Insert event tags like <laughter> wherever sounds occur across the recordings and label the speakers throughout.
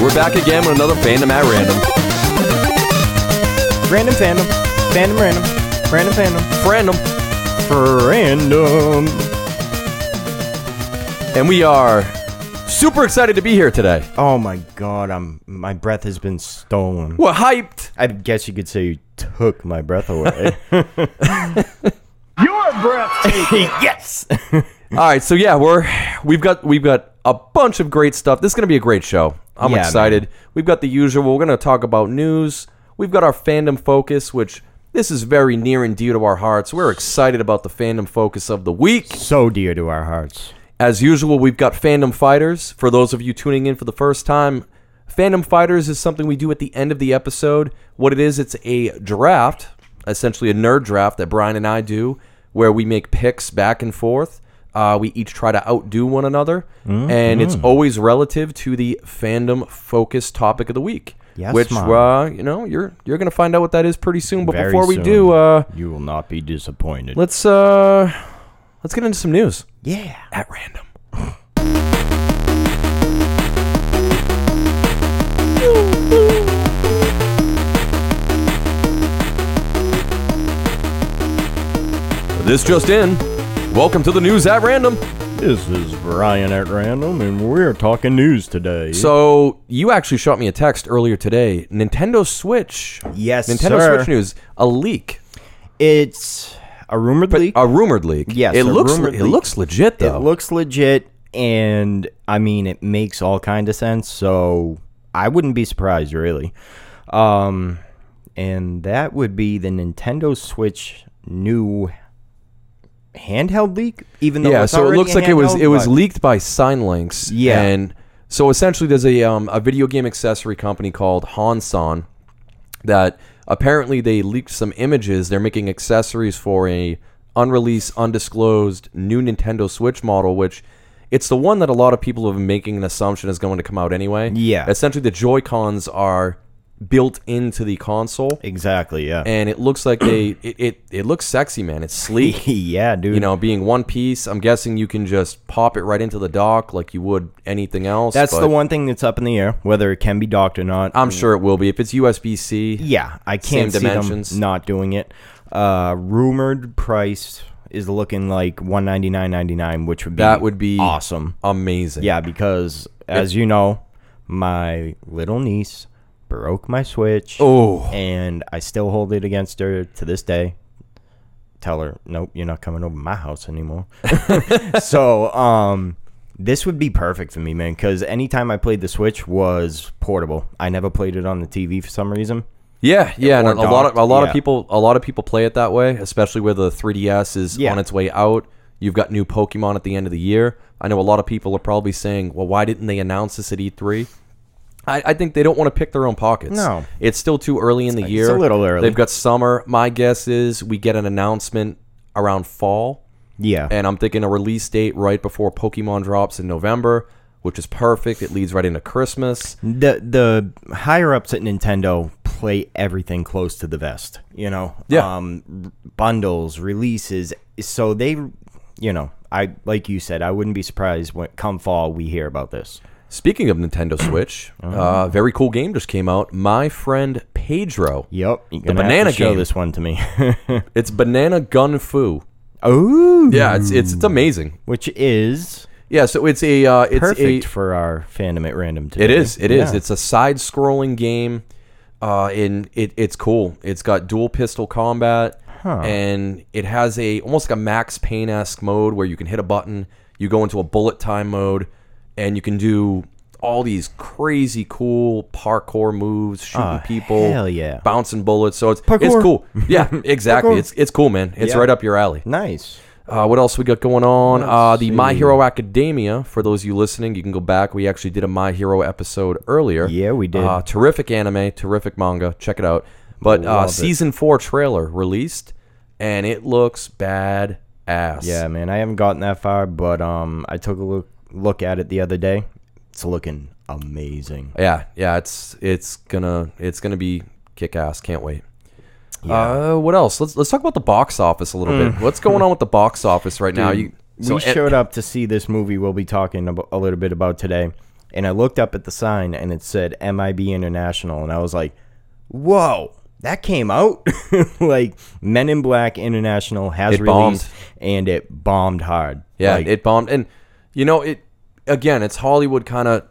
Speaker 1: we're back again with another Fandom at Random.
Speaker 2: Random fandom. Fandom random. Random fandom.
Speaker 1: Random.
Speaker 2: Random.
Speaker 1: And we are super excited to be here today.
Speaker 2: Oh my god, I'm my breath has been stolen.
Speaker 1: We're hyped.
Speaker 2: I guess you could say you took my breath <laughs> away.
Speaker 3: Your breath.
Speaker 2: <laughs> yes.
Speaker 1: All right, so yeah, we're we've got we've got a bunch of great stuff. This is going to be a great show. I'm
Speaker 2: Yeah,
Speaker 1: excited. We've got the usual. We're going to talk about news. We've got our fandom focus, which this is very near and dear to our hearts. We're excited about the fandom focus of the week.
Speaker 2: So dear to our hearts.
Speaker 1: As usual, we've got Fandom Fighters. For those of you tuning in for the first time, Fandom Fighters is something we do at the end of the episode. What it is, it's a draft, essentially a nerd draft that Brian and I do, where we make picks back and forth. Uh, we each try to outdo one another,
Speaker 2: Mm-hmm.
Speaker 1: and it's always relative to the fandom focused topic of the week.
Speaker 2: Yes,
Speaker 1: which
Speaker 2: ma'am.
Speaker 1: uh, you know you're you're gonna find out what that is pretty soon. But
Speaker 2: Very
Speaker 1: before we
Speaker 2: soon.
Speaker 1: do, uh,
Speaker 2: you will not be disappointed.
Speaker 1: let's uh, let's get into some news
Speaker 2: yeah.
Speaker 1: at random. This just in. Welcome to the news at random.
Speaker 2: <laughs> This is Brian at random, and we're talking news today.
Speaker 1: So you actually shot me a text earlier today. Nintendo Switch.
Speaker 2: Yes,
Speaker 1: Nintendo
Speaker 2: sir.
Speaker 1: Switch news. A leak.
Speaker 2: it's a rumored leak.
Speaker 1: A rumored leak.
Speaker 2: Yes,
Speaker 1: It
Speaker 2: a
Speaker 1: looks.
Speaker 2: rumored
Speaker 1: It
Speaker 2: leak.
Speaker 1: looks legit
Speaker 2: It
Speaker 1: though.
Speaker 2: looks legit, and I mean, it makes all kind of sense. So I wouldn't be surprised, really. Um, and that would be the Nintendo Switch new handheld leak. Even though
Speaker 1: yeah
Speaker 2: Oh, it's
Speaker 1: so it
Speaker 2: already
Speaker 1: looks
Speaker 2: a
Speaker 1: like it was
Speaker 2: handheld,
Speaker 1: it was
Speaker 2: but-
Speaker 1: leaked by signlinks
Speaker 2: Yeah.
Speaker 1: and so essentially there's a um, a video game accessory company called hansan that apparently they leaked some images they're making accessories for a unreleased undisclosed new nintendo switch model which it's the one that a lot of people have been making an assumption is going to come out anyway
Speaker 2: Yeah.
Speaker 1: essentially the joy cons are built into the console
Speaker 2: exactly yeah.
Speaker 1: and it looks like they it, it, it looks sexy man it's sleek
Speaker 2: <laughs> yeah, dude.
Speaker 1: you know, being one piece, I'm guessing you can just pop it right into the dock like you would anything else.
Speaker 2: that's the
Speaker 1: but
Speaker 2: one thing that's up in the air, whether it can be docked or not.
Speaker 1: I'm sure it will be if it's USB C.
Speaker 2: Yeah, I can't
Speaker 1: Same
Speaker 2: see them
Speaker 1: dimensions.
Speaker 2: not doing it. Uh, rumored price is looking like one ninety nine ninety nine, which would be
Speaker 1: That would be
Speaker 2: awesome.
Speaker 1: Amazing.
Speaker 2: Yeah, because as you know, my little niece broke my Switch,
Speaker 1: Oh.
Speaker 2: and I still hold it against her to this day. Tell her, nope, you're not coming over my house anymore. <laughs> so, um, this would be perfect for me, man, because anytime I played the Switch was portable. I never played it on the TV for some reason.
Speaker 1: Yeah, yeah. And
Speaker 2: or
Speaker 1: a lot of
Speaker 2: docked,
Speaker 1: a lot of
Speaker 2: yeah.
Speaker 1: people a lot of people play it that way, especially where the 3DS is
Speaker 2: Yeah.
Speaker 1: on its way out. You've got new Pokemon at the end of the year. I know a lot of people are probably saying, "Well, why didn't they announce this at E3?" I, I think they don't want to pick their own pockets.
Speaker 2: No.
Speaker 1: it's still too early in the year.
Speaker 2: little early.
Speaker 1: They've got summer. My guess is we get an announcement around fall.
Speaker 2: Yeah.
Speaker 1: and I'm thinking a release date right before Pokemon drops in November, which is perfect. It leads right into Christmas.
Speaker 2: the the higher ups at Nintendo play everything close to the vest. You know,
Speaker 1: Yeah.
Speaker 2: Um, bundles, releases, so they, you know, I like you said, I wouldn't be surprised when come fall we hear about this.
Speaker 1: Speaking of Nintendo Switch, uh, very cool game just came out. My friend Pedro.
Speaker 2: Yep, the
Speaker 1: banana
Speaker 2: show
Speaker 1: game.
Speaker 2: this one to me. <laughs>
Speaker 1: It's Banana Gun Fu.
Speaker 2: oh,
Speaker 1: Yeah, it's it's it's amazing.
Speaker 2: which is
Speaker 1: Yeah, so it's a uh, it's
Speaker 2: perfect
Speaker 1: a
Speaker 2: for our fandom at random. Today.
Speaker 1: it is it is
Speaker 2: Yeah.
Speaker 1: it's a side scrolling game. Uh, and it, it's cool. It's got dual pistol combat, and it has a almost like a Max Payne esque mode where you can hit a button, you go into a bullet time mode, and you can do all these crazy cool parkour moves, shooting people,
Speaker 2: Ah, hell yeah.
Speaker 1: bouncing bullets. So it's it's
Speaker 2: Parkour.
Speaker 1: cool.
Speaker 2: <laughs>
Speaker 1: Yeah, exactly.
Speaker 2: Parkour.
Speaker 1: it's it's cool, man. It's
Speaker 2: Yeah.
Speaker 1: right up your alley.
Speaker 2: nice.
Speaker 1: Uh, what else we got going on? Uh, the My Hero Academia. For those of you listening, you can go back. We actually did a My Hero episode earlier.
Speaker 2: Yeah, we did.
Speaker 1: Uh, terrific anime, terrific manga. Check it out. But uh,
Speaker 2: Love it.
Speaker 1: season four trailer released, and it looks bad ass.
Speaker 2: Yeah, man, I haven't gotten that far, but um, I took a look look at it the other day. It's looking amazing.
Speaker 1: yeah, yeah. It's it's gonna it's gonna be kick ass. Can't wait. Uh, what else? Let's let's talk about the box office a little
Speaker 2: Hmm.
Speaker 1: bit. What's going on with the box office right now? You
Speaker 2: we showed up to see this movie we'll be talking abo- a little bit about today and I looked up at the sign and it said MIB International, and I was like, "Whoa, that came out!" <laughs> like Men in Black International has
Speaker 1: It bombed.
Speaker 2: released, and it bombed hard.
Speaker 1: Yeah,
Speaker 2: Like,
Speaker 1: it bombed, and you know it. Again, it's Hollywood kind of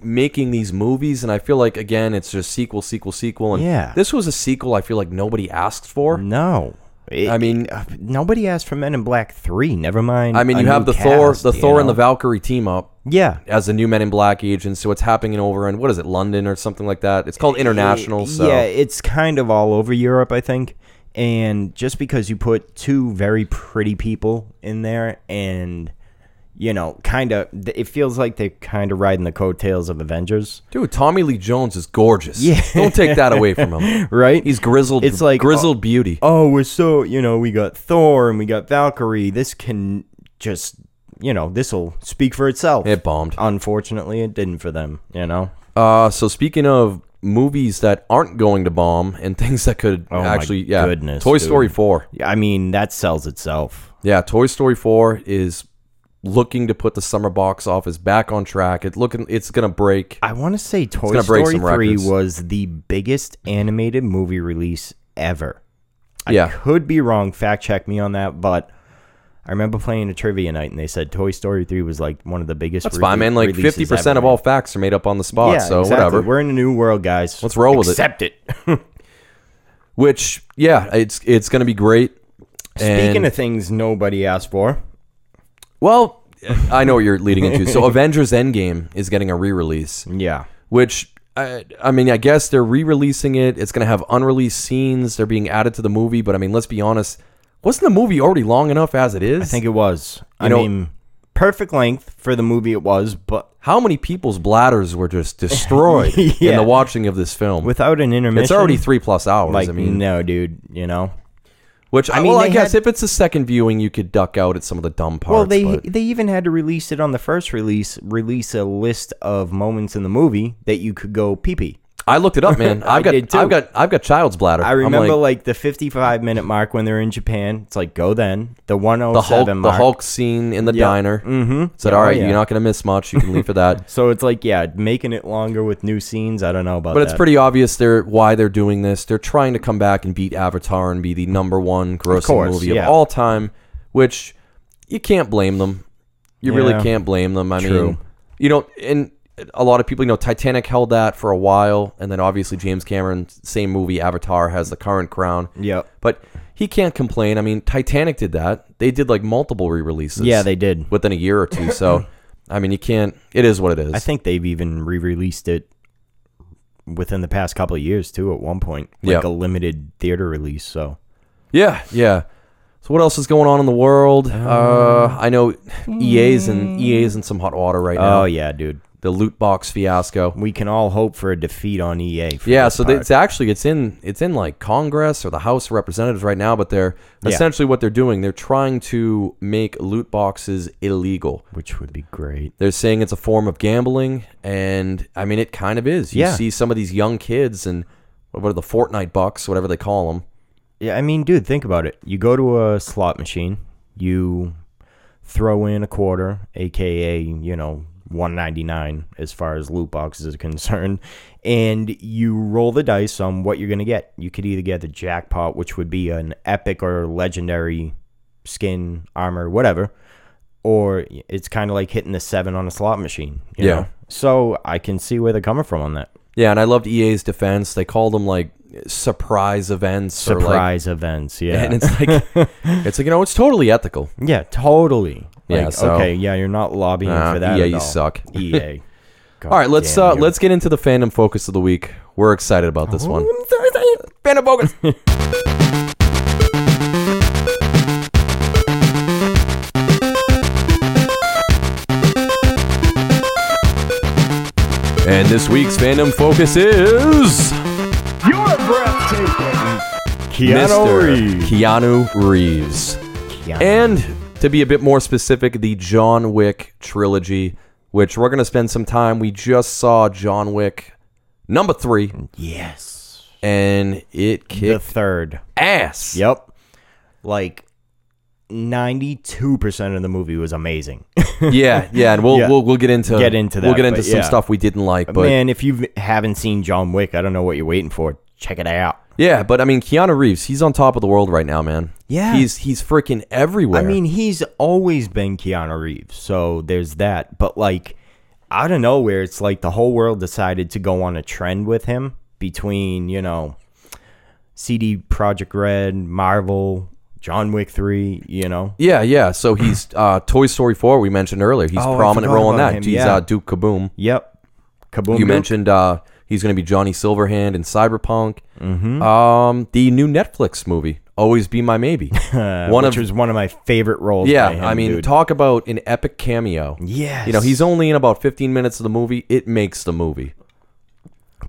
Speaker 1: making these movies, and I feel like again it's just sequel, sequel, sequel. And
Speaker 2: Yeah.
Speaker 1: this was a sequel. I feel like nobody asked for.
Speaker 2: no. It-
Speaker 1: I mean-
Speaker 2: uh, nobody asked for Men in Black Three. Never mind.
Speaker 1: I mean,
Speaker 2: a
Speaker 1: you
Speaker 2: new
Speaker 1: have the
Speaker 2: cast,
Speaker 1: Thor, the
Speaker 2: you
Speaker 1: Thor and
Speaker 2: know?
Speaker 1: the Valkyrie team up
Speaker 2: yeah.
Speaker 1: as the new Men in Black agents. So it's happening over in what is it, London or something like that? It's called International. So
Speaker 2: Yeah, it's kind of all over Europe, I think. And just because you put two very pretty people in there and you know, kind of it feels like they're kind of riding the coattails of Avengers,
Speaker 1: dude, Tommy Lee Jones is gorgeous. Yeah, don't take that away
Speaker 2: <laughs>
Speaker 1: from him.
Speaker 2: right?
Speaker 1: He's grizzled.
Speaker 2: It's like-
Speaker 1: grizzled beauty.
Speaker 2: oh, we're so, you know, we got Thor and we got Valkyrie. This can just, you know, this will speak for itself.
Speaker 1: It bombed.
Speaker 2: Unfortunately, it didn't for them, you know.
Speaker 1: Uh, so speaking of movies that aren't going to bomb and <laughs> things that could
Speaker 2: Oh my
Speaker 1: actually, yeah,
Speaker 2: goodness,
Speaker 1: Toy
Speaker 2: dude.
Speaker 1: Story four.
Speaker 2: I mean, that sells itself.
Speaker 1: Yeah, Toy Story four is looking to put the summer box office back on track. It's looking, it's gonna break.
Speaker 2: I want to say Toy
Speaker 1: gonna break
Speaker 2: Story 3
Speaker 1: some records.
Speaker 2: was the biggest animated movie release ever.
Speaker 1: yeah,
Speaker 2: Could be wrong, fact check me on that, but I remember playing a trivia night and they said Toy Story 3 was like one of the biggest
Speaker 1: that's fine, man. Like fifty percent of all facts are made up on the spot.
Speaker 2: yeah,
Speaker 1: so
Speaker 2: exactly.
Speaker 1: whatever.
Speaker 2: We're in a new world, guys.
Speaker 1: Let's roll with it.
Speaker 2: Accept it.
Speaker 1: Which, yeah, it's it's gonna be great.
Speaker 2: Speaking
Speaker 1: And-
Speaker 2: of things nobody asked for,
Speaker 1: well, I know what you're leading into. So <laughs> Avengers Endgame is getting a re-release.
Speaker 2: yeah.
Speaker 1: which I, I mean, I guess they're re-releasing it. It's gonna have unreleased scenes. They're being added to the movie, but I mean, let's be honest. Wasn't the movie already long enough as it is?
Speaker 2: I think it was. I
Speaker 1: know-
Speaker 2: mean, perfect length for the movie it was, but
Speaker 1: how many people's bladders were
Speaker 2: <laughs>
Speaker 1: just destroyed in
Speaker 2: Yeah.
Speaker 1: the watching of this film?
Speaker 2: without an intermission.
Speaker 1: it's already three plus hours.
Speaker 2: like
Speaker 1: I mean,
Speaker 2: no, dude, you know.
Speaker 1: which I
Speaker 2: mean,
Speaker 1: mean, well, I
Speaker 2: they
Speaker 1: guess
Speaker 2: had-
Speaker 1: if it's a second viewing, you could duck out at some of the dumb parts.
Speaker 2: Well, they
Speaker 1: but-
Speaker 2: they even had to release it on the first release, release a list of moments in the movie that you could go pee pee.
Speaker 1: I looked it up, man.
Speaker 2: <laughs> I
Speaker 1: I've got,
Speaker 2: did too.
Speaker 1: I've got, I've got child's bladder.
Speaker 2: I
Speaker 1: I'm
Speaker 2: remember
Speaker 1: like,
Speaker 2: like, the 55 minute mark when they're in Japan. It's like go then
Speaker 1: the
Speaker 2: the
Speaker 1: Hulk,
Speaker 2: 107
Speaker 1: the
Speaker 2: mark.
Speaker 1: Hulk scene in the
Speaker 2: Yeah.
Speaker 1: diner.
Speaker 2: Mm-hmm.
Speaker 1: Said, all right,
Speaker 2: yeah.
Speaker 1: you're not gonna miss much. You can leave for
Speaker 2: <laughs>
Speaker 1: that.
Speaker 2: So it's like yeah, making it longer with new scenes. I don't know about
Speaker 1: But
Speaker 2: that.
Speaker 1: it's pretty obvious they're why they're doing this. They're trying to come back and beat Avatar and be the number one grossing
Speaker 2: course,
Speaker 1: movie
Speaker 2: yeah.
Speaker 1: of all time, which you can't blame them. You really
Speaker 2: Yeah.
Speaker 1: can't blame them. I
Speaker 2: True.
Speaker 1: mean, you know, and a lot of people, you know, Titanic held that for a while, and then obviously James Cameron, same movie, Avatar has the current crown.
Speaker 2: Yep.
Speaker 1: But he can't complain. I mean, Titanic did that. They did like multiple re-releases.
Speaker 2: Yeah, they did.
Speaker 1: within a year or two.
Speaker 2: <coughs>
Speaker 1: So, I mean, you can't. It is what it is.
Speaker 2: I think they've even re-released it within the past couple of years too. At one point, like
Speaker 1: Yeah.
Speaker 2: a limited theater release. So
Speaker 1: Yeah, yeah. So what else is going on in the world? Uh, I know EA's and EA's in some hot water right now.
Speaker 2: hmm. oh yeah, dude,
Speaker 1: The loot box fiasco.
Speaker 2: we can all hope for a defeat on EA. For
Speaker 1: Yeah,
Speaker 2: this
Speaker 1: so
Speaker 2: part.
Speaker 1: they, it's actually it's in it's in like Congress or the House of Representatives right now, but they're
Speaker 2: Yeah.
Speaker 1: essentially what they're doing. They're trying to make loot boxes illegal.
Speaker 2: which would be great.
Speaker 1: They're saying it's a form of gambling, and I mean it kind of is. You
Speaker 2: Yeah.
Speaker 1: see some of these young kids and what are the Fortnite bucks, whatever they call them.
Speaker 2: Yeah, I mean, dude, think about it. You go to a slot machine, you throw in a quarter, aka, you know, 199 as far as loot boxes are <laughs> concerned, and you roll the dice on what you're going to get. You could either get the jackpot, which would be an epic or legendary skin, armor, whatever, or it's kind of like hitting the 7 on a slot machine, you
Speaker 1: Yeah.
Speaker 2: know? So, I can see where they're coming from on that.
Speaker 1: Yeah, and I loved EA's defense. They called them like surprise events or like
Speaker 2: Surprise events,
Speaker 1: <laughs>
Speaker 2: yeah.
Speaker 1: and it's like it's like you know it's totally ethical.
Speaker 2: Yeah, totally.
Speaker 1: Yeah,
Speaker 2: Like,
Speaker 1: so-
Speaker 2: okay, yeah, you're not lobbying
Speaker 1: Uh,
Speaker 2: for that.
Speaker 1: EA,
Speaker 2: at
Speaker 1: you
Speaker 2: all. E
Speaker 1: suck. <laughs>
Speaker 2: EA.
Speaker 1: All right, let's uh, let's get into the fandom focus of the week. We're excited about this one. Fandom
Speaker 2: <laughs>
Speaker 1: focus. and this week's fandom focus is Mr. Keanu Reeves.
Speaker 2: Keanu.
Speaker 1: And to be a bit more specific, the John Wick trilogy, which we're going to spend some time. We just saw John Wick number three,
Speaker 2: Yes.
Speaker 1: and it
Speaker 2: The
Speaker 1: kicked
Speaker 2: third.
Speaker 1: ass.
Speaker 2: Yep. Like ninety-two percent of the movie was amazing.
Speaker 1: <laughs> yeah, yeah, and we'll
Speaker 2: Yeah.
Speaker 1: we'll, we'll get into
Speaker 2: Get into
Speaker 1: we'll
Speaker 2: that,
Speaker 1: get into
Speaker 2: but
Speaker 1: some
Speaker 2: yeah.
Speaker 1: stuff we didn't like, but
Speaker 2: Man, if you haven't seen John Wick, I don't know what you're waiting for. Check it out.
Speaker 1: yeah, but I mean Keanu Reeves, he's on top of the world right now, man.
Speaker 2: Yeah.
Speaker 1: he's he's freaking everywhere.
Speaker 2: I mean, he's always been Keanu Reeves, so there's that. But like, out of nowhere, it's like the whole world decided to go on a trend with him between you know, CD Project Red, Marvel, John Wick Three. You know,
Speaker 1: yeah, yeah. So he's uh, Toy Story four we mentioned earlier. He's
Speaker 2: Oh, I
Speaker 1: prominent
Speaker 2: forgot
Speaker 1: role in
Speaker 2: about
Speaker 1: that.
Speaker 2: him,
Speaker 1: he's
Speaker 2: yeah.
Speaker 1: uh, Duke Kaboom.
Speaker 2: yep. Kaboom!
Speaker 1: You
Speaker 2: Duke.
Speaker 1: mentioned uh, he's going to be Johnny Silverhand in Cyberpunk. Mm-hmm. Um, the new Netflix movie, Always Be My
Speaker 2: <laughs>
Speaker 1: Maybe. one
Speaker 2: which
Speaker 1: of
Speaker 2: was one of my favorite roles.
Speaker 1: yeah.
Speaker 2: by him,
Speaker 1: I mean,
Speaker 2: dude.
Speaker 1: talk about an epic cameo.
Speaker 2: yes,
Speaker 1: You know, he's only in about 15 minutes of the movie. It makes the movie.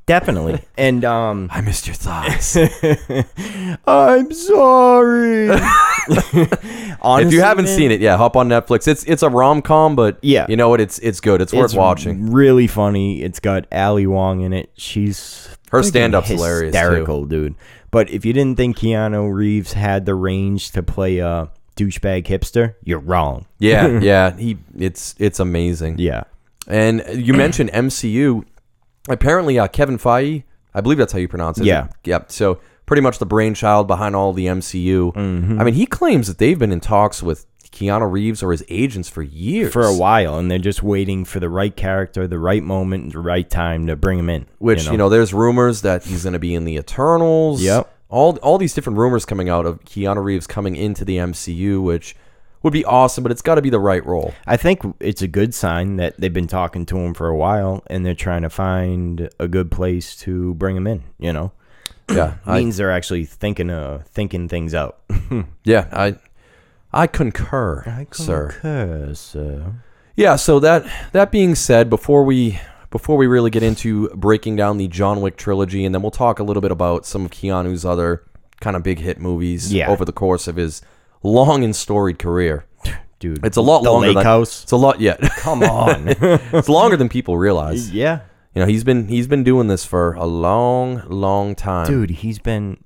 Speaker 2: definitely and
Speaker 1: <laughs>
Speaker 2: um.
Speaker 1: I missed your <laughs> thighs.
Speaker 2: I'm <laughs> sorry. Honestly,
Speaker 1: if you haven't
Speaker 2: man,
Speaker 1: seen it, yeah, hop on Netflix. It's it's a rom com, but
Speaker 2: Yeah.
Speaker 1: you know what? It's it's good. It's, worth
Speaker 2: It's
Speaker 1: watching.
Speaker 2: Really funny. It's got Ali Wong in it. She's
Speaker 1: Her
Speaker 2: freaking
Speaker 1: stand-up's hilarious, too.
Speaker 2: hysterical, dude. But if you didn't think Keanu Reeves had the range to play a douchebag hipster, you're wrong. <laughs>
Speaker 1: Yeah, yeah. He it's it's amazing.
Speaker 2: Yeah.
Speaker 1: And you mentioned MCU. Apparently, uh, Kevin Feige, I believe that's how you pronounce it.
Speaker 2: Yeah.
Speaker 1: Yep. So pretty much the brainchild behind all the MCU.
Speaker 2: Mm-hmm.
Speaker 1: I mean, he claims that they've been in talks with Keanu Reeves or his agents for years.
Speaker 2: For a while, and they're just waiting for the right character, the right moment, the right time to bring him in.
Speaker 1: Which, you know, there's rumors that he's going to be in the Eternals.
Speaker 2: Yep.
Speaker 1: All, all these different rumors coming out of Keanu Reeves coming into the MCU, which would be awesome, but it's got to be the right
Speaker 2: <clears throat>
Speaker 1: role.
Speaker 2: I think it's a good sign that they've been talking to him for a while, and they're trying to find a good place to bring him in. You know,
Speaker 1: Yeah. I,
Speaker 2: means they're actually thinking, uh, thinking things out.
Speaker 1: yeah. I, I concur, sir.
Speaker 2: Curse. uh,
Speaker 1: Yeah, so that that being said, before we before we really get into breaking down the John Wick trilogy, and then we'll talk a little bit about some of Keanu's other kind of big hit movies
Speaker 2: Yeah.
Speaker 1: over the course of his long and storied career.
Speaker 2: dude.
Speaker 1: It's a lot
Speaker 2: the
Speaker 1: longer
Speaker 2: Lake
Speaker 1: than
Speaker 2: House.
Speaker 1: it's a lot yet. <laughs> Come <laughs> on, it's longer than people
Speaker 2: <laughs>
Speaker 1: realize. <laughs>
Speaker 2: yeah,
Speaker 1: You know, he's been he's been doing this for a long, long time.
Speaker 2: dude. He's been.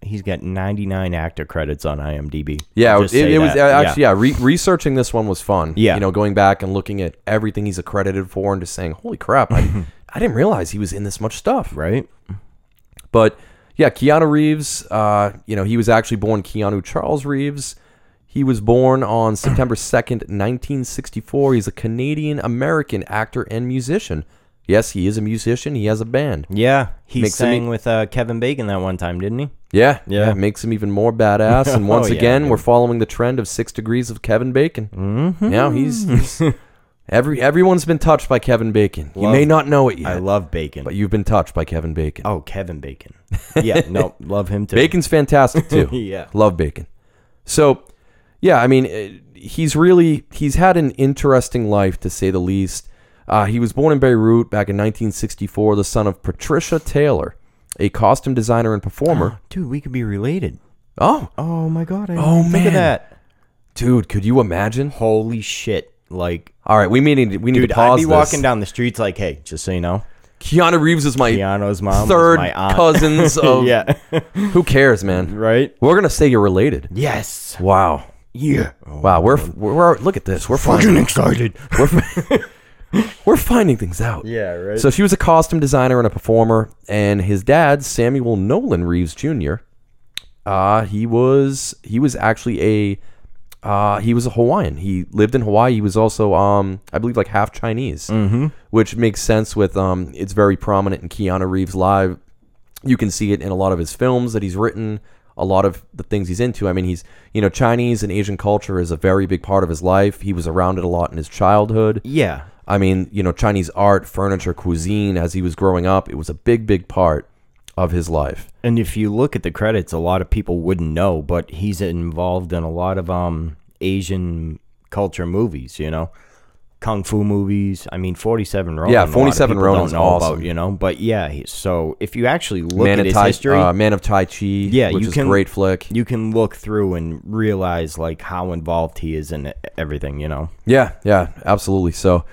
Speaker 2: He's got 99 actor credits on IMDb.
Speaker 1: Yeah,
Speaker 2: I'll
Speaker 1: it,
Speaker 2: just say
Speaker 1: it was uh,
Speaker 2: that.
Speaker 1: actually yeah. re- researching this one was fun.
Speaker 2: Yeah.
Speaker 1: you know, going back and looking at everything he's accredited for and just saying, "Holy crap,
Speaker 2: <laughs>
Speaker 1: I, I didn't realize he was in this much stuff."
Speaker 2: right.
Speaker 1: But yeah, Keanu Reeves, uh, you know, he was actually born Keanu Charles Reeves. He was born
Speaker 2: <clears throat>
Speaker 1: on September 2nd, 1964. He's a Canadian American actor and musician. Yes, he is a musician. He has a band.
Speaker 2: Yeah, he
Speaker 1: Makes him
Speaker 2: sang
Speaker 1: e-
Speaker 2: with uh, Kevin Bacon that one time, didn't he?
Speaker 1: Yeah,
Speaker 2: Yeah.
Speaker 1: yeah. Makes him even more
Speaker 2: <laughs>
Speaker 1: badass. And
Speaker 2: Oh,
Speaker 1: once
Speaker 2: yeah,
Speaker 1: again,
Speaker 2: dude.
Speaker 1: we're following the trend of six degrees of Kevin Bacon. Mm-hmm. Now he's, he's
Speaker 2: <laughs>
Speaker 1: every everyone's been touched by Kevin Bacon. you
Speaker 2: Love-
Speaker 1: may not know it
Speaker 2: I
Speaker 1: yet,
Speaker 2: love Bacon.
Speaker 1: but you've been touched by Kevin Bacon.
Speaker 2: oh,
Speaker 1: <laughs>
Speaker 2: Kevin Bacon. Yeah, no, love him too.
Speaker 1: Bacon's fantastic too.
Speaker 2: <laughs> Yeah.
Speaker 1: love bacon. So, yeah, I mean, eh, he's really he's had an interesting life to say the least. Uh, he was born in Beirut back in 1964, the son of Patricia Taylor, a costume designer and
Speaker 2: <gasps>
Speaker 1: performer.
Speaker 2: Dude, we could be related.
Speaker 1: oh,
Speaker 2: Oh my god! I
Speaker 1: Oh,
Speaker 2: didn't
Speaker 1: man.
Speaker 2: think of that.
Speaker 1: dude, could you imagine?
Speaker 2: Holy shit! Like,
Speaker 1: All right, we may need we need
Speaker 2: dude,
Speaker 1: to pause
Speaker 2: I'd be
Speaker 1: this.
Speaker 2: walking down the streets like, hey, just so you know,
Speaker 1: Keanu Reeves is my
Speaker 2: Keanu's mom, was
Speaker 1: third
Speaker 2: my aunt. <laughs>
Speaker 1: cousins of.
Speaker 2: yeah,
Speaker 1: Who cares, man?
Speaker 2: right.
Speaker 1: We're gonna say you're related.
Speaker 2: Yes. Oh.
Speaker 1: Wow,
Speaker 2: Yeah.
Speaker 1: wow, we're we're, we're look at this. We're finding
Speaker 2: excited.
Speaker 1: we're, fi- we're finding things out.
Speaker 2: <laughs> Yeah. Right.
Speaker 1: So she was a costume designer and a performer, and his dad, Samuel Nolan Reeves Jr. Uh, he was he was actually a uh, he was a Hawaiian. He lived in Hawaii. He was also um, I believe like half Chinese, which makes sense with um, it's very prominent in Keanu Reeves live. You can see it in a lot of his films that he's written, a lot of the things he's into. I mean, he's you know Chinese and Asian culture is a very big part of his life. He was around it a lot in his childhood.
Speaker 2: yeah.
Speaker 1: I mean, you know, Chinese art, furniture, cuisine as he was growing up, it was a big, big part of his life.
Speaker 2: And if you look at the credits, a lot of people wouldn't know, but he's involved in a lot of um Asian culture movies. You know, kung fu movies. I mean, Forty Seven Ronin.
Speaker 1: Yeah,
Speaker 2: a lot of
Speaker 1: 47
Speaker 2: people
Speaker 1: Ronin's
Speaker 2: Don't know
Speaker 1: awesome.
Speaker 2: about you know, but yeah. He, so if you actually look
Speaker 1: Man,
Speaker 2: at
Speaker 1: of
Speaker 2: his
Speaker 1: tai,
Speaker 2: history,
Speaker 1: uh, Man of Tai Chi,
Speaker 2: Yeah,
Speaker 1: which
Speaker 2: you
Speaker 1: is a
Speaker 2: can-
Speaker 1: great flick.
Speaker 2: you can look through and realize like how involved he is in everything. You know.
Speaker 1: Yeah, yeah, absolutely. So,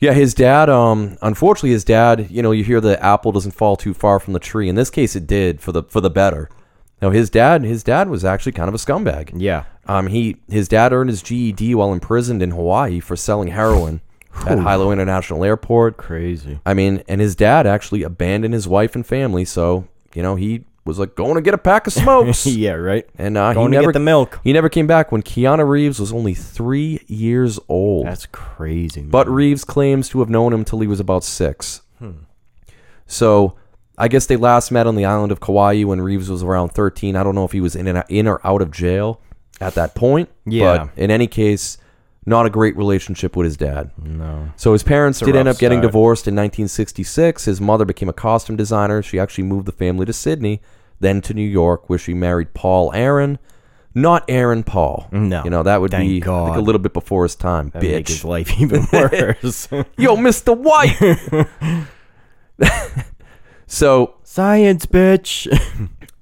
Speaker 1: yeah, his dad, um, unfortunately, his dad, you know, you hear the apple doesn't fall too far from the tree. In this case, it did for the for the better. Now his dad, his dad was actually kind of a scumbag.
Speaker 2: Yeah.
Speaker 1: Um, he his dad earned his GED while imprisoned in Hawaii for selling heroin at Hilo International Airport.
Speaker 2: Crazy.
Speaker 1: I mean, and his dad actually abandoned his wife and family, so you know he was like going to get a pack of
Speaker 2: <laughs>
Speaker 1: smokes,
Speaker 2: <laughs> yeah, right?
Speaker 1: and uh, he
Speaker 2: Going to
Speaker 1: never
Speaker 2: get the milk.
Speaker 1: he never came back. When Keanu Reeves was only three years old,
Speaker 2: That's crazy. Man.
Speaker 1: but Reeves claims to have known him till he was about six.
Speaker 2: Hmm.
Speaker 1: So I guess they last met on the island of Kauai when Reeves was around 13. I don't know if he was in and in or out of jail at that point.
Speaker 2: Yeah.
Speaker 1: But in any case, not a great relationship with his dad.
Speaker 2: no.
Speaker 1: So his parents did end
Speaker 2: rough
Speaker 1: up getting
Speaker 2: start.
Speaker 1: divorced in 1966. His mother became a costume designer. She actually moved the family to Sydney, then to New York, where she married Paul Aaron. Not Aaron Paul.
Speaker 2: No.
Speaker 1: You know, that would
Speaker 2: Thank
Speaker 1: be I think,
Speaker 2: God.
Speaker 1: a little bit before his time,
Speaker 2: That would make
Speaker 1: bitch.
Speaker 2: his life <laughs> even worse.
Speaker 1: <laughs> Yo, Mr. White.
Speaker 2: <laughs>
Speaker 1: <laughs> so
Speaker 2: Science, bitch.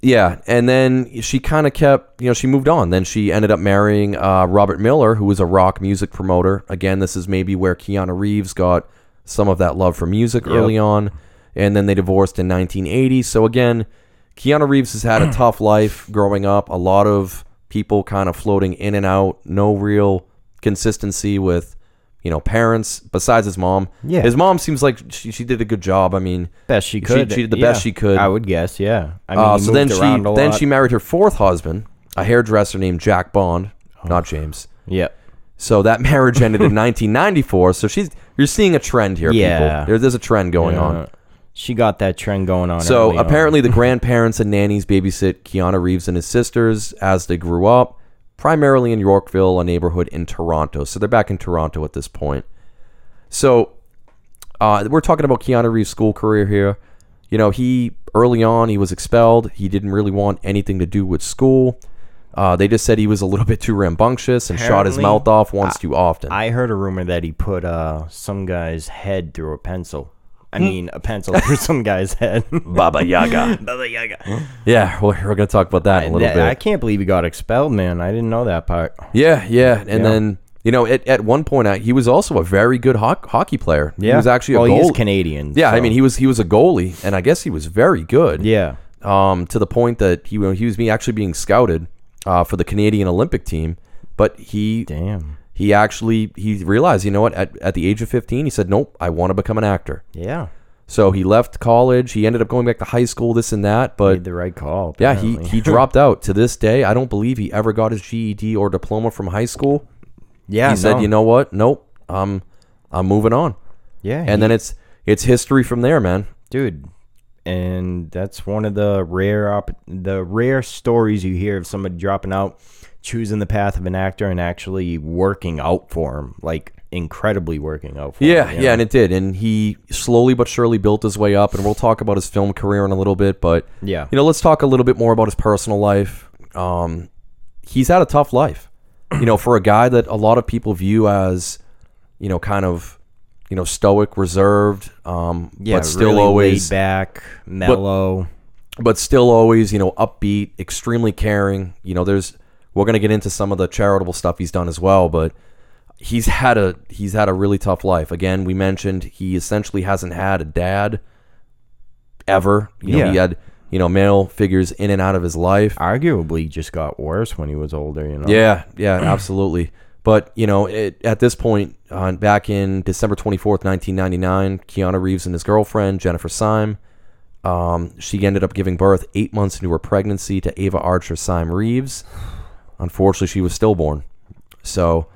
Speaker 1: yeah, and then she kind of kept, you know, she moved on. Then she ended up marrying uh, Robert Miller, who was a rock music promoter. Again, this is maybe where Keanu Reeves got some of that love for music early on. And then they divorced in 1980. So again, Keanu Reeves has had a tough life growing up. A lot of people kind of floating in and out. No real consistency with, you know, parents besides his mom.
Speaker 2: Yeah.
Speaker 1: his mom seems like she, she did a good job. I mean,
Speaker 2: best she
Speaker 1: She-
Speaker 2: could.
Speaker 1: she did the best
Speaker 2: yeah.
Speaker 1: she could.
Speaker 2: I would guess, yeah. I
Speaker 1: uh,
Speaker 2: he
Speaker 1: so then
Speaker 2: moved
Speaker 1: she
Speaker 2: around a
Speaker 1: then
Speaker 2: lot.
Speaker 1: she married her fourth husband, a hairdresser named Jack Bond,
Speaker 2: Oh.
Speaker 1: not James.
Speaker 2: Yeah.
Speaker 1: So that <laughs> marriage ended
Speaker 2: <laughs>
Speaker 1: in 1994. So she's you're seeing a trend here,
Speaker 2: Yeah.
Speaker 1: people. There, there's a trend going
Speaker 2: Yeah.
Speaker 1: on.
Speaker 2: She got that trend going on. early
Speaker 1: Uh, So
Speaker 2: on.
Speaker 1: apparently, the grandparents and nannies babysit Keanu Reeves and his sisters as they grew up, primarily in Yorkville, a neighborhood in Toronto. So they're back in Toronto at this point. So uh, we're talking about Keanu Reeves' school career here. You know, he early on he was expelled. He didn't really want anything to do with school. Uh, they just said he was a little <laughs> bit too rambunctious and shot his
Speaker 2: Apparently,
Speaker 1: mouth off once too often.
Speaker 2: I heard a rumor that he put uh, some guy's head through a pencil. I
Speaker 1: Hmm.
Speaker 2: mean, a pencil through <laughs> some guy's head.
Speaker 1: <laughs> Baba Yaga.
Speaker 2: Baba Yaga.
Speaker 1: <laughs> yeah, well, we're gonna talk about that in a little
Speaker 2: That-
Speaker 1: bit.
Speaker 2: I can't believe he got expelled, man. I didn't know that part.
Speaker 1: Yeah, yeah, and then you know, at, at one point, I, he was also a very good ho- hockey player.
Speaker 2: Yeah,
Speaker 1: he was actually
Speaker 2: well,
Speaker 1: a goalie.
Speaker 2: he is Canadian.
Speaker 1: yeah, I
Speaker 2: so-
Speaker 1: mean, he was he was a goalie, and I guess he was very good.
Speaker 2: yeah,
Speaker 1: um, to the point that he he was being actually being scouted uh, for the Canadian Olympic team, but he
Speaker 2: damn,
Speaker 1: he actually he realized, you know what, at, at the age of fifteen, he said, nope, I want to become an actor.
Speaker 2: yeah,
Speaker 1: So he left college. He ended up going back to high school, this and that, but
Speaker 2: made the right call.
Speaker 1: yeah, he,
Speaker 2: <laughs> apparently.
Speaker 1: he dropped out. To this day, I don't believe he ever got his GED or diploma from high school.
Speaker 2: yeah,
Speaker 1: he said,
Speaker 2: no.
Speaker 1: you know what? Nope. I'm I'm moving on.
Speaker 2: yeah,
Speaker 1: And then it's it's history from there, man.
Speaker 2: dude, and that's one of the rare op- the rare stories you hear of somebody dropping out, choosing the path of an actor, and actually working out for him, like incredibly working out for
Speaker 1: Yeah,
Speaker 2: him.
Speaker 1: yeah, and it did. And he slowly but surely built his way up and we'll talk about his film career in a little bit, but
Speaker 2: yeah,
Speaker 1: you know, let's talk a little bit more about his personal life. Um he's had a tough life. You know, for a guy that a lot of people view as, you know, kind of, you know, stoic, reserved, um
Speaker 2: yeah,
Speaker 1: but still
Speaker 2: really
Speaker 1: always
Speaker 2: laid back, mellow.
Speaker 1: but still always, you know, upbeat, extremely caring. You know, there's we're gonna get into some of the charitable stuff he's done as well, but he's had a he's had a really tough life. Again, we mentioned he essentially hasn't had a dad ever. You know,
Speaker 2: Yeah.
Speaker 1: he had, you know, male figures in and out of his life.
Speaker 2: arguably just got worse when he was older, you know.
Speaker 1: Yeah, yeah, <clears throat> absolutely. But you know, it, at this point, uh, back in December twenty fourth, nineteen ninety nine, Keanu Reeves and his girlfriend Jennifer Syme, um, she ended up giving birth eight months into her pregnancy to Ava Archer Syme Reeves. Unfortunately, she was stillborn. So,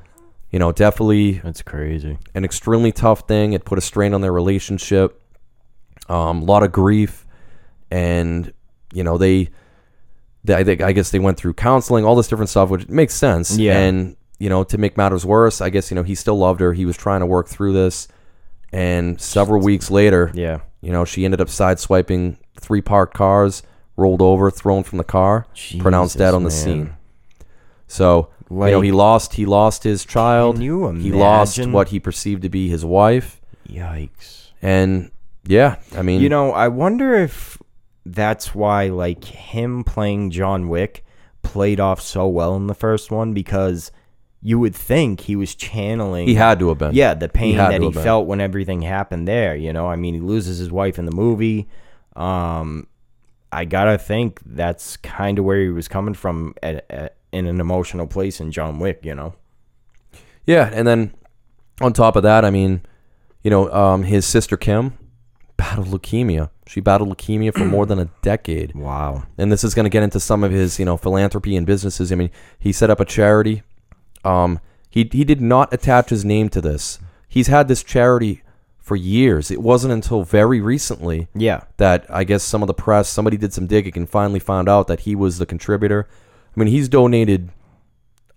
Speaker 1: you know, definitely
Speaker 2: That's crazy.
Speaker 1: an extremely tough thing. It put a strain on their relationship, um, a lot of grief, and you know they, they I think I guess they went through counseling, all this different stuff, which makes sense.
Speaker 2: Yeah.
Speaker 1: And you know to make matters worse, I guess you know he still loved her. He was trying to work through this, and several weeks later,
Speaker 2: Yeah.
Speaker 1: you know she ended up sideswiping three parked cars, rolled over, thrown from the car, pronounced dead
Speaker 2: Jesus,
Speaker 1: on the
Speaker 2: man.
Speaker 1: scene. So you know
Speaker 2: Like-
Speaker 1: he lost he lost his child.
Speaker 2: Can you
Speaker 1: He lost
Speaker 2: imagine?
Speaker 1: what he perceived to be his wife,
Speaker 2: Yikes.
Speaker 1: and yeah, I mean,
Speaker 2: You know, I wonder if that's why like him playing John Wick played off so well in the first one because you would think he was channeling
Speaker 1: he had to have been.
Speaker 2: yeah, the pain
Speaker 1: had
Speaker 2: that
Speaker 1: to
Speaker 2: he
Speaker 1: have been.
Speaker 2: felt when everything happened there, you know. I mean, he loses his wife in the movie. Um I gotta think that's kind of where he was coming from at, at, in an emotional place in John Wick. You know,
Speaker 1: Yeah, and then on top of that, I mean, you know, um, his sister Kim battled leukemia. She battled leukemia for more than a decade,
Speaker 2: wow.
Speaker 1: and this is going to get into some of his, you know, philanthropy and businesses. I mean, he set up a charity. Um, he he did not attach his name to this. He's had this charity for years. It wasn't until very recently
Speaker 2: Yeah,
Speaker 1: that I guess some of the press, somebody did some digging and finally found out that he was the contributor. I mean, he's donated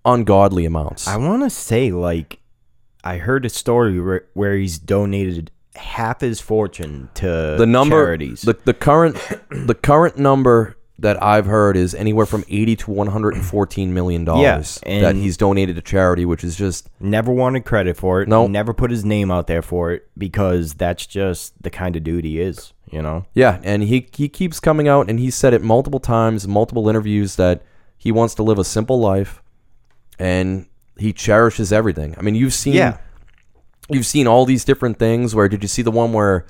Speaker 1: ungodly amounts.
Speaker 2: I want to say like I heard a story where, where he's donated half his fortune to
Speaker 1: the number
Speaker 2: charities.
Speaker 1: The, the current <coughs> the current number that I've heard is anywhere from 80 to 114 million dollars
Speaker 2: Yeah,
Speaker 1: that
Speaker 2: and-
Speaker 1: he's donated to charity, which is just
Speaker 2: never wanted credit for it.
Speaker 1: No.
Speaker 2: never put his name out there for it because that's just the kind of dude he is. You know.
Speaker 1: yeah, and he he keeps coming out and he said it multiple times, multiple interviews that he wants to live a simple life and he cherishes everything. I mean, you've seen you've seen all these different things where did you see the one where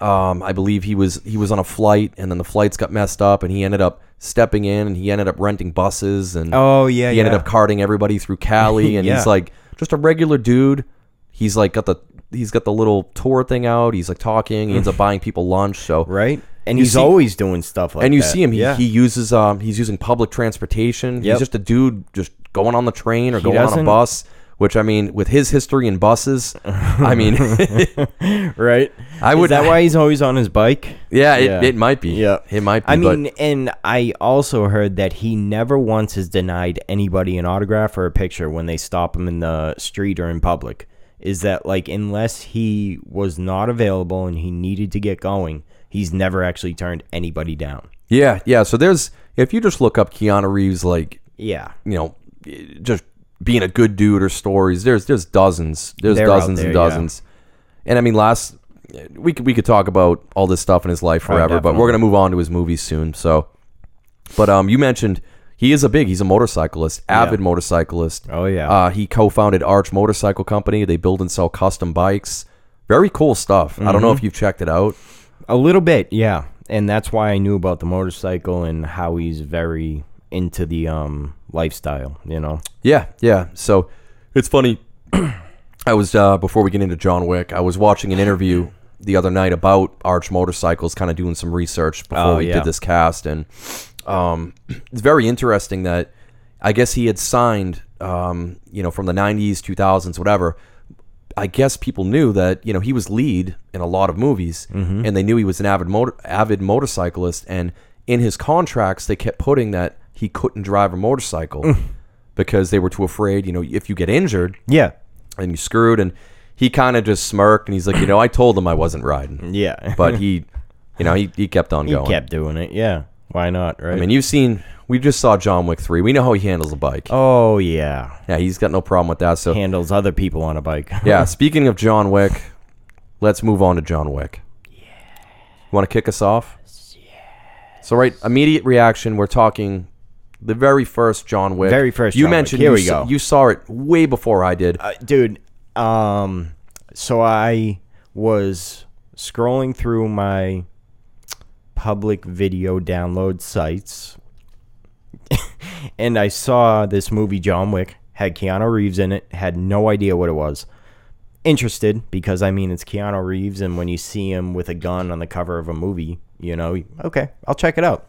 Speaker 1: um, I believe he was he was on a flight and then the flights got messed up and he ended up stepping in and he ended up renting buses and
Speaker 2: Oh yeah.
Speaker 1: he ended up carting everybody through Cali,
Speaker 2: <laughs>
Speaker 1: and
Speaker 2: Yeah.
Speaker 1: he's like just a regular dude. He's like got the he's got the little tour thing out. He's like talking. He ends up
Speaker 2: <laughs>
Speaker 1: buying people lunch. So
Speaker 2: right. And
Speaker 1: You
Speaker 2: he's
Speaker 1: see-
Speaker 2: always doing stuff like
Speaker 1: and you
Speaker 2: that.
Speaker 1: see him. He,
Speaker 2: Yeah.
Speaker 1: he uses um he's using public transportation.
Speaker 2: Yep.
Speaker 1: He's just a dude just going on the train or going on a
Speaker 2: doesn't-
Speaker 1: bus. Which I mean, with his history in buses, I mean, <laughs>
Speaker 2: right?
Speaker 1: I
Speaker 2: Is
Speaker 1: would.
Speaker 2: that why he's always on his bike?
Speaker 1: Yeah, it,
Speaker 2: Yeah.
Speaker 1: it might be.
Speaker 2: Yeah.
Speaker 1: it might be.
Speaker 2: I
Speaker 1: but-
Speaker 2: mean, and I also heard that he never once has denied anybody an autograph or a picture when they stop him in the street or in public. Is that like unless he was not available and he needed to get going, he's never actually turned anybody down.
Speaker 1: yeah, yeah. So there's if you just look up Keanu Reeves, like
Speaker 2: Yeah.
Speaker 1: you know, just being a good dude or stories. There's there's dozens. There's
Speaker 2: They're out
Speaker 1: dozens and
Speaker 2: there, yeah.
Speaker 1: dozens. And I mean, last we could we could talk about all this stuff in his life forever, but
Speaker 2: Oh, definitely.
Speaker 1: we're gonna move on to his movies soon. So, but um, you mentioned he is a big. He's a motorcyclist, avid motorcyclist.
Speaker 2: Oh, yeah.
Speaker 1: Uh, he co-founded Arch Motorcycle Company. They build and sell custom bikes. Very cool stuff. I
Speaker 2: Mm-hmm.
Speaker 1: don't know if you've checked it out.
Speaker 2: A little bit, yeah. And that's why I knew about the motorcycle and how he's very into the um lifestyle, you know.
Speaker 1: Yeah, yeah. So it's funny. <clears throat> I was uh, before we get into John Wick. I was watching an interview the other night about Arch Motorcycles, kind of doing some research before
Speaker 2: Oh,
Speaker 1: we
Speaker 2: yeah.
Speaker 1: did this cast, and um, <clears throat> it's very interesting that I guess he had signed, um, you know, from the '90s, 2000s, whatever. I guess people knew that you know he was lead in a lot of movies,
Speaker 2: Mm-hmm.
Speaker 1: and they knew he was an avid motor avid motorcyclist. And in his contracts, they kept putting that he couldn't drive a
Speaker 2: <laughs>
Speaker 1: motorcycle because they were too afraid. You know, if you get injured
Speaker 2: Yeah.
Speaker 1: and you screwed, and he kind of just smirked and he's like, you know, I told him I wasn't riding,
Speaker 2: Yeah. <laughs>
Speaker 1: but he, you know, he, he kept on
Speaker 2: he
Speaker 1: going.
Speaker 2: kept doing it. Yeah. Why not, right?
Speaker 1: I mean, you've seen we just saw John Wick three. We know how he handles a bike.
Speaker 2: oh yeah.
Speaker 1: Yeah, he's got no problem with that. So
Speaker 2: handles other people on a bike.
Speaker 1: yeah, speaking of John Wick, let's move on to John Wick. Yeah. You want to kick us off? So right, immediate reaction. We're talking the very first John Wick.
Speaker 2: Very first
Speaker 1: You
Speaker 2: John Wick.
Speaker 1: mentioned
Speaker 2: Here
Speaker 1: you
Speaker 2: we
Speaker 1: s-
Speaker 2: go.
Speaker 1: You saw it way before I did.
Speaker 2: <laughs> Uh, dude, um so I was scrolling through my public video download sites <laughs> and I saw this movie John Wick had Keanu Reeves in it, had no idea what it was. Interested because I mean it's Keanu Reeves and when you see him with a gun on the cover of a movie, you know, you- okay, I'll check it out.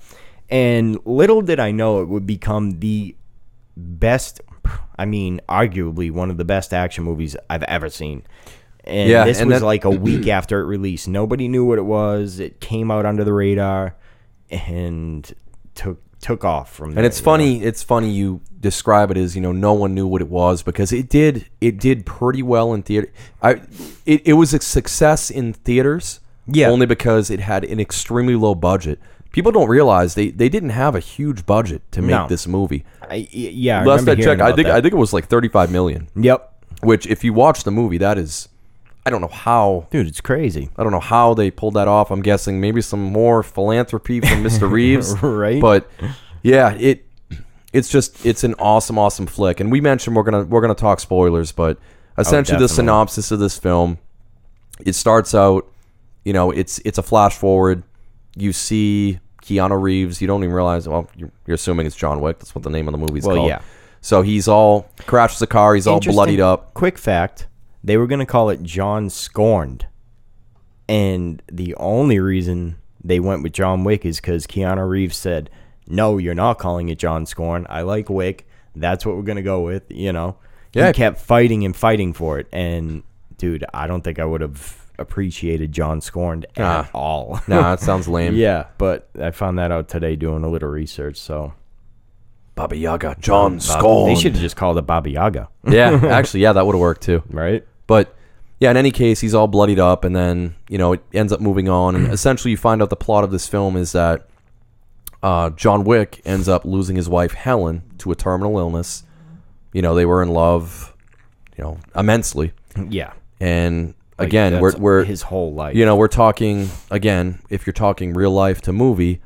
Speaker 2: And little did I know it would become the best I mean, arguably one of the best action movies I've ever seen. And
Speaker 1: Yeah,
Speaker 2: this
Speaker 1: and
Speaker 2: was
Speaker 1: that-
Speaker 2: like
Speaker 1: <clears throat>
Speaker 2: a week after it released. Nobody knew what it was. It came out under the radar and took took off from there.
Speaker 1: And it's
Speaker 2: you know?
Speaker 1: funny. It's funny you describe it as you know no one knew what it was because it did it did pretty well in theater. I it, it was a success in theaters.
Speaker 2: Yeah.
Speaker 1: Only because it had an extremely low budget. People don't realize they, they didn't have a huge budget to make
Speaker 2: No.
Speaker 1: this movie.
Speaker 2: I, y- yeah, I
Speaker 1: Last
Speaker 2: remember
Speaker 1: I checked,
Speaker 2: hearing
Speaker 1: I
Speaker 2: about
Speaker 1: think
Speaker 2: that.
Speaker 1: I think it was like thirty five million.
Speaker 2: Yep,
Speaker 1: Which, if you watch the movie, that is, I don't know how
Speaker 2: dude, it's crazy. <laughs>
Speaker 1: I don't know how they pulled that off. I'm guessing maybe some more philanthropy from
Speaker 2: <laughs>
Speaker 1: Mr. Reeves,
Speaker 2: Right.
Speaker 1: But yeah, it it's just it's an awesome, awesome flick. And we mentioned we're gonna we're gonna talk spoilers, but essentially the
Speaker 2: Oh, definitely.
Speaker 1: synopsis of this film, it starts out, you know, it's it's a flash forward. You see Keanu Reeves. You don't even realize. Well, you're, you're assuming it's John Wick. That's what the name of the movie's
Speaker 2: Well,
Speaker 1: called.
Speaker 2: yeah.
Speaker 1: So he's all crashes the car. He's all
Speaker 2: Interesting
Speaker 1: bloodied up.
Speaker 2: Quick fact: They were gonna call it John Scorned, and the only reason they went with John Wick is because Keanu Reeves said, "No, you're not calling it John Scorn. I like Wick. That's what we're gonna go with." You know,
Speaker 1: Yeah.
Speaker 2: he kept fighting and fighting for it, and dude, I don't think I would have appreciated John Scorned at
Speaker 1: Nah.
Speaker 2: all. <laughs>
Speaker 1: Nah, that sounds lame.
Speaker 2: yeah, but I found that out today doing a little research. So
Speaker 1: Baba Yaga, John
Speaker 2: they
Speaker 1: Scorn.
Speaker 2: should have just called it Baba Yaga, <laughs>
Speaker 1: yeah, actually, yeah, that would have worked too.
Speaker 2: right?
Speaker 1: But yeah, in any case, he's all bloodied up, and then you know it ends up moving on,
Speaker 2: <clears throat>
Speaker 1: and essentially you find out the plot of this film is that uh, John Wick ends up losing his wife Helen to a terminal illness. You know they were in love, you know immensely,
Speaker 2: Yeah.
Speaker 1: and
Speaker 2: Like,
Speaker 1: again
Speaker 2: that's
Speaker 1: we're we're
Speaker 2: his whole life.
Speaker 1: you know we're talking again if you're talking real life to movie.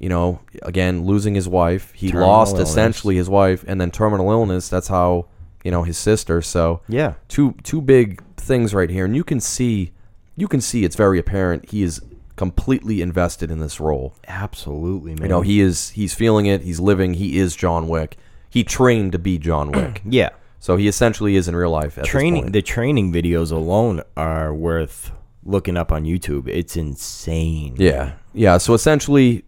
Speaker 1: You know, again, losing his wife, he
Speaker 2: Terminal
Speaker 1: lost
Speaker 2: illness.
Speaker 1: essentially his wife, and then terminal illness. That's how you know his sister. So
Speaker 2: Yeah.
Speaker 1: two two big things right here, and you can see you can see it's very apparent he is completely invested in this role.
Speaker 2: Absolutely, man.
Speaker 1: You know, he is he's feeling it, he's living, he is John Wick. He trained to be John
Speaker 2: <clears throat>
Speaker 1: Wick.
Speaker 2: yeah.
Speaker 1: so he essentially is in real life at this
Speaker 2: Training
Speaker 1: point.
Speaker 2: the training videos alone are worth looking up on YouTube. It's insane.
Speaker 1: Yeah. Yeah. So essentially,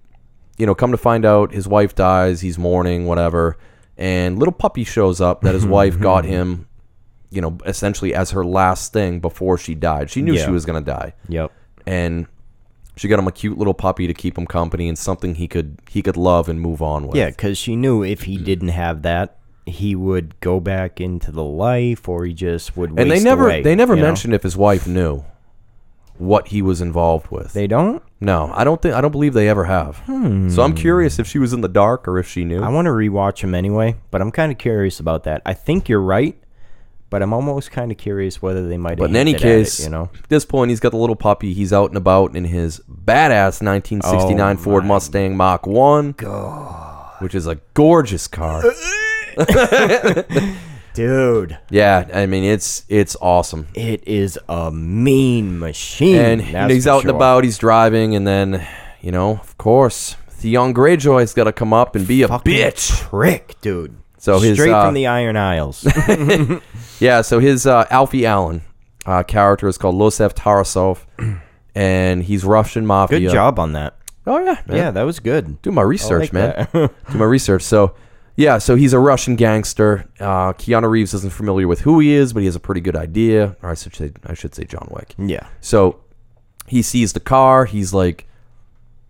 Speaker 1: you know, come to find out his wife dies, he's mourning, whatever. And little puppy shows up that
Speaker 2: <laughs>
Speaker 1: his wife got him, you know, essentially as her last thing before she died. She knew
Speaker 2: Yeah.
Speaker 1: she was going to die.
Speaker 2: Yep.
Speaker 1: and she got him a cute little puppy to keep him company and something he could he could love and move on with.
Speaker 2: Yeah, because she knew if he didn't have that, he would go back into the life, or he just would.
Speaker 1: and they
Speaker 2: waste
Speaker 1: never
Speaker 2: away,
Speaker 1: they never
Speaker 2: you know?
Speaker 1: mentioned if his wife knew what he was involved with.
Speaker 2: They don't.
Speaker 1: no, I don't think I don't believe they ever have. So I'm curious if she was in the dark or if she knew.
Speaker 2: Hmm. I want to rewatch him anyway, but I'm kind of curious about that. I think you're right, but I'm almost kind of curious whether they might. have
Speaker 1: but in any
Speaker 2: hinted at it,
Speaker 1: case,
Speaker 2: you know,
Speaker 1: at this point he's got the little puppy. He's out and about in his badass 1969
Speaker 2: Oh
Speaker 1: Ford Mustang Mach One, which is a gorgeous
Speaker 2: <laughs>
Speaker 1: car.
Speaker 2: dude,
Speaker 1: yeah, I mean it's it's awesome.
Speaker 2: it is a mean machine.
Speaker 1: and you know,
Speaker 2: Hmm, that's
Speaker 1: he's
Speaker 2: for
Speaker 1: out and
Speaker 2: sure.
Speaker 1: about, he's driving, and then, you know, of course, Theon Greyjoy's got to come up and be a
Speaker 2: Fucking
Speaker 1: bitch.
Speaker 2: prick, dude.
Speaker 1: So his,
Speaker 2: straight
Speaker 1: uh,
Speaker 2: from the
Speaker 1: <laughs>
Speaker 2: Iron Isles.
Speaker 1: Yeah, so his uh, Alfie Allen uh, character is called Losef
Speaker 2: <clears throat>
Speaker 1: Tarasov, and he's Russian mafia.
Speaker 2: Good job on that.
Speaker 1: Oh yeah, man.
Speaker 2: Yeah, that was good.
Speaker 1: Do my research,
Speaker 2: like
Speaker 1: man.
Speaker 2: that. <laughs>
Speaker 1: Do my research. So, yeah, so he's a Russian gangster. Uh, Keanu Reeves isn't familiar with who he is, but he has a pretty good idea. Or I should say, I should say John Wick.
Speaker 2: Yeah,
Speaker 1: So he sees the car. He's like,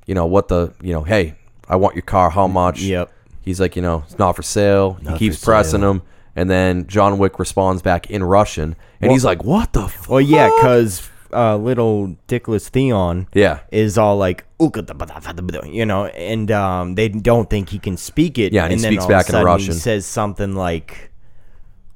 Speaker 1: you know, what the, you know, hey, I want your car. How much?
Speaker 2: Yep.
Speaker 1: He's like, you know, it's not for sale.
Speaker 2: Not
Speaker 1: he keeps
Speaker 2: for sale.
Speaker 1: pressing him. And then John Wick responds back in Russian. And he's like, what the fuck?
Speaker 2: Well, yeah, because uh, little dickless Theon
Speaker 1: Yeah.
Speaker 2: is all like, "Ooka-da-ba-da-ba-da-ba-da," you know, and um, they don't think he can speak it.
Speaker 1: Yeah, and he
Speaker 2: then
Speaker 1: speaks
Speaker 2: all of a
Speaker 1: back in
Speaker 2: sudden
Speaker 1: Russian.
Speaker 2: He says something like,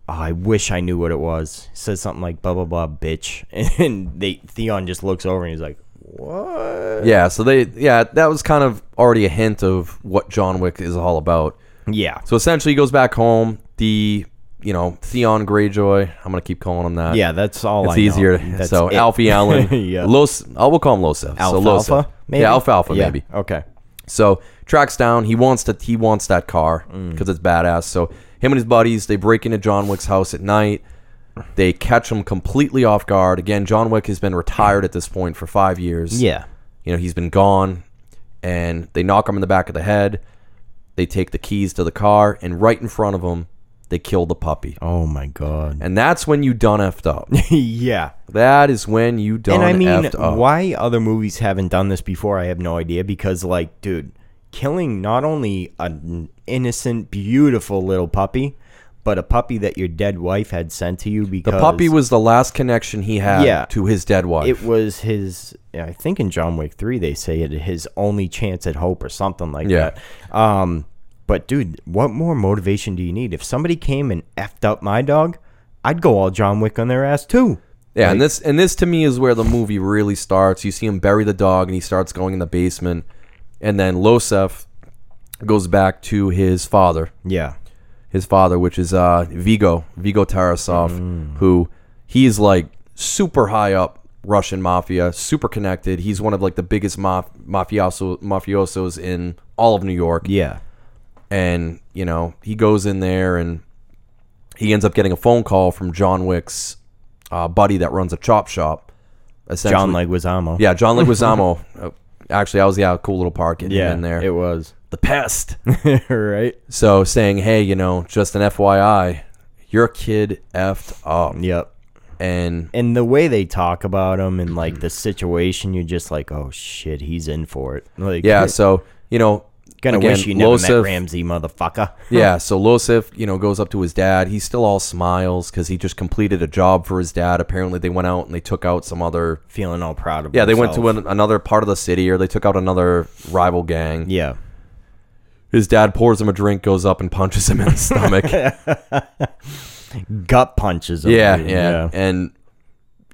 Speaker 2: oh, "I wish I knew what it was." Says something like, "Blah blah blah, bitch," <laughs> and they Theon just looks over and he's like, "What?"
Speaker 1: Yeah. So they, yeah, that was kind of already a hint of what John Wick is all about.
Speaker 2: Yeah,
Speaker 1: So essentially, he goes back home. The, you know, Theon Greyjoy. I'm going to keep calling him that.
Speaker 2: yeah, that's all.
Speaker 1: It's
Speaker 2: I know.
Speaker 1: easier.
Speaker 2: That's
Speaker 1: so
Speaker 2: it. <laughs>
Speaker 1: Alfie Allen,
Speaker 2: Yeah.
Speaker 1: Los, I will call him Losef. so Losef.
Speaker 2: Alfalfa, maybe?
Speaker 1: yeah, Alfalfa, maybe.
Speaker 2: Okay.
Speaker 1: So tracks down. He wants to. He wants that car
Speaker 2: Mm.
Speaker 1: because it's badass. So him and his buddies they break into John Wick's house at night. They catch him completely off guard. Again, John Wick has been retired at this point for five years.
Speaker 2: Yeah.
Speaker 1: you know he's been gone, and they knock him in the back of the head. They take the keys to the car, and right in front of him, they kill the puppy.
Speaker 2: Oh
Speaker 1: <laughs>
Speaker 2: my god.
Speaker 1: And that's when you done effed up.
Speaker 2: <laughs> yeah.
Speaker 1: that is when you done
Speaker 2: And I mean,
Speaker 1: effed up.
Speaker 2: why other movies haven't done this before, I have no idea. Because, like, dude, killing not only an innocent, beautiful little puppy, but a puppy that your dead wife had sent to you because
Speaker 1: The puppy was the last connection he had
Speaker 2: Yeah.
Speaker 1: to his dead wife.
Speaker 2: It was his. I think in John Wick three they say it his only chance at hope or something like
Speaker 1: Yeah.
Speaker 2: that. Um, but dude, what more motivation do you need? If somebody came and effed up my dog, I'd go all John Wick on their ass too.
Speaker 1: yeah, and this and this to me is where the movie really starts. You see him bury the dog, and he starts going in the basement, and then Losef goes back to his father,
Speaker 2: Yeah,
Speaker 1: his father, which is uh, Vigo Vigo Tarasov, who he is like super high up Russian mafia, super connected. He's one of like the biggest maf- mafioso mafiosos in all of New York.
Speaker 2: Yeah.
Speaker 1: and you know he goes in there and he ends up getting a phone call from John Wick's uh, buddy that runs a chop shop. Essentially,
Speaker 2: John Leguizamo.
Speaker 1: yeah,
Speaker 2: <laughs>
Speaker 1: John Leguizamo. Uh, Actually, I was yeah, cool little part getting him
Speaker 2: Yeah.
Speaker 1: in there. <laughs>
Speaker 2: It was.
Speaker 1: the pest.
Speaker 2: right.
Speaker 1: so saying, hey, you know, just an FYI, your kid effed up,
Speaker 2: Yep.
Speaker 1: and
Speaker 2: And the way they talk about him and like
Speaker 1: <clears throat>
Speaker 2: the situation, you're just like, oh shit, he's in for it. Like,
Speaker 1: yeah, so you know,
Speaker 2: <laughs> gonna
Speaker 1: again,
Speaker 2: wish you never
Speaker 1: Losef-
Speaker 2: met Ramsey, motherfucker.
Speaker 1: yeah, so Losif, you know, goes up to his dad. He's still all smiles because he just completed a job for his dad. Apparently, they went out and they took out some other.
Speaker 2: Feeling all proud of.
Speaker 1: Yeah, they went to
Speaker 2: himself.
Speaker 1: an, another part of the city or they took out another rival gang.
Speaker 2: Yeah.
Speaker 1: His dad pours him a drink, goes up and punches him in
Speaker 2: <laughs>
Speaker 1: the stomach. yeah,
Speaker 2: Gut punches. him,
Speaker 1: yeah,
Speaker 2: dude.
Speaker 1: And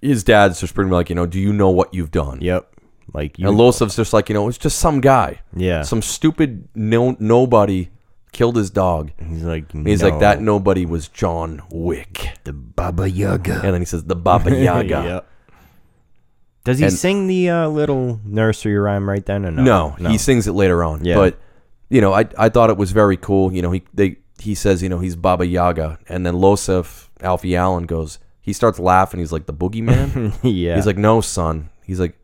Speaker 1: his dad's just pretty much like, you know, do you know what you've done?
Speaker 2: Yep. Like you.
Speaker 1: And Losif's just like, you know, it's just some guy.
Speaker 2: yeah.
Speaker 1: Some stupid no nobody killed his dog.
Speaker 2: he's like.
Speaker 1: He's
Speaker 2: "No,
Speaker 1: like, that nobody was John Wick.
Speaker 2: The Baba Yaga. <laughs>
Speaker 1: And then he says, the Baba Yaga.
Speaker 2: Yep. Does he
Speaker 1: And-
Speaker 2: sing the uh, little nursery rhyme right then or no?
Speaker 1: No, he sings it later on.
Speaker 2: Yeah.
Speaker 1: But you know, I I thought it was very cool. You know, he they he says, you know, he's Baba Yaga, and then Losef Alfie Allen goes. He starts laughing. He's like the boogeyman.
Speaker 2: <laughs> <laughs> yeah.
Speaker 1: He's like, no, son. He's like,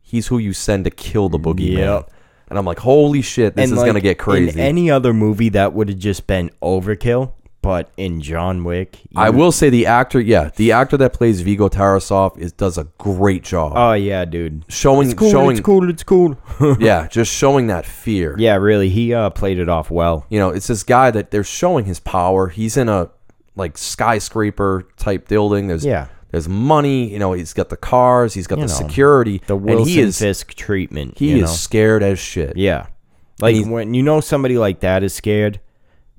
Speaker 1: he's who you send to kill the boogeyman.
Speaker 2: Yep.
Speaker 1: And I'm like, holy shit, this
Speaker 2: And,
Speaker 1: is
Speaker 2: like,
Speaker 1: gonna get
Speaker 2: In
Speaker 1: crazy.
Speaker 2: any other movie, that would have just been overkill. But in John Wick, you-
Speaker 1: I will say the actor, yeah, the actor that plays Vigo Tarasov is does a great job
Speaker 2: Oh yeah, dude.
Speaker 1: showing
Speaker 2: It's cool.
Speaker 1: showing
Speaker 2: It's cool. It's cool. <laughs>
Speaker 1: yeah, just showing that fear.
Speaker 2: yeah, really. He uh, played it off well.
Speaker 1: you know, it's this guy that they're showing his power. He's in a like skyscraper type building. There's
Speaker 2: Yeah.
Speaker 1: there's money. You know, he's got the cars. He's got the
Speaker 2: know,
Speaker 1: security.
Speaker 2: The
Speaker 1: and
Speaker 2: Wilson
Speaker 1: he is
Speaker 2: Fisk treatment.
Speaker 1: he
Speaker 2: you
Speaker 1: is
Speaker 2: know?
Speaker 1: scared as shit.
Speaker 2: Yeah. Like
Speaker 1: he's-
Speaker 2: when you know somebody like that is scared,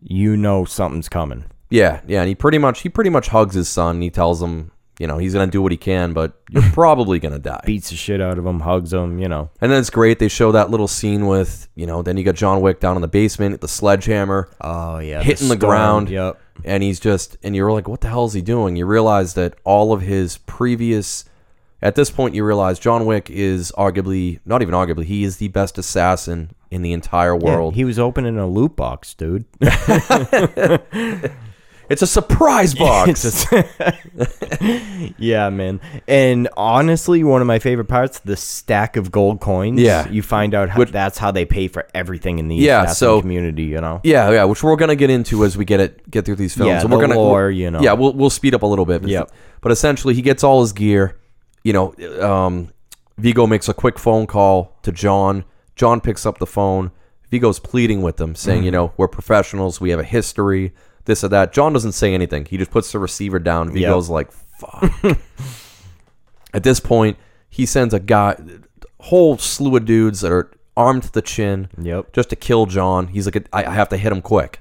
Speaker 2: you know something's coming.
Speaker 1: yeah, yeah. And he pretty much he pretty much hugs his son. And he tells him, you know, he's gonna do what he can, but
Speaker 2: <laughs>
Speaker 1: you're probably gonna die.
Speaker 2: Beats the shit out of him, hugs him. You know.
Speaker 1: And then it's great. They show that little scene with you know. Then you got John Wick down in the basement, the sledgehammer.
Speaker 2: Oh yeah.
Speaker 1: hitting the, ground.
Speaker 2: Yep.
Speaker 1: And he's just, and you're like, what the hell is he doing? You realize that all of his previous, at this point, you realize John Wick is arguably, not even arguably, he is the best assassin in the entire world.
Speaker 2: He was opening a loot box, dude. <laughs>
Speaker 1: it's a
Speaker 2: <laughs>
Speaker 1: surprise box.
Speaker 2: It's just- yeah, man. And honestly, one of my favorite parts, the stack of gold coins.
Speaker 1: Yeah.
Speaker 2: You find out how, that's how they pay for everything in the
Speaker 1: Yeah,
Speaker 2: assassin
Speaker 1: so-
Speaker 2: community, you know?
Speaker 1: yeah, yeah, which we're gonna get into as we get it get through these films.
Speaker 2: Yeah,
Speaker 1: and we're
Speaker 2: the
Speaker 1: gonna,
Speaker 2: lore, you know.
Speaker 1: Yeah, we'll we'll speed up a little bit. But,
Speaker 2: Yep.
Speaker 1: but essentially, he gets all his gear. You know, um, Vigo makes a quick phone call to John. John picks up the phone. Vigo's pleading with him, saying,
Speaker 2: Mm-hmm.
Speaker 1: "You know, we're professionals. We have a history. This or that." John doesn't say anything. He just puts the receiver down. Vigo's like,
Speaker 2: <laughs>
Speaker 1: "Fuck." At this point, he sends a guy, whole slew of dudes that are armed to the chin
Speaker 2: Yep.
Speaker 1: just to kill John. He's like, I, I have to hit him quick.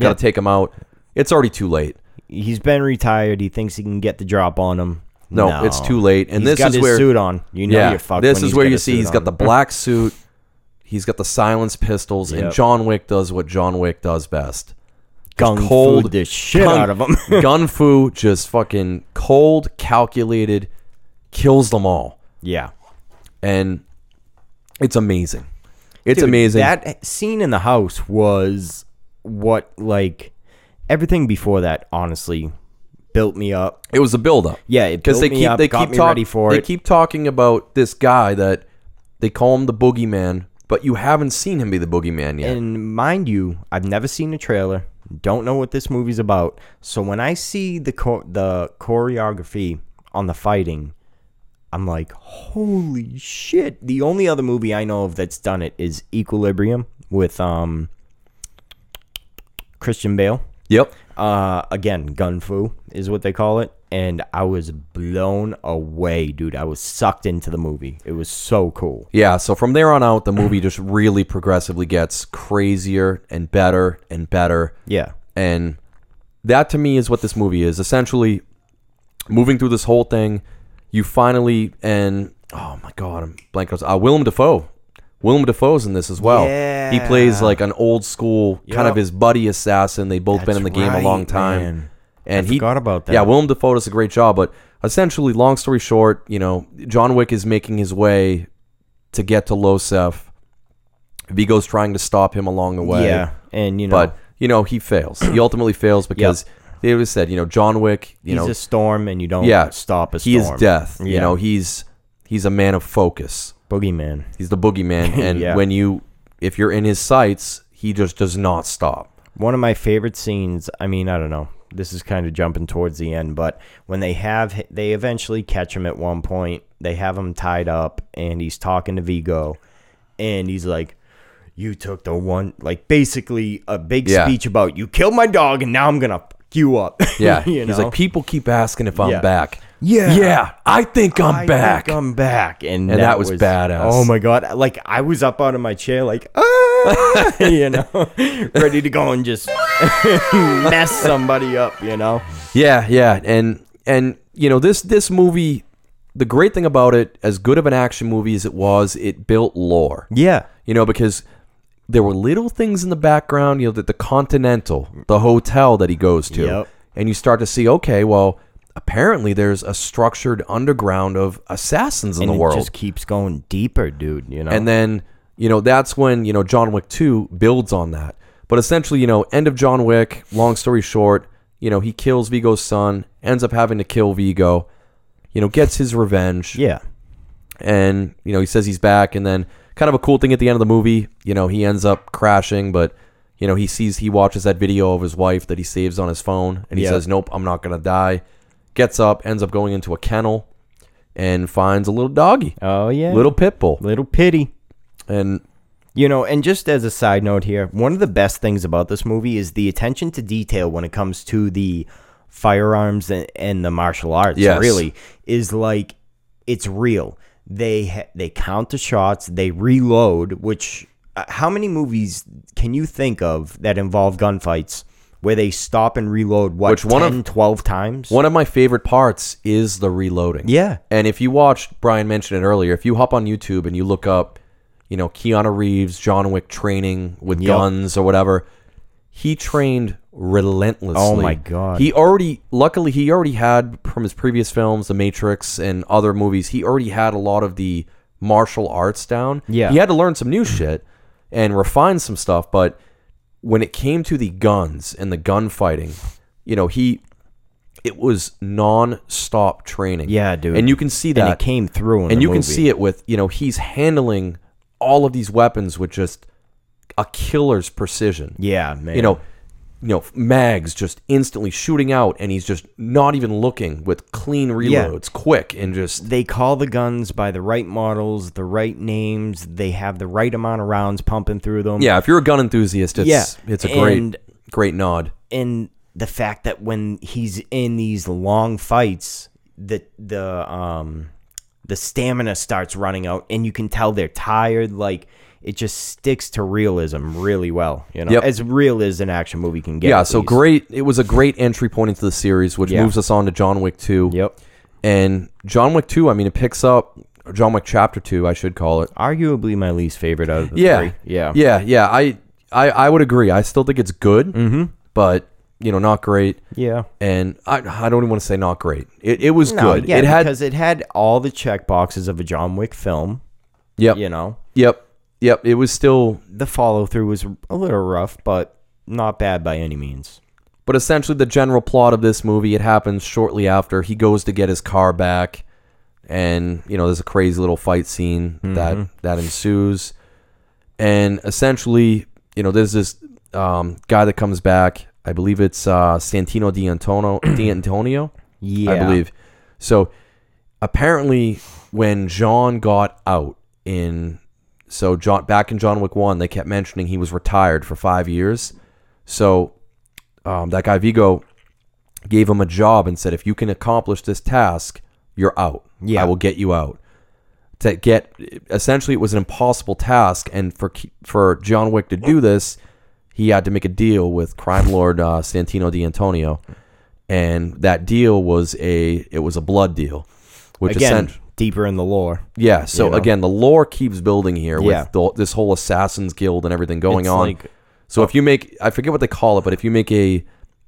Speaker 1: Got to take him out. It's already too late.
Speaker 2: He's been retired. He thinks he can get the drop on him.
Speaker 1: No, it's too late. And
Speaker 2: He's
Speaker 1: this
Speaker 2: got
Speaker 1: is
Speaker 2: his
Speaker 1: where,
Speaker 2: suit on. You know
Speaker 1: yeah,
Speaker 2: you're fucked.
Speaker 1: this
Speaker 2: when
Speaker 1: is
Speaker 2: he's
Speaker 1: where
Speaker 2: got
Speaker 1: you
Speaker 2: a
Speaker 1: see
Speaker 2: suit
Speaker 1: he's got
Speaker 2: on.
Speaker 1: the black suit, he's got the silenced pistols, and
Speaker 2: Yep.
Speaker 1: John Wick does what John Wick does best.
Speaker 2: Gung Fu'd
Speaker 1: cold
Speaker 2: the shit
Speaker 1: gun-
Speaker 2: out of him. <laughs>
Speaker 1: gun fu just fucking cold, calculated, kills them all,
Speaker 2: yeah.
Speaker 1: and it's amazing. It's
Speaker 2: Dude,
Speaker 1: amazing.
Speaker 2: That scene in the house was what like everything before that honestly built me up.
Speaker 1: it was a build up.
Speaker 2: Yeah, it
Speaker 1: because
Speaker 2: built
Speaker 1: they
Speaker 2: me
Speaker 1: keep
Speaker 2: up,
Speaker 1: they
Speaker 2: got
Speaker 1: keep
Speaker 2: me
Speaker 1: talk-
Speaker 2: ready for
Speaker 1: they
Speaker 2: it.
Speaker 1: keep talking about this guy that they call him the boogeyman, but you haven't seen him be the boogeyman yet.
Speaker 2: And mind you, I've never seen a trailer. Don't know what this movie's about. So when I see the cho- the choreography on the fighting, I'm like, holy shit! The only other movie I know of that's done it is Equilibrium with um Christian Bale.
Speaker 1: yep.
Speaker 2: uh again gun fu is what they call it and i was blown away dude i was sucked into the movie it was so cool
Speaker 1: Yeah, so from there on out, the movie just really progressively gets crazier and better and better.
Speaker 2: yeah
Speaker 1: And that to me is what this movie is. Essentially, moving through this whole thing, you finally, and oh my God, I'm blanking. on- Uh, Willem Dafoe. Willem Dafoe's in this as well. He plays
Speaker 2: Yeah.
Speaker 1: like an old school, kind of
Speaker 2: Yup.
Speaker 1: his buddy assassin. They've both been
Speaker 2: That's
Speaker 1: in the game a long
Speaker 2: right,
Speaker 1: time.
Speaker 2: man.
Speaker 1: And
Speaker 2: I
Speaker 1: he
Speaker 2: forgot about that.
Speaker 1: Yeah, Willem Dafoe does a great job, but essentially, long story short, you know, John Wick is making his way to get to Losef. Vigo's trying to stop him along the way.
Speaker 2: yeah, and you know,
Speaker 1: But, you know, he fails. he ultimately fails because they always said, you know, John Wick, you
Speaker 2: he's
Speaker 1: know,
Speaker 2: a storm, and you don't
Speaker 1: Yeah.
Speaker 2: stop a storm.
Speaker 1: he is death. You
Speaker 2: Yeah.
Speaker 1: know, he's he's a man of focus.
Speaker 2: boogeyman.
Speaker 1: He's the
Speaker 2: <laughs>
Speaker 1: boogeyman, and
Speaker 2: Yeah.
Speaker 1: when you, if you're in his sights, he just does not
Speaker 2: <laughs>
Speaker 1: stop.
Speaker 2: One of my favorite scenes. I mean, I don't know. This is kind of jumping towards the end, but when they have, they eventually catch him at one point. They have him tied up, and he's talking to Vigo, and he's like, "You took the one, like basically a big
Speaker 1: Yeah.
Speaker 2: speech about you killed my dog, and now I'm gonna fuck you up." <laughs>
Speaker 1: Yeah,
Speaker 2: you
Speaker 1: he's
Speaker 2: know?
Speaker 1: like, people keep asking if I'm
Speaker 2: Yeah.
Speaker 1: back.
Speaker 2: Yeah.
Speaker 1: yeah, I think I'm
Speaker 2: I
Speaker 1: back.
Speaker 2: think I'm back, and,
Speaker 1: And that was badass.
Speaker 2: Oh my god! Like I was up out of my chair, like ah, <laughs> you
Speaker 1: <laughs>
Speaker 2: know, ready to go and just <laughs> mess somebody up, you know.
Speaker 1: yeah, yeah, and and you know this this movie, the great thing about it, as good of an action movie as it was, it built lore.
Speaker 2: Yeah,
Speaker 1: You know because. There were little things in the background, you know, that the Continental, the hotel that he goes to,
Speaker 2: Yep.
Speaker 1: and you start to see, okay, well, apparently there's a structured underground of assassins in
Speaker 2: and
Speaker 1: the
Speaker 2: it
Speaker 1: world.
Speaker 2: just keeps going deeper, dude. You know,
Speaker 1: And then, you know, that's when, you know, John Wick 2 builds on that. But essentially, you know, end of John Wick, long story short, you know, he kills Vigo's son, ends up having to kill Vigo, you know, gets his revenge.
Speaker 2: yeah,
Speaker 1: And, you know, he says he's back. And then, kind of a cool thing at the end of the movie, you know, he ends up crashing, but, you know, he sees, he watches that video of his wife that he saves on his phone. And he
Speaker 2: Yeah.
Speaker 1: says, nope, I'm not going to die. Gets up, ends up going into a kennel, and finds a little doggy,
Speaker 2: oh yeah,
Speaker 1: little pit bull.
Speaker 2: little pity.
Speaker 1: And
Speaker 2: You know, and just as a side note here, one of the best things about this movie is the attention to detail when it comes to the firearms and, and the martial arts.
Speaker 1: Yes.
Speaker 2: Really, is like it's real. They ha- they count the shots, they reload. Which uh, how many movies can you think of that involve gunfights where they stop and reload what
Speaker 1: Which one of-
Speaker 2: 10, 12 times?
Speaker 1: One of my favorite parts is the reloading.
Speaker 2: Yeah.
Speaker 1: And if you watch, Brian mentioned it earlier, if you hop on YouTube and you look up, you know, Keanu Reeves, John Wick training with
Speaker 2: Yep.
Speaker 1: guns or whatever, he trained relentlessly.
Speaker 2: Oh my God.
Speaker 1: He already, luckily, he already had from his previous films, The Matrix and other movies, he already had a lot of the martial arts down.
Speaker 2: Yeah.
Speaker 1: He had to learn some new shit and refine some stuff, but when it came to the guns and the gunfighting, you know, he it was non-stop training.
Speaker 2: Yeah, dude.
Speaker 1: And you can see
Speaker 2: and
Speaker 1: that,
Speaker 2: it came through. In
Speaker 1: and
Speaker 2: the
Speaker 1: you
Speaker 2: movie.
Speaker 1: can see it with you know he's handling all of these weapons with just a killer's precision.
Speaker 2: Yeah, man.
Speaker 1: You know, you know mags just instantly shooting out, and he's just not even looking with clean reloads, quick and just
Speaker 2: they call the guns by the right models, the right names. They have the right amount of rounds pumping through them.
Speaker 1: yeah. If you're a gun enthusiast, it's
Speaker 2: Yeah,
Speaker 1: it's a great
Speaker 2: and-
Speaker 1: great nod.
Speaker 2: And the fact that when he's in these long fights, the the um the stamina starts running out, and you can tell they're tired. Like it just sticks to realism really well. You know,
Speaker 1: Yep.
Speaker 2: as real as an action movie can get.
Speaker 1: Yeah,
Speaker 2: at
Speaker 1: so
Speaker 2: least.
Speaker 1: great. It was a great entry point into the series, which
Speaker 2: Yeah.
Speaker 1: moves us on to John Wick Two.
Speaker 2: Yep.
Speaker 1: And John Wick Two, I mean, it picks up or John Wick Chapter Two, I should call it.
Speaker 2: Arguably my least favorite out of the
Speaker 1: Yeah,
Speaker 2: three. Yeah.
Speaker 1: yeah, yeah. I, I, I would agree. I still think it's good, mm-hmm. but you know, not great.
Speaker 2: Yeah.
Speaker 1: And I, I don't even want to say not great. It, it was
Speaker 2: No,
Speaker 1: good.
Speaker 2: Yeah,
Speaker 1: it had,
Speaker 2: because it had all the check boxes of a John Wick film.
Speaker 1: yep,
Speaker 2: You know.
Speaker 1: yep, yep. It was still,
Speaker 2: the follow through was a little rough, but not bad by any means.
Speaker 1: but essentially the general plot of this movie. It happens shortly after he goes to get his car back, and you know, there's a crazy little fight scene
Speaker 2: Mm-hmm.
Speaker 1: that that ensues. and essentially, you know, there's this um, guy that comes back. I believe it's uh, Santino D'Antono, <clears throat> D'Antonio,
Speaker 2: Yeah,
Speaker 1: I believe. So apparently, when John got out in, so John back in John Wick one, they kept mentioning he was retired for five years. So um, that guy Vigo gave him a job and said, if you can accomplish this task, you're out.
Speaker 2: Yeah.
Speaker 1: I will get you out to get essentially it was an impossible task and for for John Wick to do this he had to make a deal with crime lord uh, Santino D'Antonio and that deal was a it was a blood deal which
Speaker 2: Again,
Speaker 1: essen-
Speaker 2: deeper in the lore.
Speaker 1: yeah so
Speaker 2: you know.
Speaker 1: again the lore keeps building here
Speaker 2: Yeah.
Speaker 1: with the, this whole assassins guild and everything going
Speaker 2: It's
Speaker 1: on
Speaker 2: like-
Speaker 1: so if you make I forget what they call it but if you make a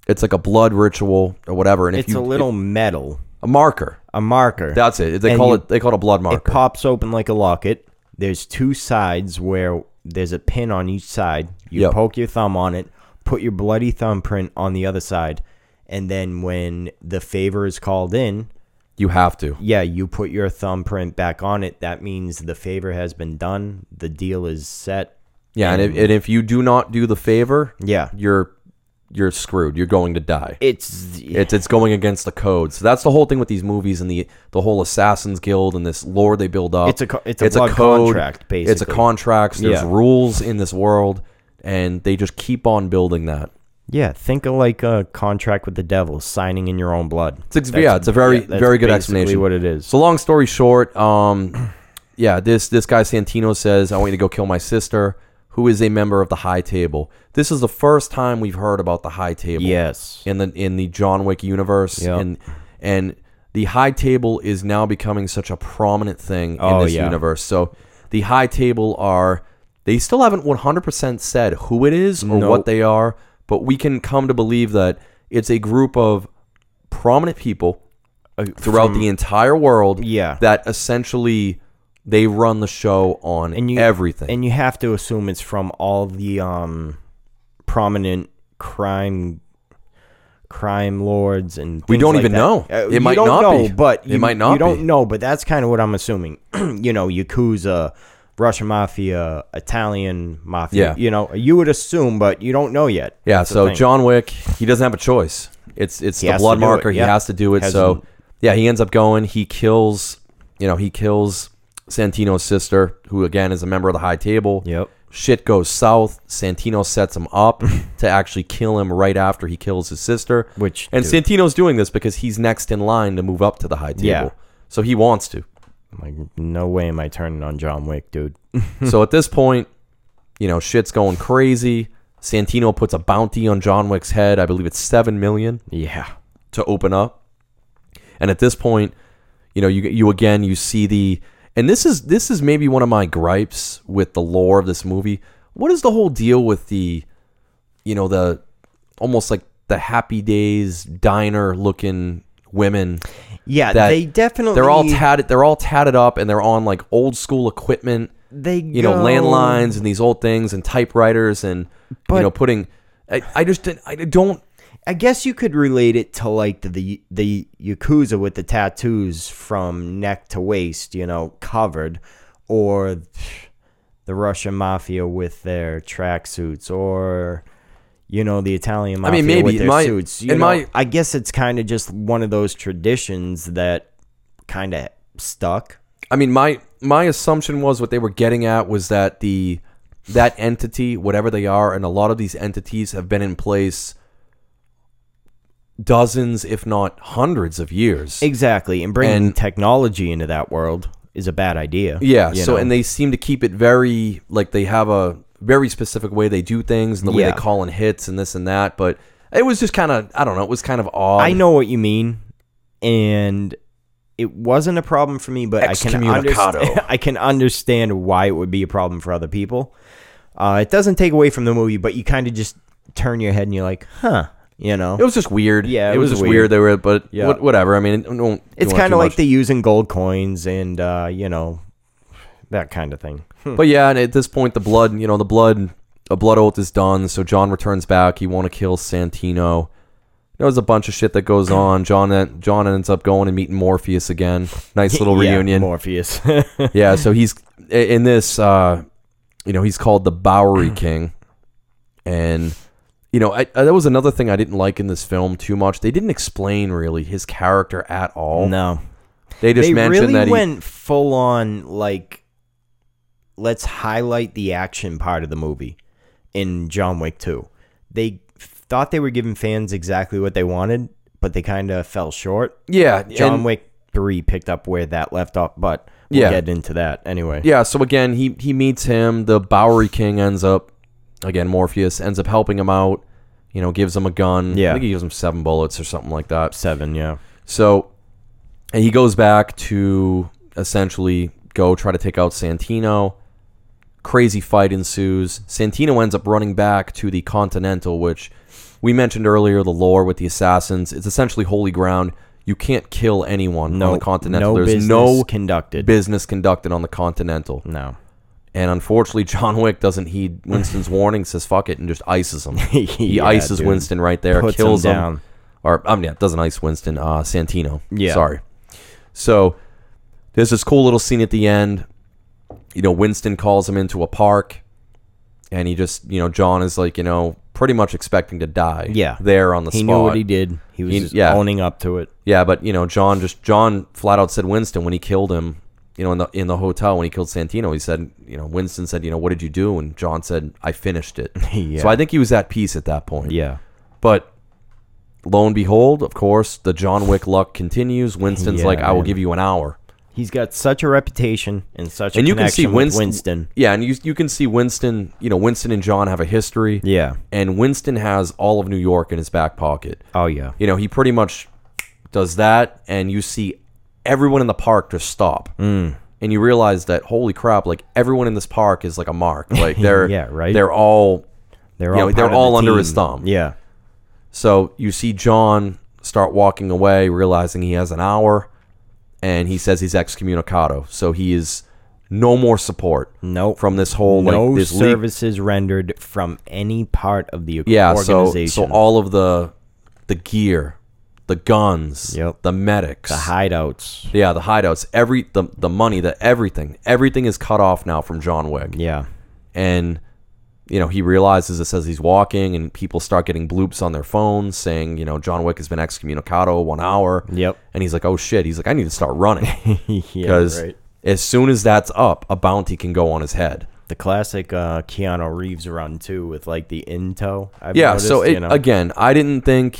Speaker 1: it's like a blood ritual or whatever and if
Speaker 2: It's
Speaker 1: you
Speaker 2: a little metal,
Speaker 1: a marker
Speaker 2: a a marker.
Speaker 1: That's it. They
Speaker 2: And
Speaker 1: call
Speaker 2: you-
Speaker 1: it they call it a blood
Speaker 2: it
Speaker 1: marker.
Speaker 2: pops open like a locket. There's two sides where there's a pin on each side. You
Speaker 1: Yep.
Speaker 2: poke your thumb on it, put your bloody thumbprint on the other side, and then when the favor is called in,
Speaker 1: you have to.
Speaker 2: yeah, you put your thumbprint back on it. That means the favor has been done. The deal is set.
Speaker 1: Yeah, and if, and if you do not do the favor,
Speaker 2: Yeah.
Speaker 1: you're you're screwed. You're going to die.
Speaker 2: It's
Speaker 1: It's it's going against the code. So that's the whole thing with these movies and the the whole Assassin's Guild and this lore they build up.
Speaker 2: It's a co- it's a blood contract,
Speaker 1: It's a
Speaker 2: basically.
Speaker 1: contract. so There's
Speaker 2: Yeah.
Speaker 1: rules in this world, and they just keep on building that.
Speaker 2: yeah, think of like a contract with the devil, signing in your own blood.
Speaker 1: It's ex- yeah, it's a very
Speaker 2: that's
Speaker 1: very good
Speaker 2: basically
Speaker 1: explanation.
Speaker 2: what it is.
Speaker 1: So long story short, um, <clears throat> yeah, this this guy Santino says, "I want you to go kill my sister." Who is a member of the High Table? This is the first time we've heard about the High Table.
Speaker 2: yes.
Speaker 1: in the in the John Wick universe,
Speaker 2: Yeah.
Speaker 1: and and the high table is now becoming such a prominent thing in
Speaker 2: Oh,
Speaker 1: this
Speaker 2: yeah.
Speaker 1: universe. So the high table are they still haven't one hundred percent said who it is or
Speaker 2: Nope.
Speaker 1: what they are, but we can come to believe that it's a group of prominent people uh, throughout the entire world
Speaker 2: Yeah.
Speaker 1: that essentially they run the show on
Speaker 2: and you
Speaker 1: everything.
Speaker 2: and you have to assume it's from all the um prominent crime crime lords and
Speaker 1: We
Speaker 2: things
Speaker 1: don't
Speaker 2: like
Speaker 1: even
Speaker 2: that.
Speaker 1: know.
Speaker 2: Uh,
Speaker 1: It
Speaker 2: you
Speaker 1: might
Speaker 2: don't
Speaker 1: not
Speaker 2: know,
Speaker 1: be.
Speaker 2: but
Speaker 1: It
Speaker 2: you,
Speaker 1: might not
Speaker 2: you don't
Speaker 1: be.
Speaker 2: know but that's kind of what i'm assuming <clears throat> you know yakuza russian mafia italian mafia
Speaker 1: Yeah.
Speaker 2: you know you would assume but you don't know yet
Speaker 1: Yeah,
Speaker 2: That's the
Speaker 1: so
Speaker 2: thing.
Speaker 1: John Wick, he doesn't have a choice. It's it's
Speaker 2: He
Speaker 1: the
Speaker 2: has
Speaker 1: blood
Speaker 2: to do it,
Speaker 1: marker. He
Speaker 2: yeah.
Speaker 1: has to do it.
Speaker 2: Has
Speaker 1: so
Speaker 2: to-
Speaker 1: yeah, he ends up going. He kills, you know, he kills Santino's sister, who again is a member of the High Table.
Speaker 2: Yep.
Speaker 1: Shit goes south. Santino sets him up <laughs> to actually kill him right after he kills his sister.
Speaker 2: Which,
Speaker 1: and
Speaker 2: dude.
Speaker 1: Santino's doing this because he's next in line to move up to the High Table.
Speaker 2: Yeah.
Speaker 1: So he wants to.
Speaker 2: I'm like no way am i turning on john wick dude Hmm.
Speaker 1: so at this point, you know, shit's going crazy. Santino puts a bounty on John Wick's head. I believe it's seven million.
Speaker 2: yeah
Speaker 1: to open up. And at this point, you know, you you again you see the and this is this is maybe one of my gripes with the lore of this movie. What is the whole deal with the you know, the almost like the happy days diner looking women
Speaker 2: yeah
Speaker 1: that
Speaker 2: they definitely
Speaker 1: they're all tatted they're all tatted up and they're on like old school equipment
Speaker 2: they
Speaker 1: you know
Speaker 2: go-
Speaker 1: landlines and these old things and typewriters and you
Speaker 2: But-
Speaker 1: know putting I, I just didn't, I don't
Speaker 2: I guess you could relate it to like the the yakuza with the tattoos from neck to waist, you know, covered, or the Russian mafia with their tracksuits, or you know, the Italian
Speaker 1: I
Speaker 2: mafia
Speaker 1: mean, maybe.
Speaker 2: with their
Speaker 1: My-
Speaker 2: suits. You
Speaker 1: in
Speaker 2: know,
Speaker 1: my-
Speaker 2: I guess it's kind of just one of those traditions that kind of stuck.
Speaker 1: I mean, my my assumption was what they were getting at was that the that entity, whatever they are, and a lot of these entities have been in place dozens, if not hundreds, of years.
Speaker 2: Exactly, and bringing
Speaker 1: And-
Speaker 2: technology into that world is a bad idea.
Speaker 1: Yeah.
Speaker 2: you
Speaker 1: So,
Speaker 2: know?
Speaker 1: and they seem to keep it very like they have a very specific way they do things and the way
Speaker 2: Yeah.
Speaker 1: they call in hits and this and that. But it was just kind of I don't know. It was kind of odd.
Speaker 2: I know what you mean, and it wasn't a problem for me, but I can, underst- <laughs>
Speaker 1: Excommunicado.
Speaker 2: I can understand why it would be a problem for other people. Uh, it doesn't take away from the movie, but you kind of just turn your head and you're like, huh, you know?
Speaker 1: It was just weird.
Speaker 2: Yeah,
Speaker 1: It, was, just weird. They were, but
Speaker 2: Yeah.
Speaker 1: what- whatever. I mean, it won't
Speaker 2: it's
Speaker 1: do it
Speaker 2: kind
Speaker 1: too
Speaker 2: of
Speaker 1: much.
Speaker 2: like the using gold coins and, uh, you know, that kind of thing.
Speaker 1: But yeah, and at this point, the blood, you know, the blood, a blood oath is done. So John returns back. He want to kill Santino. There's a bunch of shit that goes on. John John ends up going and meeting Morpheus again.
Speaker 2: <laughs>
Speaker 1: Nice little
Speaker 2: Yeah,
Speaker 1: reunion.
Speaker 2: Morpheus. <laughs>
Speaker 1: Yeah, so he's in this. Uh, you know, he's called the
Speaker 2: <clears throat>
Speaker 1: Bowery King, and you know I, I, that was another thing I didn't like in this film too much. They didn't explain really his character at all.
Speaker 2: no.
Speaker 1: They just
Speaker 2: they
Speaker 1: mentioned
Speaker 2: really
Speaker 1: that he,
Speaker 2: went full on like let's highlight the action part of the movie in John Wick 2. They thought they were giving fans exactly what they wanted, but they kind of fell short.
Speaker 1: yeah,
Speaker 2: John
Speaker 1: and-
Speaker 2: Wick 3 picked up where that left off, but we'll
Speaker 1: Yeah.
Speaker 2: get into that anyway.
Speaker 1: yeah so again he he meets him the bowery king ends up again morpheus ends up helping him out you know gives him a gun
Speaker 2: Yeah.
Speaker 1: i think he gives him seven bullets or something like that
Speaker 2: 7, yeah.
Speaker 1: so and he goes back to essentially go try to take out santino crazy fight ensues santino ends up running back to the continental which we mentioned earlier the lore with the assassins it's essentially holy ground You can't kill anyone on the Continental.
Speaker 2: no
Speaker 1: There's
Speaker 2: business
Speaker 1: no
Speaker 2: conducted.
Speaker 1: business conducted on the Continental.
Speaker 2: no.
Speaker 1: And unfortunately, <laughs> John Wick doesn't
Speaker 2: <laughs>
Speaker 1: heed Winston's warning, says fuck it, and just ices him. <laughs> He
Speaker 2: Yeah,
Speaker 1: ices
Speaker 2: dude.
Speaker 1: Winston right there,
Speaker 2: Puts him
Speaker 1: kills him.
Speaker 2: down.
Speaker 1: Or, I mean, yeah, doesn't ice Winston, uh, Santino.
Speaker 2: Yeah.
Speaker 1: Sorry. So there's this cool little scene at the end. You know, Winston calls him into a park, and he just, you know, John is like, you know, pretty much expecting to die.
Speaker 2: Yeah.
Speaker 1: There on the
Speaker 2: He
Speaker 1: spot.
Speaker 2: knew what he did. He was
Speaker 1: He-
Speaker 2: just
Speaker 1: yeah.
Speaker 2: owning up to it.
Speaker 1: Yeah, but you know, John just John flat out said Winston when he killed him. You know, in the in the hotel when he killed Santino, he said, you know, Winston said, you know, what did you do? And John said, I finished
Speaker 2: <laughs>
Speaker 1: it.
Speaker 2: Yeah.
Speaker 1: So I think he was at peace at that point.
Speaker 2: Yeah.
Speaker 1: But lo and behold, of course, the John Wick luck continues. Winston's
Speaker 2: <laughs> Yeah,
Speaker 1: like, I will
Speaker 2: man.
Speaker 1: give you an hour.
Speaker 2: He's got such a reputation and such a
Speaker 1: And you can
Speaker 2: connection
Speaker 1: see
Speaker 2: with
Speaker 1: Winston,
Speaker 2: Winston.
Speaker 1: Yeah, and you you can see Winston, you know, Winston and John have a history.
Speaker 2: Yeah.
Speaker 1: And Winston has all of New York in his back pocket.
Speaker 2: Oh yeah.
Speaker 1: you know, he pretty much does that, and you see everyone in the park just stop, mm. and you realize that holy crap, like everyone in this park is like a
Speaker 2: <laughs>
Speaker 1: mark, like they're
Speaker 2: Yeah, right.
Speaker 1: they're all
Speaker 2: They're
Speaker 1: you
Speaker 2: all
Speaker 1: know, they're
Speaker 2: part of the
Speaker 1: all under
Speaker 2: team.
Speaker 1: his thumb.
Speaker 2: Yeah.
Speaker 1: So you see John start walking away, realizing he has an hour, and he says he's excommunicado, so he is no more support
Speaker 2: No.
Speaker 1: from this whole like
Speaker 2: Mm. no
Speaker 1: this league
Speaker 2: services rendered from any part of the
Speaker 1: Yeah, so
Speaker 2: organization.
Speaker 1: so all of the the gear, the guns,
Speaker 2: Yep.
Speaker 1: the medics,
Speaker 2: the hideouts.
Speaker 1: yeah, the hideouts, every the the money, the everything, everything is cut off now from John Wick,
Speaker 2: Yeah. <laughs>
Speaker 1: and you know he realizes this as he's walking, and people start getting bloops on their phones saying you know John Wick has been excommunicado one hour,
Speaker 2: Yep.
Speaker 1: and he's like oh shit, he's like I need to start running
Speaker 2: <laughs> yeah.
Speaker 1: because
Speaker 2: right.
Speaker 1: as soon as that's up, a bounty can go on his head.
Speaker 2: The classic uh, Keanu Reeves run too, with like the into. I've
Speaker 1: Yeah,
Speaker 2: noticed,
Speaker 1: so it,
Speaker 2: you know.
Speaker 1: again, I didn't think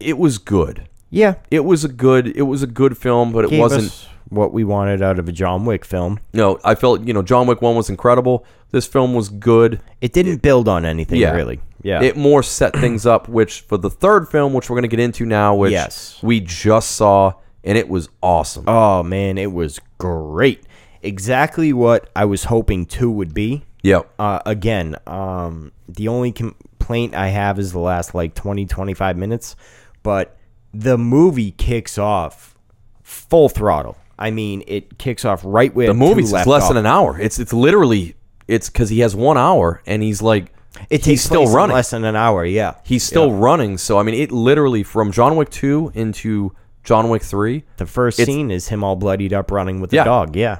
Speaker 1: it was good.
Speaker 2: yeah,
Speaker 1: it was a good it was a good film, but it
Speaker 2: gave
Speaker 1: wasn't
Speaker 2: us what we wanted out of a John Wick film.
Speaker 1: no, I felt you know, John Wick one was incredible. This film was good.
Speaker 2: It didn't build on anything
Speaker 1: Yeah.
Speaker 2: really. Yeah,
Speaker 1: It more set things up, which for the third film, which we're gonna get into now, which
Speaker 2: Yes.
Speaker 1: we just saw and it was awesome.
Speaker 2: Oh man, it was great. Exactly what I was hoping two would be.
Speaker 1: yep.
Speaker 2: Uh, again, um, the only complaint I have is the last like 20, 25 minutes, but the movie kicks off full throttle. I mean, it kicks off right where
Speaker 1: The movie's
Speaker 2: two left
Speaker 1: it's less
Speaker 2: off.
Speaker 1: than an hour. It's it's literally it's cause he has one hour and he's like
Speaker 2: It
Speaker 1: he's
Speaker 2: takes
Speaker 1: still
Speaker 2: place in
Speaker 1: running.
Speaker 2: less than an hour. Yeah,
Speaker 1: He's still running, so I mean it literally from John Wick two into John Wick three.
Speaker 2: the first scene is him all bloodied up running with the
Speaker 1: Yeah.
Speaker 2: dog. Yeah,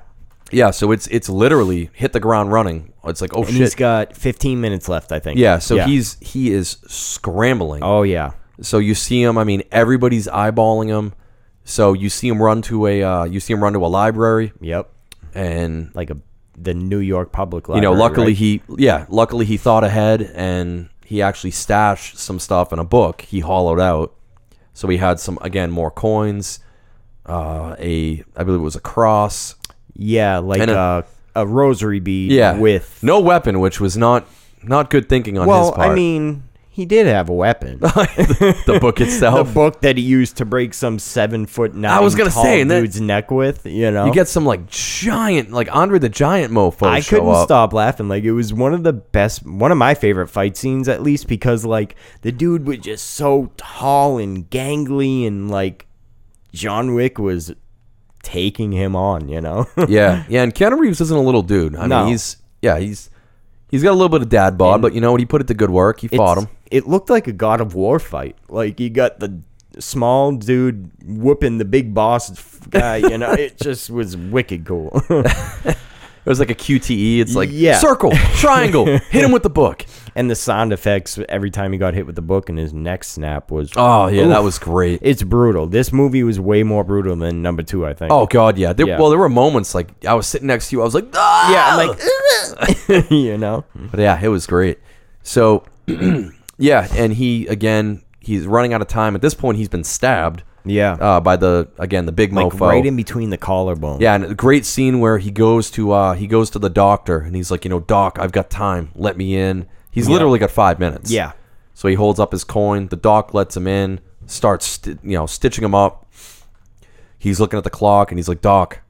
Speaker 1: Yeah, so it's it's literally hit the ground running. It's like oh
Speaker 2: and
Speaker 1: shit.
Speaker 2: he's got 15 minutes left, I think.
Speaker 1: Yeah, so he's he is scrambling.
Speaker 2: oh yeah,
Speaker 1: So you see him. I mean, everybody's eyeballing him. So you see him run to a uh, you see him run to a library,
Speaker 2: yep,
Speaker 1: and
Speaker 2: like a the New York Public
Speaker 1: you
Speaker 2: Library.
Speaker 1: know, luckily
Speaker 2: right?
Speaker 1: he yeah, luckily he thought ahead and he actually stashed some stuff in a book he hollowed out. So he had some again more coins, uh, a I believe it was a cross.
Speaker 2: Yeah, like
Speaker 1: And a-
Speaker 2: a, a rosary bead
Speaker 1: Yeah,
Speaker 2: with.
Speaker 1: no weapon, which was not not good thinking on his
Speaker 2: Well,
Speaker 1: part.
Speaker 2: I mean, he did have a weapon. <laughs> the
Speaker 1: <laughs> the book itself.
Speaker 2: book that he used to break some seven foot nine
Speaker 1: Oh. I was gonna
Speaker 2: tall
Speaker 1: say, and that-
Speaker 2: dude's neck with, you know.
Speaker 1: You get some like giant, like Andre the Giant mofo.
Speaker 2: I
Speaker 1: show
Speaker 2: couldn't
Speaker 1: up.
Speaker 2: stop laughing. Like it was one of the best, one of my favorite fight scenes, at least because like the dude was just so tall and gangly, and like John Wick was taking him on. You know, <laughs>
Speaker 1: Yeah, yeah. And Keanu Reeves isn't a little dude. I
Speaker 2: No.
Speaker 1: mean, he's yeah, he's he's got a little bit of dad bod, but you know what? He put it to good work. He fought him.
Speaker 2: It's- It looked like a God of War fight. Like you got the small dude whooping the big boss f- guy. You know, it just was wicked cool. <laughs>
Speaker 1: It was like a QTE. It's like
Speaker 2: Yeah.
Speaker 1: circle, triangle, hit him with the book.
Speaker 2: and the sound effects every time he got hit with the book and his neck snap was.
Speaker 1: <laughs> Oh yeah, that
Speaker 2: Oof.
Speaker 1: was great.
Speaker 2: It's brutal. This movie was way more brutal than number two, I think.
Speaker 1: Oh god, yeah. There,
Speaker 2: Yeah.
Speaker 1: Well, there were moments like I was sitting next to you. I was like, ah!
Speaker 2: yeah, I'm <laughs> like, you know,
Speaker 1: But yeah, it was great. So <clears throat> yeah, and he again, he's running out of time. At this point, he's been stabbed.
Speaker 2: yeah,
Speaker 1: Uh, by the again the big
Speaker 2: like
Speaker 1: mofo
Speaker 2: right in between the collarbone.
Speaker 1: Yeah, and a great scene where he goes to uh, he goes to the doctor and he's like, you know, doc, I've got time. Let me in. He's literally got five minutes.
Speaker 2: yeah,
Speaker 1: So he holds up his coin. The doc lets him in. Starts sti- you know stitching him up. He's looking at the clock and he's like, doc,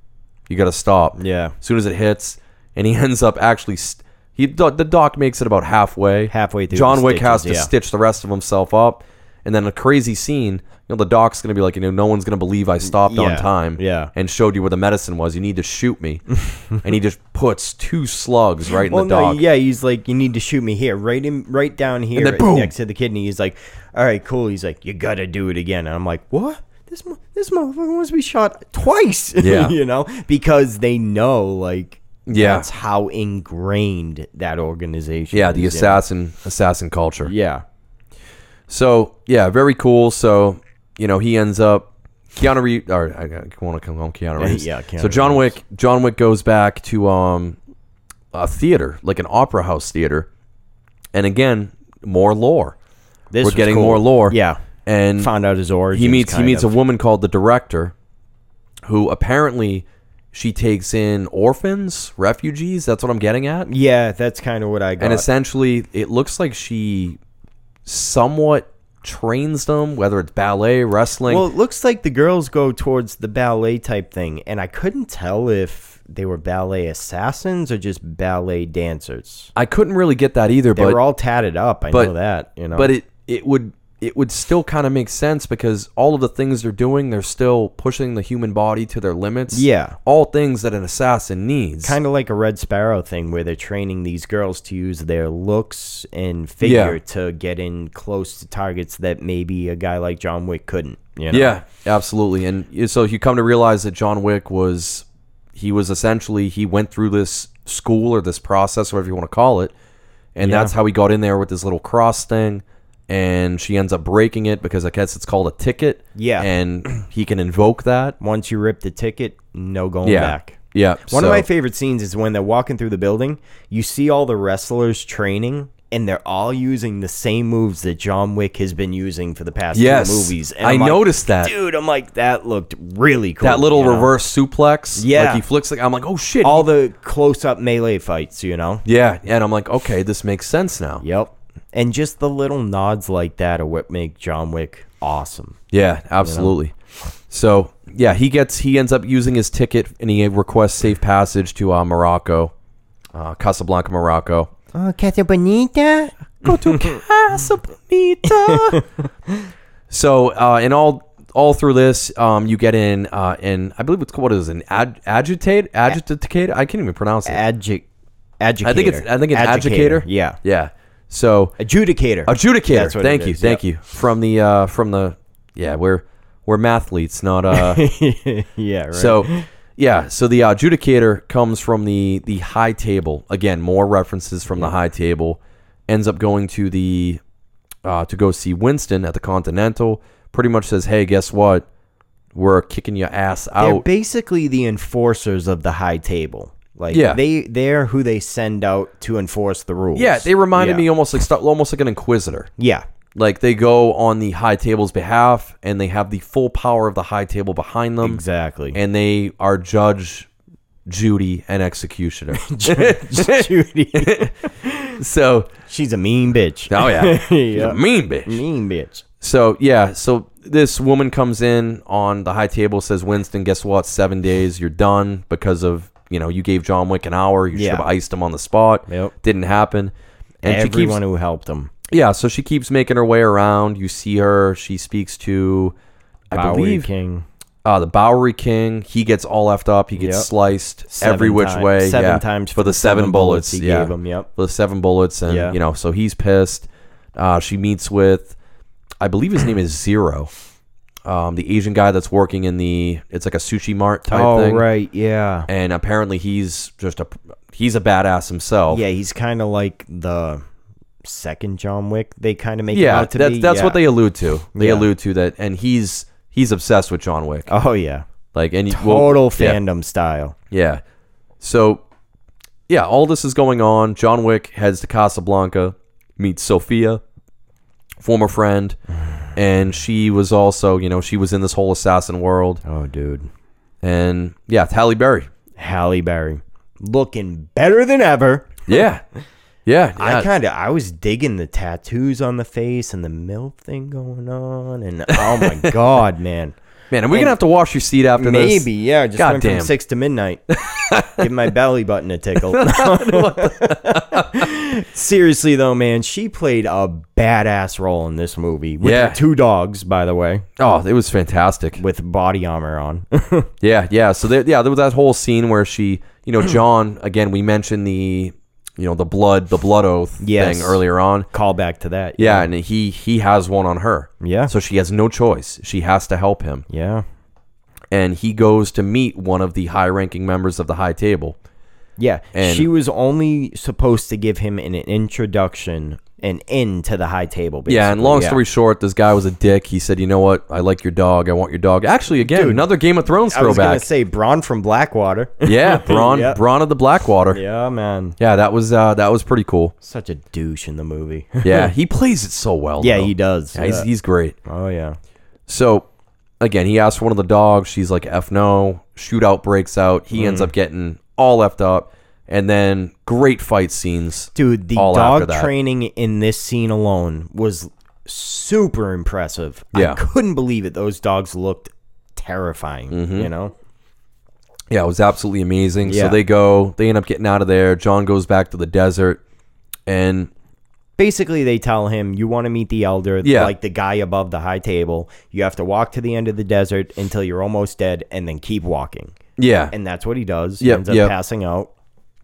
Speaker 1: you got to stop.
Speaker 2: yeah.
Speaker 1: As soon as it hits, and he <laughs> ends up actually. St- he the doc makes it about halfway.
Speaker 2: Halfway through
Speaker 1: John
Speaker 2: the
Speaker 1: Wick
Speaker 2: stitches,
Speaker 1: has to
Speaker 2: yeah.
Speaker 1: stitch the rest of himself up, and then a crazy scene, you know, the doc's gonna be like, you know, no one's gonna believe I stopped on
Speaker 2: Yeah,
Speaker 1: time,
Speaker 2: yeah.
Speaker 1: and showed you where the medicine was. You need to shoot
Speaker 2: <laughs>
Speaker 1: me, and he just puts two slugs right in
Speaker 2: Well,
Speaker 1: the
Speaker 2: no,
Speaker 1: dog.
Speaker 2: yeah, he's like, you need to shoot me here, right in, right down here,
Speaker 1: then boom.
Speaker 2: next to the kidney. He's like, all right, cool. He's like, you gotta do it again. And I'm like, what? This mo- this motherfucker wants to be shot twice. <laughs>
Speaker 1: Yeah.
Speaker 2: you know, because they know like,
Speaker 1: Yeah.
Speaker 2: that's how ingrained that organization.
Speaker 1: Yeah, the
Speaker 2: is in.
Speaker 1: assassin assassin culture.
Speaker 2: Yeah,
Speaker 1: So yeah, very cool. So you know he ends up Keanu Reeves. Or I want to come home Keanu Reeves.
Speaker 2: <laughs> Yeah, Keanu
Speaker 1: so John
Speaker 2: Reeves.
Speaker 1: Wick. John Wick goes back to um a theater, like an opera house theater, and again more lore.
Speaker 2: this
Speaker 1: We're
Speaker 2: was
Speaker 1: getting
Speaker 2: cool.
Speaker 1: more lore.
Speaker 2: Yeah,
Speaker 1: and
Speaker 2: found out his origin.
Speaker 1: he meets he meets
Speaker 2: of.
Speaker 1: a woman called the director, who apparently she takes in orphans, refugees. That's what I'm getting at.
Speaker 2: Yeah, that's kind of what I got.
Speaker 1: And essentially, it looks like she somewhat trains them, whether it's ballet, wrestling.
Speaker 2: Well, it looks like the girls go towards the ballet type thing, and I couldn't tell if they were ballet assassins or just ballet dancers.
Speaker 1: I couldn't really get that either,
Speaker 2: They
Speaker 1: but
Speaker 2: were all tatted up. I
Speaker 1: but-
Speaker 2: know that. You know,
Speaker 1: but it it would it would still kind of make sense because all of the things they're doing, they're still pushing the human body to their limits.
Speaker 2: Yeah.
Speaker 1: all things that an assassin needs.
Speaker 2: kind of like a Red Sparrow thing, where they're training these girls to use their looks and figure to get in close to targets that maybe a guy like John Wick couldn't. You know?
Speaker 1: Yeah, absolutely. And y- so you come to realize that John Wick was he was essentially he went through this school or this process, whatever you want to call it, and that's how he got in there with this little cross thing. And she ends up breaking it because I guess it's called a ticket.
Speaker 2: Yeah.
Speaker 1: and he can invoke that.
Speaker 2: Once you rip the ticket, no going
Speaker 1: Yeah,
Speaker 2: back.
Speaker 1: yeah.
Speaker 2: One
Speaker 1: so-
Speaker 2: of my favorite scenes is when they're walking through the building. You see all the wrestlers training, and they're all using the same moves that John Wick has been using for the past
Speaker 1: yes
Speaker 2: two movies. And
Speaker 1: I
Speaker 2: I'm like,
Speaker 1: noticed that
Speaker 2: dude. I'm like, that looked really cool.
Speaker 1: that little
Speaker 2: you know?
Speaker 1: reverse suplex. like
Speaker 2: Yeah.
Speaker 1: he flicks like I'm like oh shit.
Speaker 2: all the close-up melee fights. You know.
Speaker 1: yeah, and I'm like okay, this makes sense now.
Speaker 2: Yep. And just the little nods like that are what make John Wick awesome.
Speaker 1: Yeah, absolutely. So yeah, he gets he ends up using his ticket and he requests safe passage to uh, Morocco, uh, Casablanca, <laughs> Morocco.
Speaker 2: Oh, Casa Bonita.
Speaker 1: Go to Casablanca. <laughs> so uh, and all all through this, um, you get in uh, in I believe it's what is it, an ad, agitate agitate I can't even pronounce it.
Speaker 2: Adju- adjudicator.
Speaker 1: I think it's I think it's adjudicator.
Speaker 2: Yeah.
Speaker 1: yeah. So
Speaker 2: Adjudicator.
Speaker 1: adjudicator.
Speaker 2: That's what
Speaker 1: thank
Speaker 2: it
Speaker 1: you,
Speaker 2: is,
Speaker 1: thank you from the uh, from the yeah we're we're mathletes, not uh.
Speaker 2: <laughs>
Speaker 1: <laughs>
Speaker 2: <laughs> yeah. Right.
Speaker 1: So, yeah, so the adjudicator comes from the the high table. Again, more references from the high table. Ends up going to the uh, to go see Winston at the Continental. Pretty much says, "Hey, guess what? We're kicking your ass
Speaker 2: They're
Speaker 1: out."
Speaker 2: basically the enforcers of the high table. Like
Speaker 1: Yeah.
Speaker 2: they they're who they send out to enforce the rules.
Speaker 1: yeah, they reminded
Speaker 2: Yeah.
Speaker 1: me almost like almost like an inquisitor.
Speaker 2: Yeah.
Speaker 1: Like they go on the high table's behalf, and they have the full power of the high table behind them,
Speaker 2: Exactly. <laughs>
Speaker 1: and they are judge, Judy, and
Speaker 2: <laughs>
Speaker 1: executioner. <laughs>
Speaker 2: Judy.
Speaker 1: so,
Speaker 2: She's a mean bitch.
Speaker 1: oh <laughs>
Speaker 2: <laughs>
Speaker 1: yeah,
Speaker 2: Yeah.
Speaker 1: mean bitch.
Speaker 2: Mean bitch.
Speaker 1: So yeah, so this woman comes in on the high table, says, "Winston, guess what? Seven days, you're done because of you know you gave John Wick an hour. You
Speaker 2: Yeah.
Speaker 1: should have iced him on the spot.
Speaker 2: Yep.
Speaker 1: Didn't happen." And
Speaker 2: Everyone
Speaker 1: she keeps
Speaker 2: who helped them.
Speaker 1: yeah, so she keeps making her way around. You see her. She speaks to, I
Speaker 2: Bowery
Speaker 1: believe,
Speaker 2: King.
Speaker 1: uh, the Bowery King. He gets all effed up. He gets
Speaker 2: Yep.
Speaker 1: sliced
Speaker 2: Seven
Speaker 1: every which
Speaker 2: time-
Speaker 1: way.
Speaker 2: Seven
Speaker 1: yeah,
Speaker 2: times
Speaker 1: for the seven, bullets.
Speaker 2: he
Speaker 1: yeah
Speaker 2: gave him. Yep.
Speaker 1: with seven bullets, and
Speaker 2: Yeah.
Speaker 1: you know, so he's pissed. Uh, she meets with, I believe his name is Zero, um, the Asian guy that's working in the it's like a sushi mart type
Speaker 2: Oh
Speaker 1: thing,
Speaker 2: right. Yeah.
Speaker 1: and apparently he's just a he's a badass himself.
Speaker 2: Yeah. He's kind of like the second John Wick. They kind of make him
Speaker 1: yeah,
Speaker 2: out to
Speaker 1: that's
Speaker 2: be.
Speaker 1: that's what
Speaker 2: yeah.
Speaker 1: they allude to. They
Speaker 2: Yeah.
Speaker 1: allude to that, and he's he's obsessed with John Wick,
Speaker 2: Oh yeah.
Speaker 1: like and he- well,
Speaker 2: Total
Speaker 1: yeah.
Speaker 2: fandom style.
Speaker 1: Yeah. So, yeah, all this is going on. John Wick heads to Casablanca, meets Sophia, former friend, and she was also, you know, she was in this whole assassin world.
Speaker 2: Oh dude.
Speaker 1: And yeah, it's Halle
Speaker 2: <laughs>
Speaker 1: Berry.
Speaker 2: Halle Berry looking better than ever.
Speaker 1: Yeah. Yeah. yeah.
Speaker 2: I kind of I was digging
Speaker 1: <laughs>
Speaker 2: the tattoos on the face and the milk thing going on and oh my god, man.
Speaker 1: Man, are we gonna have to wash your seat after
Speaker 2: Maybe,
Speaker 1: this?
Speaker 2: yeah. Just went
Speaker 1: Goddamn.
Speaker 2: from six
Speaker 1: <laughs>
Speaker 2: to midnight. Give my belly button a tickle. <laughs> Seriously though, man, she played a badass role in this movie. With
Speaker 1: Yeah.
Speaker 2: her two dogs, by the way,
Speaker 1: Oh, it was fantastic.
Speaker 2: with body armor on. <laughs>
Speaker 1: Yeah, yeah. So there, yeah, there was that whole scene where she, you
Speaker 2: <clears throat>
Speaker 1: know, John. Again, we mentioned the, you know, the blood, the blood oath
Speaker 2: Yes.
Speaker 1: thing earlier on.
Speaker 2: Call back to that.
Speaker 1: Yeah, and he he has one on her.
Speaker 2: Yeah.
Speaker 1: So she has no choice. She has to help him,
Speaker 2: Yeah.
Speaker 1: and he goes to meet one of the high-ranking members of the High Table.
Speaker 2: Yeah.
Speaker 1: And-
Speaker 2: she was only supposed to give him an introduction and in to the high table. Basically.
Speaker 1: Yeah, and long
Speaker 2: Yeah.
Speaker 1: story short, this guy was a dick. He said, "You know what? I like your dog. I want your dog." Actually, again, another Game of Thrones
Speaker 2: I was gonna
Speaker 1: throwback.
Speaker 2: say Braun from Blackwater. <laughs>
Speaker 1: yeah, Braun,
Speaker 2: Yeah.
Speaker 1: Braun of the Blackwater. Yeah,
Speaker 2: yeah, man.
Speaker 1: that was uh, that was pretty cool.
Speaker 2: Such a douche in the movie. <laughs>
Speaker 1: Yeah, he plays it so well.
Speaker 2: yeah,
Speaker 1: though.
Speaker 2: he does.
Speaker 1: Yeah, he's,
Speaker 2: Yeah.
Speaker 1: he's great.
Speaker 2: oh yeah.
Speaker 1: So again, he asks for one of the dogs. She's like, "F no." Shootout breaks out. He
Speaker 2: Hmm.
Speaker 1: ends up getting all effed up, and then great fight scenes.
Speaker 2: Dude, the
Speaker 1: all after
Speaker 2: dog
Speaker 1: that.
Speaker 2: training in this scene alone was super impressive.
Speaker 1: Yeah.
Speaker 2: I couldn't believe it. Those dogs looked terrifying,
Speaker 1: Mm-hmm.
Speaker 2: you know?
Speaker 1: Yeah, it was absolutely amazing.
Speaker 2: Yeah.
Speaker 1: So they go. They end up getting out of there. John goes back to the desert, and
Speaker 2: Basically, they tell him, you want to meet the elder,
Speaker 1: Yeah.
Speaker 2: like the guy above the high table. You have to walk to the end of the desert until you're almost dead and then keep walking.
Speaker 1: yeah,
Speaker 2: And that's what he does. He
Speaker 1: Yep,
Speaker 2: ends up
Speaker 1: yep.
Speaker 2: passing out.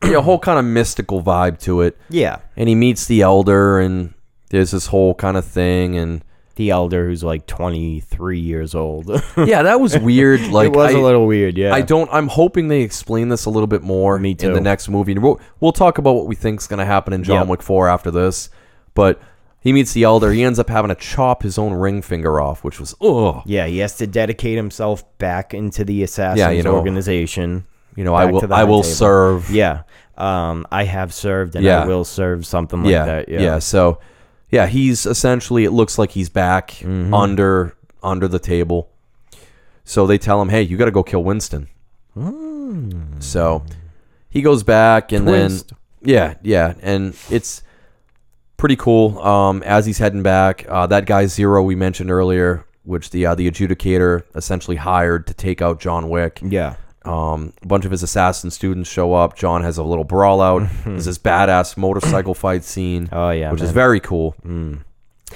Speaker 1: a whole kind of mystical vibe to it.
Speaker 2: Yeah.
Speaker 1: And he meets the elder, and there's this whole kind of thing, and
Speaker 2: The elder who's like 23 years old. <laughs>
Speaker 1: yeah, that was weird. Like
Speaker 2: it was
Speaker 1: I-
Speaker 2: a little weird, yeah.
Speaker 1: I don't. I'm hoping they explain this a little bit more
Speaker 2: Me
Speaker 1: in the
Speaker 2: too.
Speaker 1: next movie. And We'll, we'll talk about what we think's going to happen in John
Speaker 2: Yep.
Speaker 1: Wick 4 after this. But he meets the elder. He ends up having to chop his own ring finger off, which was ugh.
Speaker 2: Yeah, he has to dedicate himself back into the assassins
Speaker 1: know,
Speaker 2: organization.
Speaker 1: You know, I
Speaker 2: back to
Speaker 1: will.
Speaker 2: the
Speaker 1: I
Speaker 2: high
Speaker 1: will
Speaker 2: table.
Speaker 1: serve.
Speaker 2: Yeah, um, I have served and
Speaker 1: Yeah.
Speaker 2: I will serve something like
Speaker 1: yeah,
Speaker 2: that.
Speaker 1: yeah,
Speaker 2: Yeah.
Speaker 1: So, yeah, he's essentially. It looks like he's back
Speaker 2: Mm-hmm.
Speaker 1: under under the table. So they tell him, "Hey, you got to go kill Winston." So he goes back, and
Speaker 2: Mm. Twist.
Speaker 1: then yeah, yeah, and it's pretty cool. Um, as he's heading back, uh, that guy Zero we mentioned earlier, which the uh, the adjudicator essentially hired to take out John Wick.
Speaker 2: yeah,
Speaker 1: Um, a bunch of his assassin students show up. John has a little brawl out.
Speaker 2: <laughs>
Speaker 1: There's this badass motorcycle fight scene.
Speaker 2: Oh, yeah,
Speaker 1: which is
Speaker 2: man. Mm.
Speaker 1: very cool. And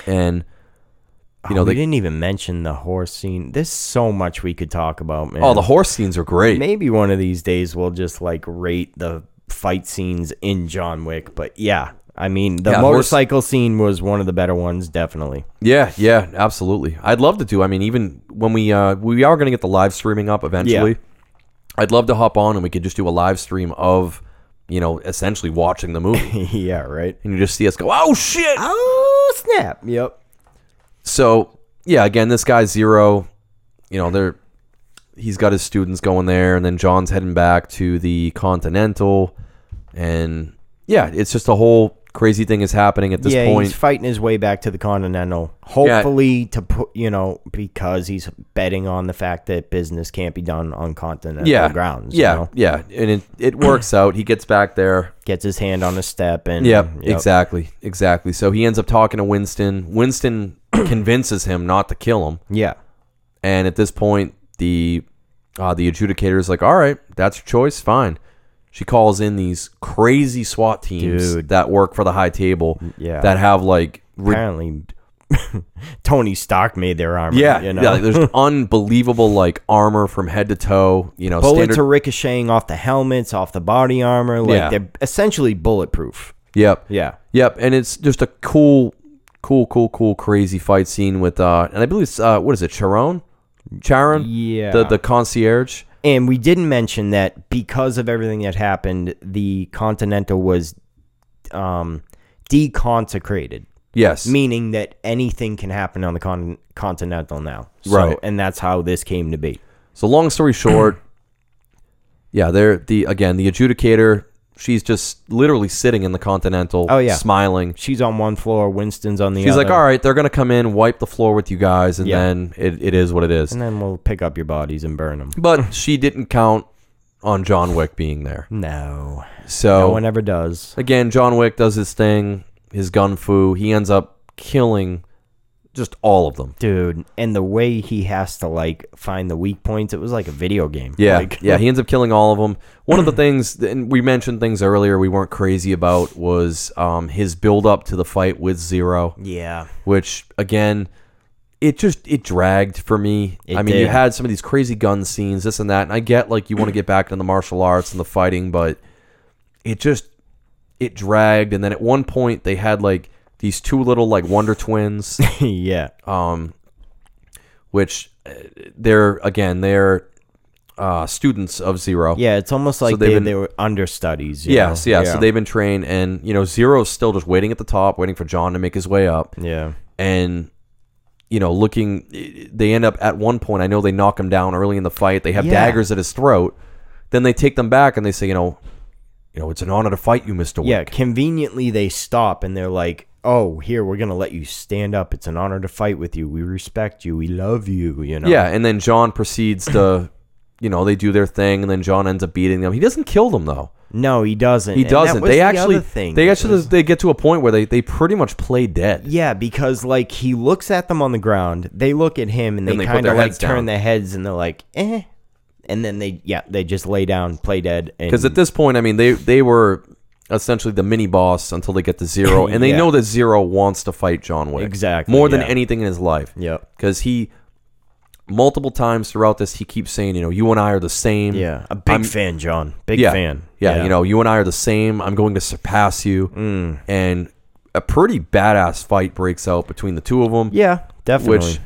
Speaker 1: you
Speaker 2: You
Speaker 1: know,
Speaker 2: know, we
Speaker 1: they,
Speaker 2: didn't even mention the horse scene. There's so much we could talk about, man.
Speaker 1: oh, the horse scenes are great.
Speaker 2: maybe one of these days we'll just like rate the fight scenes in John Wick. But yeah, I mean, the
Speaker 1: Yeah, horse-
Speaker 2: motorcycle scene was one of the better ones, definitely. <laughs>
Speaker 1: Yeah, yeah, absolutely. I'd love to do. I mean, even when we uh, we are going to get the live streaming up eventually.
Speaker 2: Yeah.
Speaker 1: I'd love to hop on and we could just do a live stream of, you know, essentially watching the
Speaker 2: <laughs>
Speaker 1: movie,
Speaker 2: yeah, right.
Speaker 1: and you just see us go, "Oh shit!"
Speaker 2: Oh snap! Yep.
Speaker 1: So yeah, again, this guy Zero, you know, they're he's got his students going there, and then John's heading back to the Continental, and yeah, it's just a whole crazy thing is happening at this
Speaker 2: yeah,
Speaker 1: point.
Speaker 2: he's fighting his way back to the Continental. Hopefully, to put you know because he's betting on the fact that business can't be done on continental
Speaker 1: yeah,
Speaker 2: grounds. you
Speaker 1: yeah,
Speaker 2: know?
Speaker 1: yeah, and it it works out. He gets back there.
Speaker 2: gets his hand on a step and
Speaker 1: Yep,
Speaker 2: Mm, yep.
Speaker 1: exactly, exactly. So he ends up talking to Winston. Winston <clears throat> convinces him not to kill him,
Speaker 2: Yeah,
Speaker 1: and at this point, the uh, the adjudicator is like, "All right, that's your choice. Fine." She calls in these crazy SWAT teams
Speaker 2: Dude. Mm,
Speaker 1: that work for the high table
Speaker 2: Yeah.
Speaker 1: that have like, re-
Speaker 2: apparently <laughs> Tony Stark made their armor.
Speaker 1: yeah,
Speaker 2: you know, <laughs>
Speaker 1: yeah, like, there's unbelievable like armor from head to toe. You know,
Speaker 2: bullets
Speaker 1: standard.
Speaker 2: are ricocheting off the helmets, off the body armor. Like
Speaker 1: Yeah.
Speaker 2: they're essentially bulletproof.
Speaker 1: yep,
Speaker 2: Yeah,
Speaker 1: Yep, and it's just a cool, cool, cool, cool, crazy fight scene with uh, and I believe it's uh, what is it, Charon? Charon,
Speaker 2: Yeah.
Speaker 1: the the concierge.
Speaker 2: and we didn't mention that because of everything that happened, the Continental was um, deconsecrated.
Speaker 1: Yes,
Speaker 2: meaning that anything can happen on the con- Continental now. So,
Speaker 1: Right.
Speaker 2: And that's how this came to be.
Speaker 1: So long story short, <clears throat> yeah, they're the again the adjudicator. She's just literally sitting in the Continental.
Speaker 2: Oh, yeah.
Speaker 1: smiling.
Speaker 2: She's on one floor, Winston's on the
Speaker 1: She's
Speaker 2: other.
Speaker 1: like, all right, they're gonna come in, wipe the floor with you guys, and
Speaker 2: Yeah.
Speaker 1: then it, it is what it is.
Speaker 2: And then we'll pick up your bodies and burn them.
Speaker 1: <clears throat> But she didn't count on John Wick being there.
Speaker 2: No.
Speaker 1: So
Speaker 2: No one ever does.
Speaker 1: again, John Wick does his thing, his gun foo. He ends up killing just all of them.
Speaker 2: dude. And the way he has to like find the weak points, it was like a video game.
Speaker 1: Yeah,
Speaker 2: Like,
Speaker 1: yeah.
Speaker 2: <laughs>
Speaker 1: He ends up killing all of them. One of the things, and we mentioned things earlier we weren't crazy about, was um, his build up to the fight with Zero,
Speaker 2: yeah. <laughs>
Speaker 1: which again, it just it dragged for me.
Speaker 2: It
Speaker 1: I mean, you
Speaker 2: did.
Speaker 1: had some of these crazy gun scenes, this and that, and I get like you want to get back into the martial arts and the fighting, but it just it dragged. And then at one point, they had like these two little like Wonder
Speaker 2: <laughs>
Speaker 1: Twins.
Speaker 2: yeah.
Speaker 1: um, which uh, they're again they're uh, students of Zero.
Speaker 2: Yeah, it's almost like
Speaker 1: they've
Speaker 2: they,
Speaker 1: been-
Speaker 2: they were understudies. you
Speaker 1: Yes,
Speaker 2: know?
Speaker 1: yeah, So they've been trained, and you know Zero's still just waiting at the top, waiting for John to make his way up,
Speaker 2: yeah.
Speaker 1: and you know looking. They end up at one point. I know they knock him down early in the fight. They have
Speaker 2: Yeah.
Speaker 1: daggers at his throat. Then they take them back and they say, you know, you know, it's an honor to fight you, Mister.
Speaker 2: Yeah, conveniently they stop and they're like, "Oh, here we're gonna let you stand up. It's an honor to fight with you. We respect you. We love you." You know.
Speaker 1: Yeah, and then John proceeds to, you know, they do their thing, and then John ends up beating them. He doesn't kill them though.
Speaker 2: No, he doesn't.
Speaker 1: He
Speaker 2: And that
Speaker 1: doesn't.
Speaker 2: was
Speaker 1: they
Speaker 2: the
Speaker 1: actually,
Speaker 2: other thing.
Speaker 1: they
Speaker 2: It
Speaker 1: actually,
Speaker 2: was-
Speaker 1: they get to a point where they, they pretty much play dead.
Speaker 2: Yeah, because like he looks at them on the ground, they look at him, and they,
Speaker 1: And they put
Speaker 2: kind
Speaker 1: their
Speaker 2: of like
Speaker 1: heads down.
Speaker 2: turn their heads, and they're like, "Eh," and then they yeah they just lay down, play dead, and
Speaker 1: Because at this point, I mean, they they were essentially the mini boss until they get to
Speaker 2: <laughs>
Speaker 1: zero, and they
Speaker 2: Yeah.
Speaker 1: know that zero wants to fight John Wick
Speaker 2: Exactly,
Speaker 1: more than
Speaker 2: yeah.
Speaker 1: anything in his life.
Speaker 2: Yep.
Speaker 1: because he multiple times throughout this he keeps saying, you know, you and I are the same.
Speaker 2: yeah, a big
Speaker 1: I'm-
Speaker 2: fan, John, big
Speaker 1: Hmm. yeah,
Speaker 2: fan,
Speaker 1: Yeah, you know, you and I are the same. I'm going to surpass you,
Speaker 2: Mm.
Speaker 1: and a pretty badass fight breaks out between the two of them.
Speaker 2: yeah, definitely.
Speaker 1: which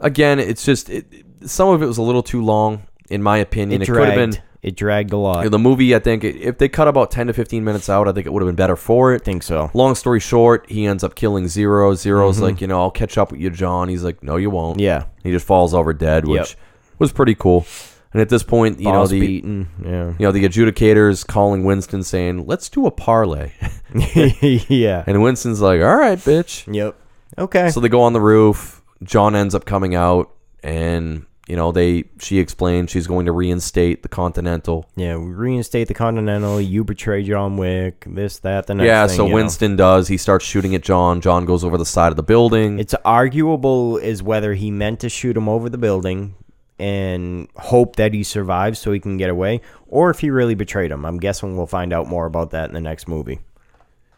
Speaker 1: again it's just it, some of it was a little too long in my opinion
Speaker 2: it
Speaker 1: it, could have been
Speaker 2: dragged. It dragged a lot.
Speaker 1: the movie i think if they cut about 10 to 15 minutes out i think it would have been better for it
Speaker 2: think so.
Speaker 1: long story short he ends up killing zero zero's like you know i'll catch up with you john he's like no you won't
Speaker 2: Mm-hmm. Yeah.
Speaker 1: he just falls over dead which
Speaker 2: Yep.
Speaker 1: was pretty cool and at this point you
Speaker 2: Balls
Speaker 1: know the
Speaker 2: beaten. Yeah.
Speaker 1: you know the adjudicators calling winston saying let's do a parlay <laughs>
Speaker 2: <laughs> yeah.
Speaker 1: and winston's like all right bitch
Speaker 2: Yep. Okay.
Speaker 1: So they go on the roof. John ends up coming out, and you know they. She explains she's going to reinstate the Continental.
Speaker 2: yeah, we reinstate the Continental. You betray John Wick. This, that, the next.
Speaker 1: yeah.
Speaker 2: thing,
Speaker 1: So
Speaker 2: you know.
Speaker 1: Winston does. He starts shooting at John. John goes over the side of the building.
Speaker 2: It's arguable is whether he meant to shoot him over the building and hope that he survives so he can get away, or if he really betrayed him. I'm guessing we'll find out more about that in the next movie.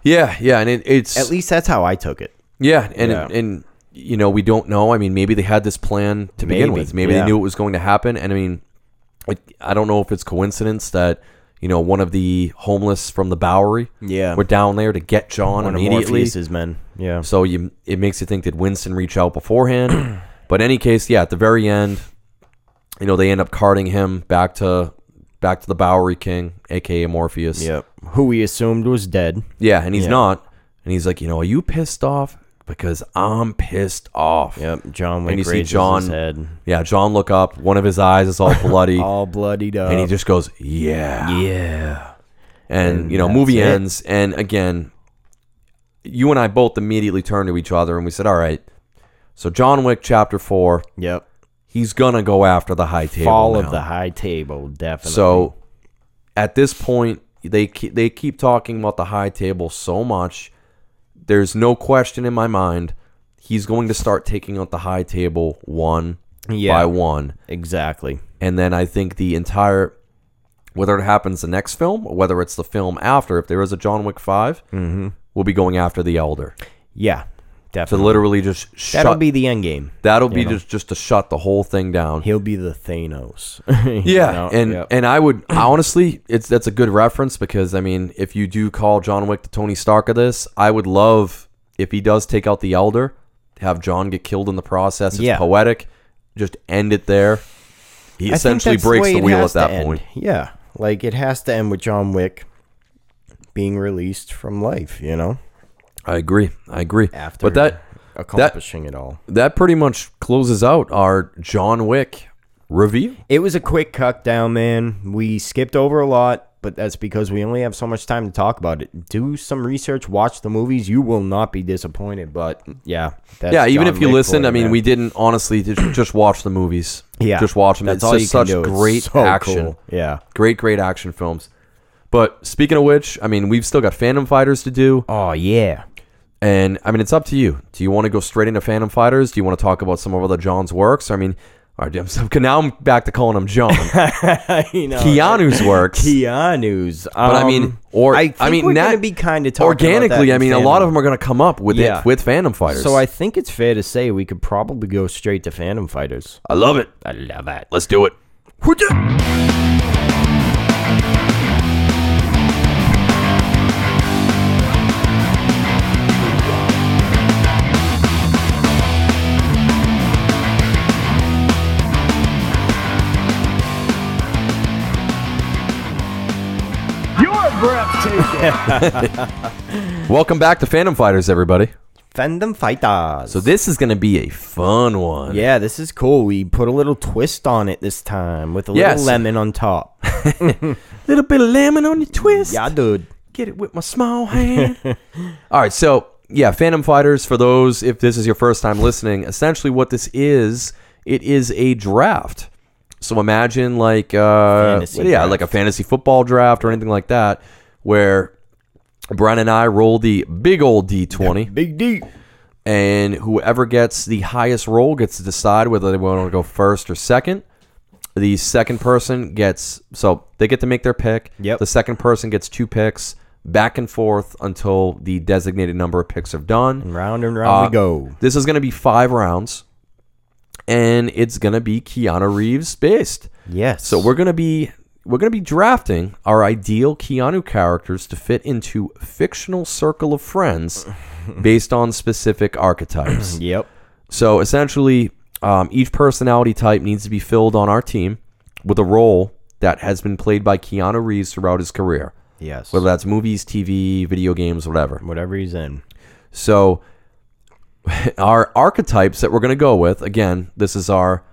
Speaker 1: yeah, yeah, and it, it's
Speaker 2: At least that's how I took it.
Speaker 1: yeah, and
Speaker 2: Yeah.
Speaker 1: and you know we don't know. I mean, maybe they had this plan to begin
Speaker 2: Maybe,
Speaker 1: with. Maybe
Speaker 2: yeah.
Speaker 1: they knew it was going to happen. And I mean, like, I don't know if it's coincidence that. You know, one of the homeless from the Bowery
Speaker 2: Yeah.
Speaker 1: were down there to get John
Speaker 2: One of
Speaker 1: immediately.
Speaker 2: Morpheus's men. Yeah.
Speaker 1: So you, it makes you think did Winston reach out beforehand? <clears throat> but in any case, yeah, at the very end, you know, they end up carting him back to back to the Bowery King, aka Morpheus.
Speaker 2: Yep. Who we assumed was dead.
Speaker 1: Yeah, and he's
Speaker 2: Yeah.
Speaker 1: not. And he's like, you know, are you pissed off? Because I'm pissed off.
Speaker 2: Yep. John Wick
Speaker 1: you see
Speaker 2: raises
Speaker 1: John-
Speaker 2: his head.
Speaker 1: Yeah, John look up, one of his eyes is
Speaker 2: <laughs>
Speaker 1: all bloody.
Speaker 2: All bloodied up.
Speaker 1: And he just goes, yeah.
Speaker 2: yeah.
Speaker 1: And, you know,
Speaker 2: that's
Speaker 1: movie
Speaker 2: it.
Speaker 1: ends. And again, you and I both immediately turned to each other and we said, all right, so John Wick, chapter four,
Speaker 2: Yep.
Speaker 1: he's gonna go after the high table.
Speaker 2: Fall of
Speaker 1: now.
Speaker 2: the high table, definitely.
Speaker 1: So at this point, they ke- they keep talking about the high table so much. There's no question in my mind he's going to start taking out the high table one
Speaker 2: Yeah.
Speaker 1: by one,
Speaker 2: exactly.
Speaker 1: and then I think the entire whether it happens the next film or whether it's the film after, if there is a John Wick 5 mm-hmm. we'll be going after the Elder
Speaker 2: Yeah.
Speaker 1: to
Speaker 2: Definitely.
Speaker 1: literally just shut.
Speaker 2: That'll be the end game.
Speaker 1: that'll be just just to shut the whole thing down.
Speaker 2: He'll be the Thanos. <laughs>
Speaker 1: Yeah,
Speaker 2: You know?
Speaker 1: and
Speaker 2: Yep.
Speaker 1: and I would honestly, it's that's a good reference because I mean, if you do call John Wick the Tony Stark of this, I would love if he does take out the Elder, have John get killed in the process. It's
Speaker 2: Yeah.
Speaker 1: poetic. Just end it there. He
Speaker 2: I think
Speaker 1: essentially
Speaker 2: that's the
Speaker 1: breaks
Speaker 2: way
Speaker 1: the
Speaker 2: it
Speaker 1: wheel
Speaker 2: has
Speaker 1: at
Speaker 2: to
Speaker 1: that
Speaker 2: end.
Speaker 1: point.
Speaker 2: Yeah, like it has to end with John Wick being released from life. You know,
Speaker 1: I agree. I agree.
Speaker 2: after
Speaker 1: but that
Speaker 2: accomplishing it all.
Speaker 1: that pretty much closes out our John Wick review.
Speaker 2: It was a quick cut down, man. We skipped over a lot, but that's because we only have so much time to talk about it. Do some research, watch the movies. You will not be disappointed. But yeah, that's
Speaker 1: yeah, even
Speaker 2: John
Speaker 1: if you
Speaker 2: Wick
Speaker 1: listened, I
Speaker 2: for you,
Speaker 1: mean,
Speaker 2: man.
Speaker 1: we didn't honestly just, just watch the movies.
Speaker 2: yeah,
Speaker 1: just watch them.
Speaker 2: That's
Speaker 1: it's
Speaker 2: all
Speaker 1: just
Speaker 2: you can
Speaker 1: such
Speaker 2: do. It's
Speaker 1: great
Speaker 2: so
Speaker 1: action.
Speaker 2: cool. Yeah.
Speaker 1: great, great action films. But speaking of which, I mean, we've still got Phantom Fighters to do.
Speaker 2: Oh yeah.
Speaker 1: And I mean, it's up to you. Do you want to go straight into Phantom Fighters? Do you want to talk about some of other John's works? I mean, all right, I'm, so- <laughs> now I'm back to calling him
Speaker 2: <laughs>
Speaker 1: John. <laughs>
Speaker 2: <laughs> you know,
Speaker 1: Keanu's works.
Speaker 2: Keanu's. um,
Speaker 1: But I mean, or I,
Speaker 2: I, think
Speaker 1: mean,
Speaker 2: we're
Speaker 1: that
Speaker 2: gonna be kind of
Speaker 1: organically. I mean, a lot of them are going to come up with
Speaker 2: Yeah.
Speaker 1: it with Phantom Fighters.
Speaker 2: So I think it's fair to say we could probably go straight to Phantom Fighters.
Speaker 1: I love it.
Speaker 2: I love it.
Speaker 1: Let's do it. <laughs> Welcome back to Phantom Fighters, everybody.
Speaker 2: Phantom Fighters.
Speaker 1: So this is going to be a fun one.
Speaker 2: yeah, this is cool. We put a little twist on it this time with a
Speaker 1: <laughs>
Speaker 2: little
Speaker 1: Yes.
Speaker 2: lemon on top.
Speaker 1: Little bit of lemon on your twist.
Speaker 2: yeah, dude.
Speaker 1: get it with my small
Speaker 2: <laughs>
Speaker 1: hand. All right, so yeah, Phantom Fighters. For those, if this is your first time listening, essentially what this is, it is a draft. So imagine like, uh,
Speaker 2: Fantasy
Speaker 1: yeah,
Speaker 2: draft.
Speaker 1: like a fantasy football draft or anything like that, where Brian and I roll the big old D twenty,
Speaker 2: Big D.
Speaker 1: and whoever gets the highest roll gets to decide whether they want to go first or second. The second person gets so they get to make their pick.
Speaker 2: Yep.
Speaker 1: The second person gets two picks back and forth until the designated number of picks are done.
Speaker 2: Round and round
Speaker 1: Uh,
Speaker 2: we go.
Speaker 1: This is going to be five rounds, and it's going to be Keanu Reeves based.
Speaker 2: Yes.
Speaker 1: So we're going to be we're going to be drafting our ideal Keanu characters to fit into fictional circle of friends based on specific archetypes.
Speaker 2: Yep.
Speaker 1: So essentially, um, each personality type needs to be filled on our team with a role that has been played by Keanu Reeves throughout his career,
Speaker 2: Yes.
Speaker 1: whether that's movies, TV, video games, whatever.
Speaker 2: Whatever he's in.
Speaker 1: So <laughs> our archetypes that we're going to go with, again, this is our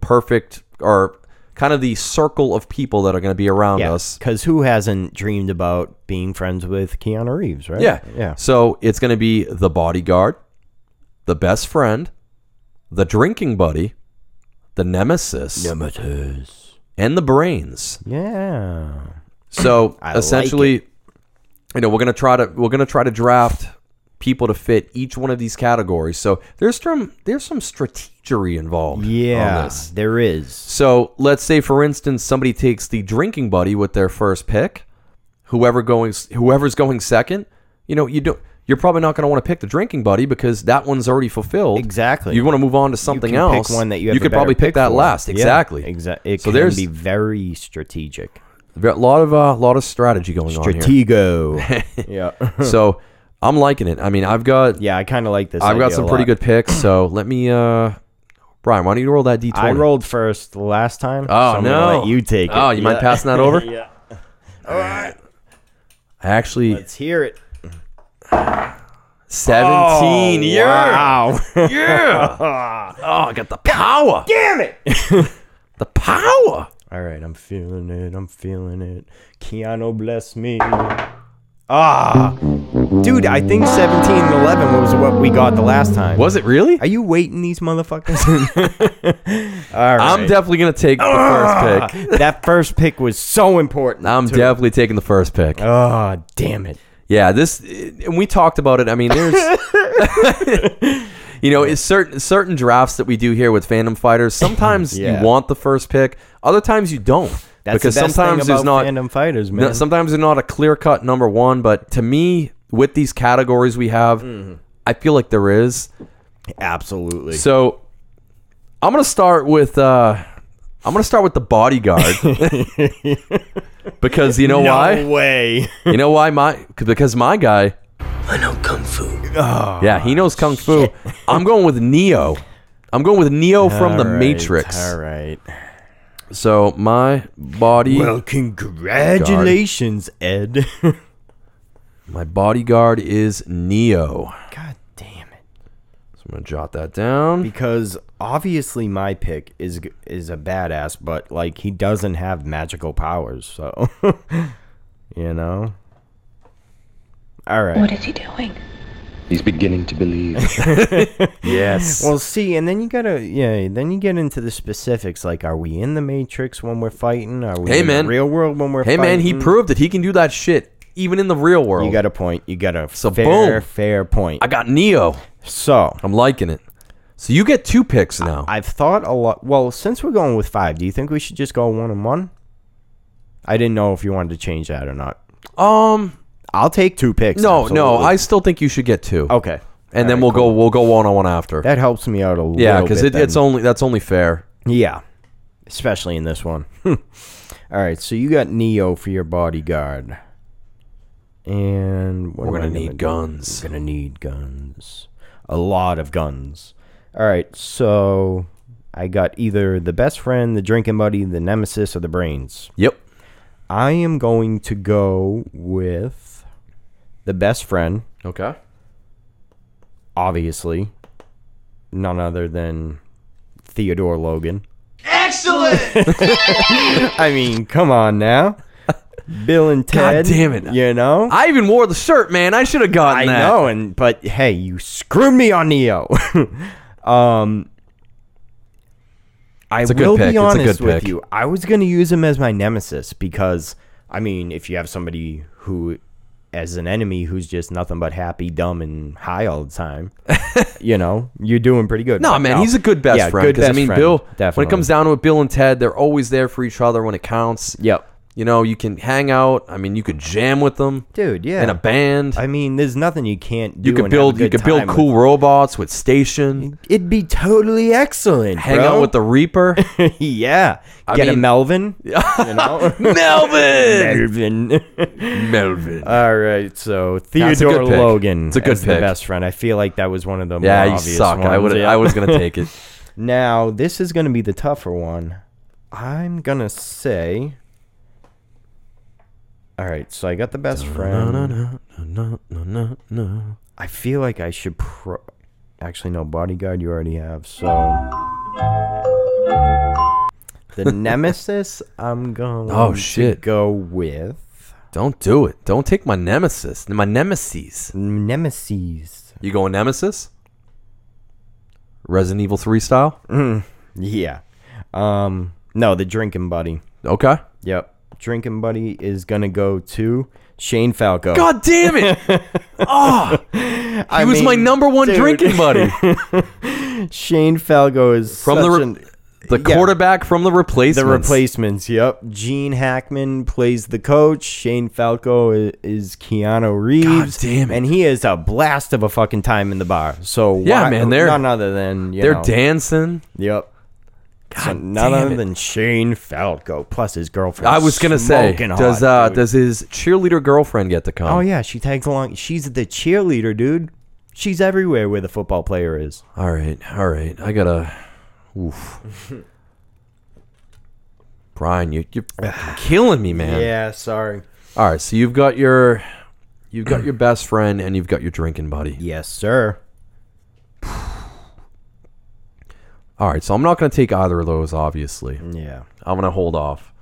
Speaker 1: perfect or kind of the circle of people that are going to be around us.
Speaker 2: Because who hasn't dreamed about being friends with Keanu Reeves, right?
Speaker 1: Yeah.
Speaker 2: Yeah.
Speaker 1: So it's going to be the bodyguard, the best friend, the drinking buddy, the nemesis, and the brains.
Speaker 2: Yeah.
Speaker 1: So
Speaker 2: <clears throat> I like
Speaker 1: essentially, you know, we're gonna try to we're gonna try to draft people to fit each one of these categories. So there's some there's some strategery involved. on
Speaker 2: Yeah.
Speaker 1: this.
Speaker 2: There is.
Speaker 1: So let's say, for instance, somebody takes the drinking buddy with their first pick. Whoever going, whoever's going second, you know, you don't. You're probably not going to want to pick the drinking buddy because that one's already fulfilled.
Speaker 2: Exactly.
Speaker 1: You want to move on to something
Speaker 2: can pick
Speaker 1: else.
Speaker 2: one that you have a
Speaker 1: could
Speaker 2: better
Speaker 1: probably pick,
Speaker 2: pick
Speaker 1: that
Speaker 2: for.
Speaker 1: last.
Speaker 2: Yeah,
Speaker 1: exactly.
Speaker 2: Exactly. It
Speaker 1: So
Speaker 2: so
Speaker 1: there's-
Speaker 2: there's be very strategic.
Speaker 1: A lot of a uh, lot of strategy going on here.
Speaker 2: Stratego.
Speaker 1: <laughs>
Speaker 2: yeah.
Speaker 1: So I'm liking it. I mean, I've got
Speaker 2: Yeah, I kind of like this.
Speaker 1: I've got
Speaker 2: idea
Speaker 1: some
Speaker 2: a
Speaker 1: pretty
Speaker 2: lot.
Speaker 1: good picks. So <clears throat> let me, uh Brian, why don't you roll that d20?
Speaker 2: I rolled first the last time.
Speaker 1: Oh
Speaker 2: so I'm
Speaker 1: no!
Speaker 2: gonna let you take it.
Speaker 1: Oh, you mind
Speaker 2: Yeah.
Speaker 1: passing that
Speaker 2: <laughs>
Speaker 1: over?
Speaker 2: yeah.
Speaker 1: I actually
Speaker 2: Let's hear it.
Speaker 1: seventeen.
Speaker 2: Oh,
Speaker 1: yeah.
Speaker 2: Wow. <laughs>
Speaker 1: Yeah. oh, I got the power. Damn it. the power.
Speaker 2: All right, I'm feeling it. I'm feeling it. Keanu, bless me. Ah, dude, I think 17 and 11 was what we got the last time.
Speaker 1: Was it really?
Speaker 2: Are you waiting these motherfuckers? <laughs> All right. Uh,
Speaker 1: I'm definitely going to take the first
Speaker 2: <laughs>
Speaker 1: pick.
Speaker 2: that first pick was so important.
Speaker 1: I'm definitely taking the first pick.
Speaker 2: oh, damn it.
Speaker 1: Yeah, this and we talked about it. I mean, there's
Speaker 2: <laughs>
Speaker 1: <laughs> you know, it's certain certain drafts that we do here with Phantom
Speaker 2: <laughs>
Speaker 1: Fighters. Sometimes
Speaker 2: Yeah.
Speaker 1: you want the first pick, other times you don't.
Speaker 2: That's
Speaker 1: because
Speaker 2: the best
Speaker 1: sometimes
Speaker 2: thing
Speaker 1: there's
Speaker 2: about
Speaker 1: not
Speaker 2: fandom fighters, man.
Speaker 1: No, sometimes they're not a clear cut number one, but to me, with these categories we have,
Speaker 2: Mm-hmm.
Speaker 1: I feel like there is.
Speaker 2: Absolutely.
Speaker 1: So I'm gonna start with uh, I'm gonna start with the
Speaker 2: <laughs>
Speaker 1: bodyguard <laughs> because you know
Speaker 2: no
Speaker 1: why?
Speaker 2: way.
Speaker 1: You know why my because my guy.
Speaker 2: Oh,
Speaker 1: I know kung fu. yeah, he knows kung fu. <laughs> I'm going with Neo. I'm going with Neo from the
Speaker 2: All right,
Speaker 1: Matrix.
Speaker 2: All right.
Speaker 1: So my body,
Speaker 2: Well, congratulations, Ed. <laughs>
Speaker 1: my bodyguard is Neo.
Speaker 2: God damn it.
Speaker 1: So I'm gonna jot that down.
Speaker 2: Because obviously my pick is is a badass, but like he doesn't have magical powers, so <laughs> you know. All
Speaker 3: What
Speaker 2: right.
Speaker 3: is he doing?
Speaker 4: He's beginning to believe.
Speaker 1: Yes.
Speaker 2: Well, see, and then you gotta yeah, then you get into the specifics. Like, are we in the Matrix when we're fighting? Are we
Speaker 1: Hey,
Speaker 2: in
Speaker 1: man.
Speaker 2: the real world when we're
Speaker 1: <laughs> hey man, he
Speaker 2: fighting?
Speaker 1: proved that he can do that shit even in the real world.
Speaker 2: You got a point. You got a
Speaker 1: So,
Speaker 2: fair,
Speaker 1: boom.
Speaker 2: fair point.
Speaker 1: I got Neo.
Speaker 2: so
Speaker 1: I'm liking it. So you get two picks now.
Speaker 2: I've thought a lot. Well, since we're going with five, do you think we should just go one and one? I didn't know if you wanted to change that or not.
Speaker 1: um,
Speaker 2: I'll take two picks.
Speaker 1: no, no,
Speaker 2: absolutely.
Speaker 1: I still think you should get two.
Speaker 2: okay.
Speaker 1: and then we'll go. We'll go one on one after.
Speaker 2: That helps me out a little.
Speaker 1: yeah, because
Speaker 2: bit
Speaker 1: it, it's
Speaker 2: then.
Speaker 1: only that's only fair.
Speaker 2: yeah, especially in this one. <laughs> All right, so you got Neo for your bodyguard, and what
Speaker 1: We're
Speaker 2: am I
Speaker 1: gonna need
Speaker 2: do?
Speaker 1: guns.
Speaker 2: We're gonna need guns. A lot of guns. All right, so I got either the best friend, the drinking buddy, the nemesis, or the brains.
Speaker 1: Yep.
Speaker 2: I am going to go with the best friend,
Speaker 1: Okay.
Speaker 2: obviously, none other than Theodore Logan. Excellent. <laughs> I mean, come on now, Bill and Ted.
Speaker 1: damn it.
Speaker 2: You know,
Speaker 1: I even wore the shirt, man. I should have gotten
Speaker 2: I
Speaker 1: that.
Speaker 2: know, and but hey, you screwed me on Neo. <laughs> um, I
Speaker 1: a good
Speaker 2: will
Speaker 1: pick. It's
Speaker 2: be
Speaker 1: a
Speaker 2: honest
Speaker 1: good
Speaker 2: with
Speaker 1: pick.
Speaker 2: you. I was gonna use him as my nemesis because I mean, if you have somebody who, as an enemy, who's just nothing but happy, dumb, and high all
Speaker 1: <laughs>
Speaker 2: the time, you know, you're doing pretty good.
Speaker 1: No,
Speaker 2: But
Speaker 1: man, he's a good best
Speaker 2: Yeah,
Speaker 1: friend.
Speaker 2: good
Speaker 1: 'cause, I
Speaker 2: best
Speaker 1: mean,
Speaker 2: friend,
Speaker 1: Bill, when
Speaker 2: definitely.
Speaker 1: it comes down to it, Bill and Ted, they're always there for each other when it counts.
Speaker 2: Yep,
Speaker 1: You know, you can hang out. I mean, you could jam with them
Speaker 2: dude. Yeah,
Speaker 1: in a band.
Speaker 2: I mean, there's nothing you can't do.
Speaker 1: you
Speaker 2: and have
Speaker 1: could
Speaker 2: a
Speaker 1: build. You
Speaker 2: good
Speaker 1: could build
Speaker 2: time with.
Speaker 1: cool robots with station.
Speaker 2: It'd be totally excellent.
Speaker 1: Hang
Speaker 2: bro.
Speaker 1: out with the Reaper,
Speaker 2: yeah. Get a
Speaker 1: mean- <laughs>
Speaker 2: Melvin. You know?
Speaker 1: Melvin.
Speaker 2: <laughs> Melvin. <laughs> Uh,
Speaker 1: Melvin.
Speaker 2: All right, so
Speaker 1: a good
Speaker 2: Theodore
Speaker 1: pick.
Speaker 2: Logan
Speaker 1: It's a good
Speaker 2: as the
Speaker 1: pick.
Speaker 2: best friend. I feel like that was one of the
Speaker 1: yeah,
Speaker 2: more
Speaker 1: you
Speaker 2: obvious
Speaker 1: suck. I
Speaker 2: ones,
Speaker 1: would.
Speaker 2: yeah.
Speaker 1: I was gonna take it.
Speaker 2: Now this is going to be the tougher one. I'm gonna say. All right, so I got the best friend. I feel like I should pro. Actually, no bodyguard. You already have so.
Speaker 1: <laughs>
Speaker 2: The nemesis. I'm going.
Speaker 1: Oh,
Speaker 2: to
Speaker 1: shit.
Speaker 2: Go with
Speaker 1: Don't do it. Don't take my nemesis. My nemesis.
Speaker 2: nemesis.
Speaker 1: You going nemesis? Resident Evil Three style.
Speaker 2: Yeah. Um. No, the drinking buddy.
Speaker 1: Okay.
Speaker 2: Yep. Drinking buddy is gonna go to Shane Falco.
Speaker 1: God damn <laughs> it! oh, he
Speaker 2: I
Speaker 1: was my
Speaker 2: mean,
Speaker 1: number one
Speaker 2: dude,
Speaker 1: drinking buddy.
Speaker 2: <laughs> Shane Falco is
Speaker 1: From the
Speaker 2: such
Speaker 1: re-
Speaker 2: an-
Speaker 1: The
Speaker 2: Yeah.
Speaker 1: quarterback from the
Speaker 2: the
Speaker 1: replacements.
Speaker 2: replacements. Yep. Gene Hackman plays the coach. Shane Falco i- is Keanu Reeves.
Speaker 1: damn it.
Speaker 2: And he is a blast of a fucking time in the bar. So
Speaker 1: Yeah,
Speaker 2: why-
Speaker 1: man, they're-
Speaker 2: none other than you
Speaker 1: They're
Speaker 2: know,
Speaker 1: dancing.
Speaker 2: Yep. So none
Speaker 1: damn
Speaker 2: other
Speaker 1: it.
Speaker 2: than Shane Falco plus his girlfriend.
Speaker 1: I was gonna say,
Speaker 2: smoking
Speaker 1: does
Speaker 2: hot,
Speaker 1: uh,
Speaker 2: dude.
Speaker 1: does his cheerleader girlfriend get to come?
Speaker 2: Oh yeah, she tags along. She's the cheerleader, dude. She's everywhere where the football player is.
Speaker 1: All right, all right. I gotta. Oof. Brian, you you're fucking killing me, man.
Speaker 2: Yeah, sorry.
Speaker 1: All right, so you've got your, you've got your best friend and you've got your drinking buddy.
Speaker 2: Yes, sir.
Speaker 1: All right, so I'm not gonna take either of those. Obviously,
Speaker 2: Yeah.
Speaker 1: I'm gonna hold off.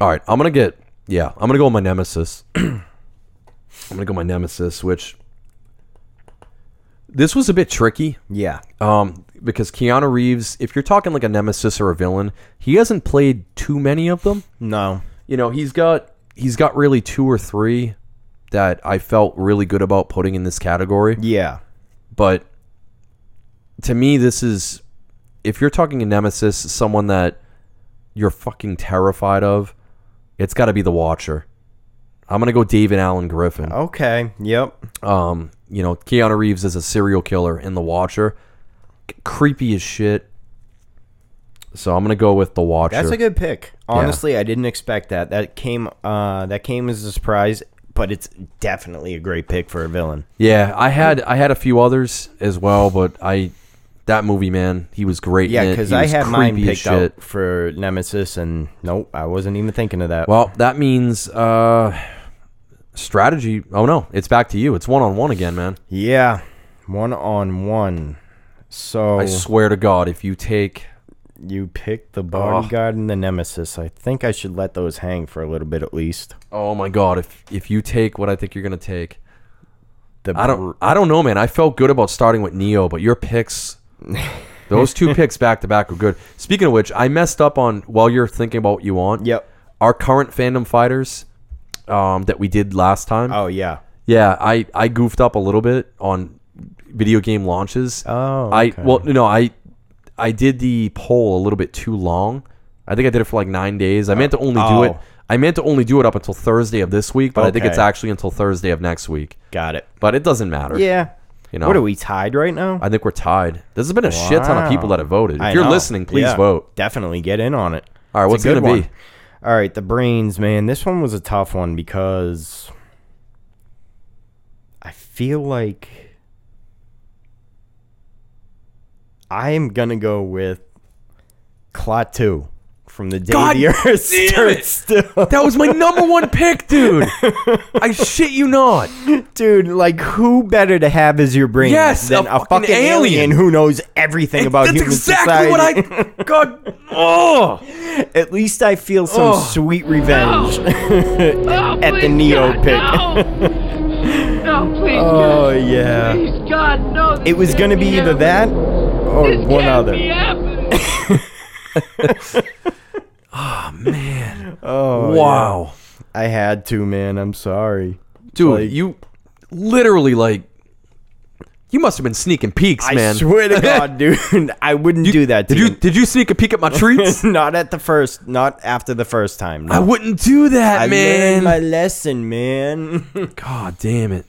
Speaker 1: All right, I'm gonna get yeah, I'm gonna go with my nemesis. <clears throat> I'm gonna go with my nemesis, which this was a bit tricky
Speaker 2: Yeah.
Speaker 1: um, because Keanu Reeves, if you're talking like a nemesis or a villain, he hasn't played too many of them.
Speaker 2: No.
Speaker 1: You know, he's got he's got really two or three that I felt really good about putting in this category
Speaker 2: Yeah.
Speaker 1: but to me this is if you're talking a nemesis someone that you're fucking terrified of it's got to be the watcher i'm gonna go david allen griffin
Speaker 2: Okay. Yep.
Speaker 1: um you know keanu reeves is a serial killer in the watcher C- creepy as shit so i'm gonna go with the watcher
Speaker 2: That's a good pick. Honestly, I didn't expect that. That came uh that came as a surprise, but it's definitely a great pick for a villain.
Speaker 1: yeah i had i had a few others as well but i that movie man he was great in
Speaker 2: Yeah,
Speaker 1: it.
Speaker 2: because
Speaker 1: He
Speaker 2: I
Speaker 1: was
Speaker 2: had mine
Speaker 1: creepy as
Speaker 2: picked out for Nemesis and nope, I wasn't even thinking of that.
Speaker 1: Well, that means uh, strategy. Oh no, it's back to you. It's one on one again, man.
Speaker 2: yeah. One on one. So
Speaker 1: I swear to God, if you take,
Speaker 2: You picked the bodyguard and the nemesis. I think I should let those hang for a little bit at least.
Speaker 1: oh my God, if if you take what I think you're gonna take,
Speaker 2: The
Speaker 1: I don't, I don't know, man. I felt good about starting with Neo, but your
Speaker 2: <laughs>
Speaker 1: picks, those two picks back to back were good. Speaking of which, I messed up on while you're thinking about what you want.
Speaker 2: Yep.
Speaker 1: our current fandom fighters um, that we did last time.
Speaker 2: Oh yeah.
Speaker 1: Yeah, I, I goofed up a little bit on video game launches.
Speaker 2: Oh,
Speaker 1: I
Speaker 2: okay.
Speaker 1: well no I I did the poll a little bit too long. I think I did it for like nine days. I meant to only do it.
Speaker 2: Oh.
Speaker 1: I meant to only do it up until Thursday of this week, but I think it's
Speaker 2: Okay.
Speaker 1: actually until Thursday of next week.
Speaker 2: Got it.
Speaker 1: But it doesn't matter.
Speaker 2: Yeah.
Speaker 1: You know.
Speaker 2: What are we tied right now?
Speaker 1: I think we're tied. There's been a shit ton of people
Speaker 2: Wow.
Speaker 1: that have voted. If
Speaker 2: I
Speaker 1: you're
Speaker 2: know.
Speaker 1: listening, please
Speaker 2: Yeah.
Speaker 1: vote.
Speaker 2: Definitely get in on it.
Speaker 1: All right,
Speaker 2: It's a
Speaker 1: what's it
Speaker 2: good
Speaker 1: gonna be?
Speaker 2: one. All right, the brains, man. This one was a tough one because I feel like I am gonna go with Klaatu from the day
Speaker 1: God
Speaker 2: the Earth
Speaker 1: damn it.
Speaker 2: stood still.
Speaker 1: That was my number one pick, dude. I shit you
Speaker 2: <laughs>
Speaker 1: not.
Speaker 2: <laughs> Dude, like who better to have as your brain
Speaker 1: Yes,
Speaker 2: than
Speaker 1: a
Speaker 2: a,
Speaker 1: fucking
Speaker 2: fucking alien.
Speaker 1: alien.
Speaker 2: who knows everything about
Speaker 1: That's
Speaker 2: human
Speaker 1: exactly
Speaker 2: society? <laughs>
Speaker 1: what I. God. Oh.
Speaker 2: At least I feel some
Speaker 1: Oh.
Speaker 2: sweet revenge
Speaker 3: Oh,
Speaker 2: at the
Speaker 3: please,
Speaker 2: Neo
Speaker 3: God,
Speaker 2: pick.
Speaker 3: No, no
Speaker 2: <laughs>
Speaker 3: please,
Speaker 2: Oh
Speaker 3: God.
Speaker 2: yeah.
Speaker 3: Please, God, no.
Speaker 2: It was gonna be either that or one other. Oh
Speaker 1: wow.
Speaker 2: yeah. I had to, man. I'm sorry.
Speaker 1: Dude,
Speaker 2: Like-
Speaker 1: you literally like you must have been sneaking peeks, man.
Speaker 2: I
Speaker 1: <laughs>
Speaker 2: swear to God, dude, I wouldn't do that. To
Speaker 1: Did you did you sneak a peek at my treats?
Speaker 2: <laughs> Not at the first. Not after the first time. No.
Speaker 1: I wouldn't do that,
Speaker 2: I
Speaker 1: man.
Speaker 2: learned my lesson, man. <laughs>
Speaker 1: God damn it.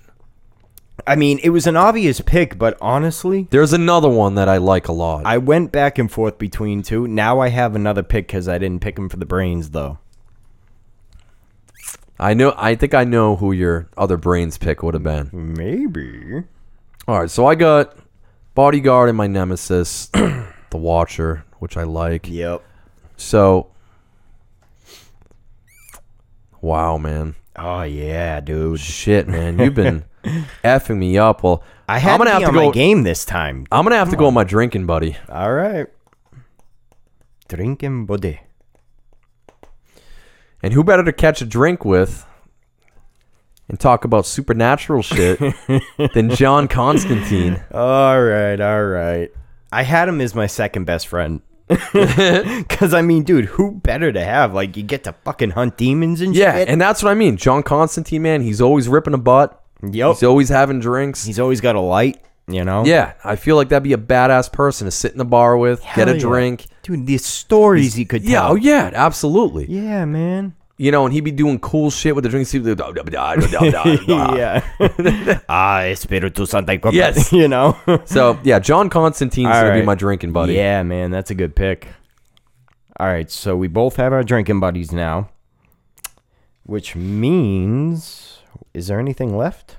Speaker 2: I mean, it was an obvious pick, but honestly,
Speaker 1: There's another one that I like a lot.
Speaker 2: I went back and forth between two. Now I have another pick because I didn't pick him for the brains, though.
Speaker 1: I know I think I know who your other brains pick would have been.
Speaker 2: Maybe.
Speaker 1: All right, so I got Bodyguard and my nemesis, <clears throat> The Watcher, which I like.
Speaker 2: Yep.
Speaker 1: So Wow, man.
Speaker 2: Oh yeah, dude.
Speaker 1: Shit, man. You've
Speaker 2: <laughs>
Speaker 1: been effing me up. Well,
Speaker 2: I had
Speaker 1: I'm gonna
Speaker 2: to be
Speaker 1: have
Speaker 2: on
Speaker 1: to
Speaker 2: my
Speaker 1: go
Speaker 2: game this time.
Speaker 1: I'm gonna have to go with my drinking buddy.
Speaker 2: All right. Drinking buddy.
Speaker 1: And who better to catch a drink with and talk about supernatural
Speaker 2: <laughs>
Speaker 1: shit than John Constantine?
Speaker 2: All right, all right. I had him as my second
Speaker 1: <laughs>
Speaker 2: best friend. <laughs> Cause I mean, dude, who better to have? Like, you get to fucking hunt demons and
Speaker 1: Yeah,
Speaker 2: shit.
Speaker 1: and that's what I mean. John Constantine, man, he's always ripping a butt.
Speaker 2: Yup.
Speaker 1: He's always having drinks.
Speaker 2: he's always got a light, you know.
Speaker 1: yeah, I feel like that'd be a badass person to sit in the bar with, get
Speaker 2: Hell
Speaker 1: a
Speaker 2: yeah.
Speaker 1: drink.
Speaker 2: dude, the stories he could
Speaker 1: Yeah,
Speaker 2: tell.
Speaker 1: oh yeah, absolutely.
Speaker 2: yeah, man.
Speaker 1: You know, and he'd be doing cool shit with the drinks. He'd be
Speaker 2: <laughs>
Speaker 1: like,
Speaker 2: Yeah.
Speaker 1: <laughs>
Speaker 2: <laughs> ah, Espiritu Santa. Copa,
Speaker 1: Yes.
Speaker 2: <laughs> you know.
Speaker 1: so yeah, John Constantine's
Speaker 2: All
Speaker 1: gonna be
Speaker 2: right.
Speaker 1: my drinking buddy.
Speaker 2: Yeah, man, that's a good pick. All right, so we both have our drinking buddies now, which means is there anything left?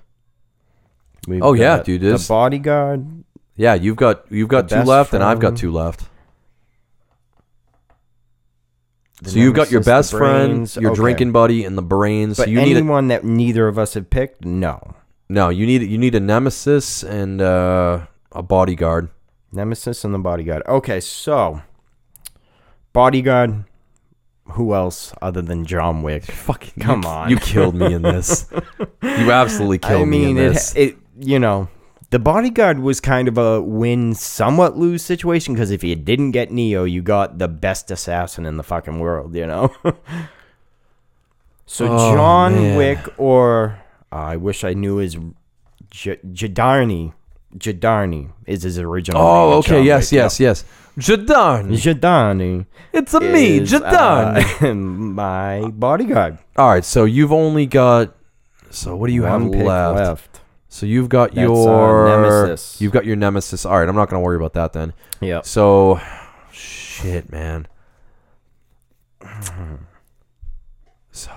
Speaker 2: We've
Speaker 1: Oh, yeah,
Speaker 2: got
Speaker 1: dude,
Speaker 2: The
Speaker 1: this-
Speaker 2: bodyguard.
Speaker 1: Yeah, you've got you've got
Speaker 2: The
Speaker 1: two
Speaker 2: best
Speaker 1: left, and I've
Speaker 2: friend.
Speaker 1: got two left.
Speaker 2: the
Speaker 1: so you've got your
Speaker 2: nemesis, the
Speaker 1: best friend,
Speaker 2: brains,
Speaker 1: your
Speaker 2: okay.
Speaker 1: drinking buddy, and the brains.
Speaker 2: But
Speaker 1: so you need a,
Speaker 2: anyone that neither of us have picked, no.
Speaker 1: no, you need you need a nemesis and uh, a bodyguard.
Speaker 2: Nemesis and the bodyguard. Okay, so bodyguard. Who else other than John Wick?
Speaker 1: Fucking
Speaker 2: Come
Speaker 1: you,
Speaker 2: on.
Speaker 1: you killed me in this. you absolutely killed
Speaker 2: <laughs> I
Speaker 1: me in
Speaker 2: mean,
Speaker 1: this.
Speaker 2: it, it you know, the bodyguard was kind of a win, somewhat lose situation because if you didn't get Neo, you got the best assassin in the fucking world, you know. <laughs> so
Speaker 1: Oh,
Speaker 2: John
Speaker 1: man.
Speaker 2: Wick or uh, I wish I knew his J- Jadarni. Jadarni is his original.
Speaker 1: oh,
Speaker 2: name,
Speaker 1: okay,
Speaker 2: John
Speaker 1: yes,
Speaker 2: Wick, yeah.
Speaker 1: yes, yes. Jadarn,
Speaker 2: Jadarni.
Speaker 1: it's a me,
Speaker 2: is,
Speaker 1: Jadarn.
Speaker 2: uh, <laughs> my bodyguard.
Speaker 1: All right, so you've only got. So what do you have
Speaker 2: One pick
Speaker 1: left?
Speaker 2: left.
Speaker 1: So you've got
Speaker 2: That's, uh,
Speaker 1: your
Speaker 2: Nemesis.
Speaker 1: You've got your nemesis. All right, I'm not gonna worry about that then.
Speaker 2: Yep.
Speaker 1: So, shit, man. <clears throat> So,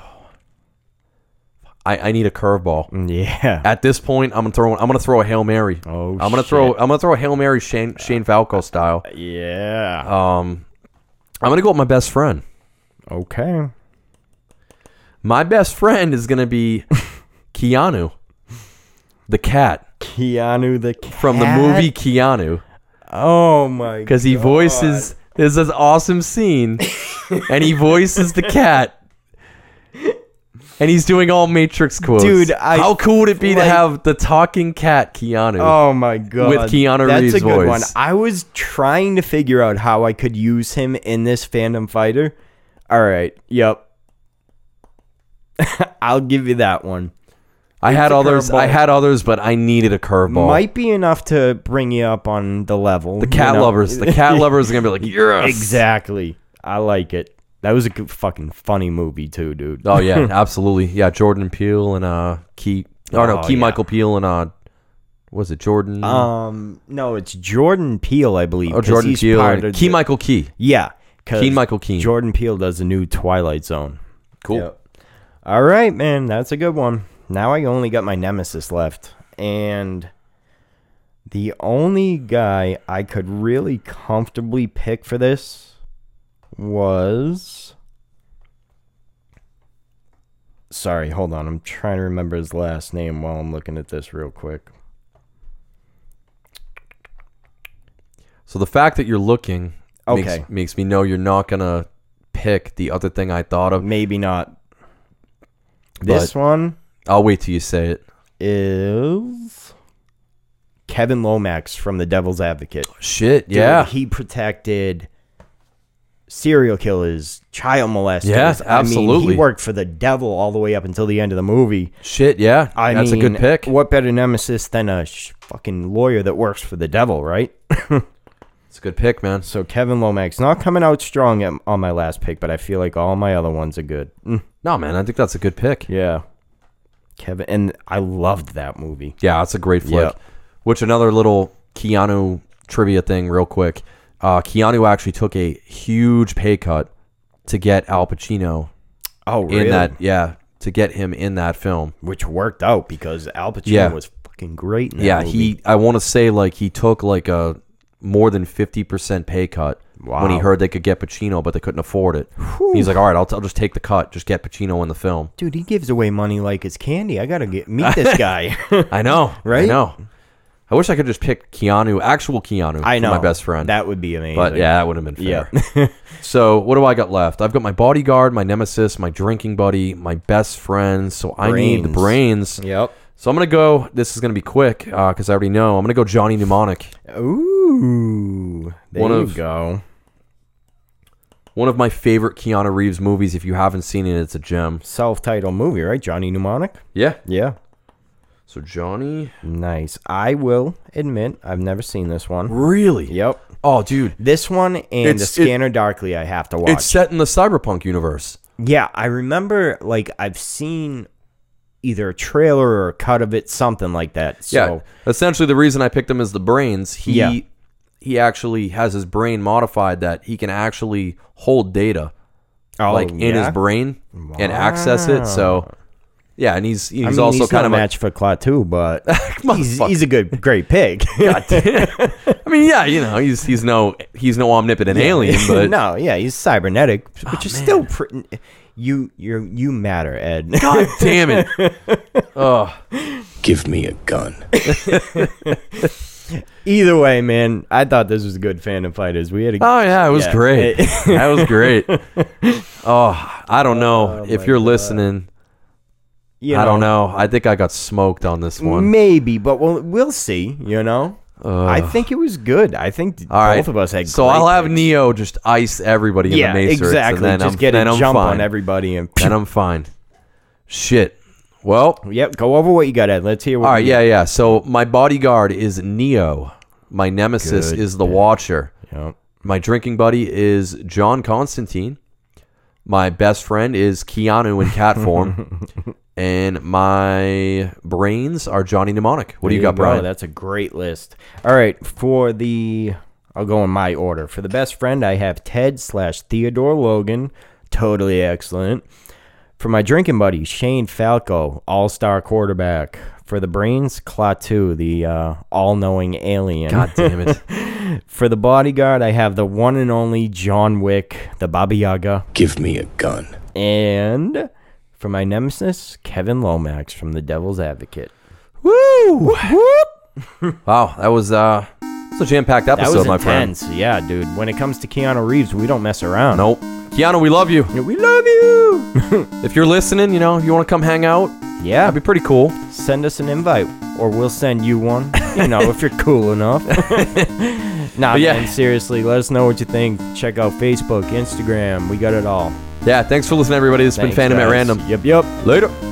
Speaker 1: I I need a curveball.
Speaker 2: Yeah.
Speaker 1: At this point, I'm gonna throw I'm gonna throw a hail mary.
Speaker 2: Oh,
Speaker 1: I'm gonna
Speaker 2: shit.
Speaker 1: throw I'm gonna throw a hail mary Shane Shane Falco style.
Speaker 2: Yeah.
Speaker 1: Um, I'm gonna go with my best friend.
Speaker 2: Okay.
Speaker 1: My best friend is gonna
Speaker 2: <laughs>
Speaker 1: be Keanu, the cat
Speaker 2: Keanu the cat.
Speaker 1: from the movie Keanu.
Speaker 2: Oh my god.
Speaker 1: because he voices there's this awesome
Speaker 2: <laughs>
Speaker 1: scene and he voices the cat and he's doing all matrix quotes
Speaker 2: Dude, I-
Speaker 1: how cool would it be to
Speaker 2: like-
Speaker 1: have the talking cat keanu
Speaker 2: Oh my god.
Speaker 1: Keanu
Speaker 2: That's
Speaker 1: Reeves'
Speaker 2: a good one.
Speaker 1: voice.
Speaker 2: I was trying to figure out how I could use him in this fandom fighter. All right. Yep. <laughs> I'll give you that one.
Speaker 1: I had
Speaker 2: a
Speaker 1: others. I
Speaker 2: curveball.
Speaker 1: had others, but I needed a curveball.
Speaker 2: Might be enough to bring you up on the level.
Speaker 1: the cat lovers. The
Speaker 2: <laughs>
Speaker 1: cat lovers are gonna be like, yes,
Speaker 2: exactly. I like it. That was a good, fucking funny movie too, dude.
Speaker 1: Oh
Speaker 2: <laughs>
Speaker 1: yeah, absolutely. Yeah, Jordan Peele and uh Key. Oh no,
Speaker 2: Oh,
Speaker 1: Key
Speaker 2: yeah.
Speaker 1: Michael Peele and uh, was it Jordan?
Speaker 2: Um, no, it's Jordan Peele, I believe.
Speaker 1: oh,
Speaker 2: 'cause
Speaker 1: Jordan
Speaker 2: he's
Speaker 1: Peele.
Speaker 2: part
Speaker 1: and
Speaker 2: of
Speaker 1: Key
Speaker 2: the-
Speaker 1: Michael Key.
Speaker 2: Yeah, 'cause
Speaker 1: Keen Michael Keen.
Speaker 2: Jordan Peele does the new Twilight Zone.
Speaker 1: Cool.
Speaker 2: All right, man, that's a good one. Now I only got my nemesis left, and the only guy I could really comfortably pick for this was. Sorry, hold on. I'm trying to remember his last name while I'm looking at this real quick.
Speaker 1: So the fact that you're looking
Speaker 2: Okay.
Speaker 1: makes, makes me know you're not gonna pick the other thing I thought of.
Speaker 2: Maybe not. This one
Speaker 1: I'll wait till you say it.
Speaker 2: is Kevin Lomax from The Devil's Advocate.
Speaker 1: Shit.
Speaker 2: Dude,
Speaker 1: Yeah.
Speaker 2: he protected serial killers, child molesters.
Speaker 1: Yeah,
Speaker 2: I mean,
Speaker 1: absolutely.
Speaker 2: he worked for the devil all the way up until the end of the movie.
Speaker 1: Shit. Yeah.
Speaker 2: I
Speaker 1: That's a good
Speaker 2: mean,
Speaker 1: pick.
Speaker 2: What better nemesis than a sh- fucking lawyer that works for the devil, right?
Speaker 1: It's a good pick, man.
Speaker 2: So Kevin Lomax not coming out strong at, on my last pick, but I feel like all my other ones are good. Mm,
Speaker 1: No, man. I think that's a good pick.
Speaker 2: yeah, Kevin, and I loved that movie.
Speaker 1: Yeah, that's a great flick.
Speaker 2: Yeah.
Speaker 1: Which another little Keanu trivia thing, real quick. Uh, Keanu actually took a huge pay cut to get Al Pacino
Speaker 2: Oh, really?
Speaker 1: in that. Yeah, to get him in that film.
Speaker 2: which worked out because Al Pacino
Speaker 1: Yeah.
Speaker 2: was fucking great. In that
Speaker 1: yeah,
Speaker 2: movie.
Speaker 1: he. I want to say like he took like a more than fifty percent pay cut when he
Speaker 2: Wow.
Speaker 1: heard they could get Pacino, but they couldn't afford it. He's like, all right, I'll, t- I'll just take the cut, just get Pacino in the film.
Speaker 2: <laughs> Dude, he gives away money like it's candy. I gotta get
Speaker 1: <laughs>
Speaker 2: meet this guy.
Speaker 1: I know, I
Speaker 2: Right?
Speaker 1: know. I wish I could just pick Keanu, actual Keanu,
Speaker 2: I
Speaker 1: for
Speaker 2: know
Speaker 1: my best friend.
Speaker 2: That would be amazing.
Speaker 1: But yeah, that would have been fair.
Speaker 2: yeah.
Speaker 1: so what do I got left? I've got my bodyguard, my nemesis, my drinking buddy, my best friend. So I need the brains.
Speaker 2: <laughs> yep.
Speaker 1: So I'm gonna go. This is gonna be quick because I already know. I'm gonna go Johnny Mnemonic.
Speaker 2: Ooh, there
Speaker 1: One
Speaker 2: you
Speaker 1: of-
Speaker 2: go.
Speaker 1: One of my favorite Keanu Reeves movies. If you haven't seen it, it's a gem.
Speaker 2: Self-titled movie, right? Johnny Mnemonic.
Speaker 1: Yeah.
Speaker 2: Yeah.
Speaker 1: So Johnny.
Speaker 2: Nice. I will admit I've never seen this one.
Speaker 1: Really?
Speaker 2: Yep.
Speaker 1: Oh, dude.
Speaker 2: This one and the
Speaker 1: It's- it-
Speaker 2: Scanner Darkly I have to watch.
Speaker 1: It's set in the cyberpunk universe.
Speaker 2: yeah, I remember like I've seen either a trailer or a cut of it, something like that. So
Speaker 1: Yeah. Essentially, the reason I picked him is the brains. He
Speaker 2: Yeah.
Speaker 1: he actually has his brain modified that he can actually hold data.
Speaker 2: Oh,
Speaker 1: like in his
Speaker 2: yeah?
Speaker 1: brain and access it. So yeah, and he's he's
Speaker 2: I mean,
Speaker 1: also kind
Speaker 2: not
Speaker 1: of
Speaker 2: a
Speaker 1: a-
Speaker 2: match for Claw too,
Speaker 1: <laughs>
Speaker 2: but he's,
Speaker 1: Motherfucker.
Speaker 2: he's a good,
Speaker 1: <laughs>
Speaker 2: great pig. <laughs>
Speaker 1: I mean, yeah, you know, he's he's no he's no omnipotent
Speaker 2: <laughs>
Speaker 1: alien, but no.
Speaker 2: no, yeah, he's cybernetic, which is still pretty. You, you, you matter, Ed.
Speaker 1: God damn it!
Speaker 4: Give me a gun.
Speaker 2: <laughs> Either way, man, I thought this was a good fandom fighters. We had a
Speaker 1: Oh yeah, it was
Speaker 2: Yeah.
Speaker 1: great.
Speaker 2: <laughs>
Speaker 1: that was great. Oh, I don't know if you're listening.
Speaker 2: you Mm,
Speaker 1: I don't know. I think I got smoked on this one.
Speaker 2: maybe, but we'll we'll see. You know, I think it was good. I think both
Speaker 1: All right,
Speaker 2: of us had.
Speaker 1: So
Speaker 2: great
Speaker 1: I'll have
Speaker 2: picks.
Speaker 1: Neo just ice everybody
Speaker 2: yeah,
Speaker 1: in the Macerets,
Speaker 2: exactly.
Speaker 1: and then
Speaker 2: Just
Speaker 1: I'm,
Speaker 2: get
Speaker 1: then
Speaker 2: a
Speaker 1: I'm
Speaker 2: jump
Speaker 1: fine.
Speaker 2: on everybody and.
Speaker 1: Then I'm fine. Shit. Well,
Speaker 2: Yep, go over what you got, Ed. Let's hear what.
Speaker 1: All right,
Speaker 2: you-
Speaker 1: yeah, yeah. So my bodyguard is Neo. My nemesis
Speaker 2: Good
Speaker 1: is the Watcher.
Speaker 2: Yep.
Speaker 1: My drinking buddy is John Constantine. My best friend is Keanu in cat
Speaker 2: <laughs>
Speaker 1: form. and my brains are Johnny Mnemonic. What do you
Speaker 2: There
Speaker 1: got, Brian?
Speaker 2: That's a great list. All right, for the I'll go in my order. For the best friend, I have Ted slash Theodore Logan, totally excellent. For my drinking buddy, Shane Falco, all star quarterback. For the brains, Klaatu, the uh, all knowing alien.
Speaker 1: God damn it.
Speaker 2: For the bodyguard, I have the one and only John Wick, the Baba Yaga.
Speaker 4: Give me a gun.
Speaker 2: And for my nemesis, Kevin Lomax from The Devil's Advocate.
Speaker 1: <laughs>
Speaker 2: <laughs>
Speaker 1: Woo! wow, that was uh it's a jam packed
Speaker 2: That
Speaker 1: episode,
Speaker 2: was
Speaker 1: my friend.
Speaker 2: intense. Yeah, dude. When it comes to Keanu Reeves, we don't mess around.
Speaker 1: Nope. Keanu, we love you.
Speaker 2: We love you. <laughs>
Speaker 1: If you're listening, you know, if you want to come hang out,
Speaker 2: yeah,
Speaker 1: that'd be pretty cool.
Speaker 2: send us an invite, or we'll send you one. You know, if you're cool enough. <laughs> Nah,
Speaker 1: But yeah.
Speaker 2: man, seriously, let us know what you think. Check out Facebook, Instagram. We got it all.
Speaker 1: Yeah, thanks for listening, everybody. This has been
Speaker 2: Thanks,
Speaker 1: Fandom at
Speaker 2: guys.
Speaker 1: Random.
Speaker 2: Yep, yep.
Speaker 1: Later.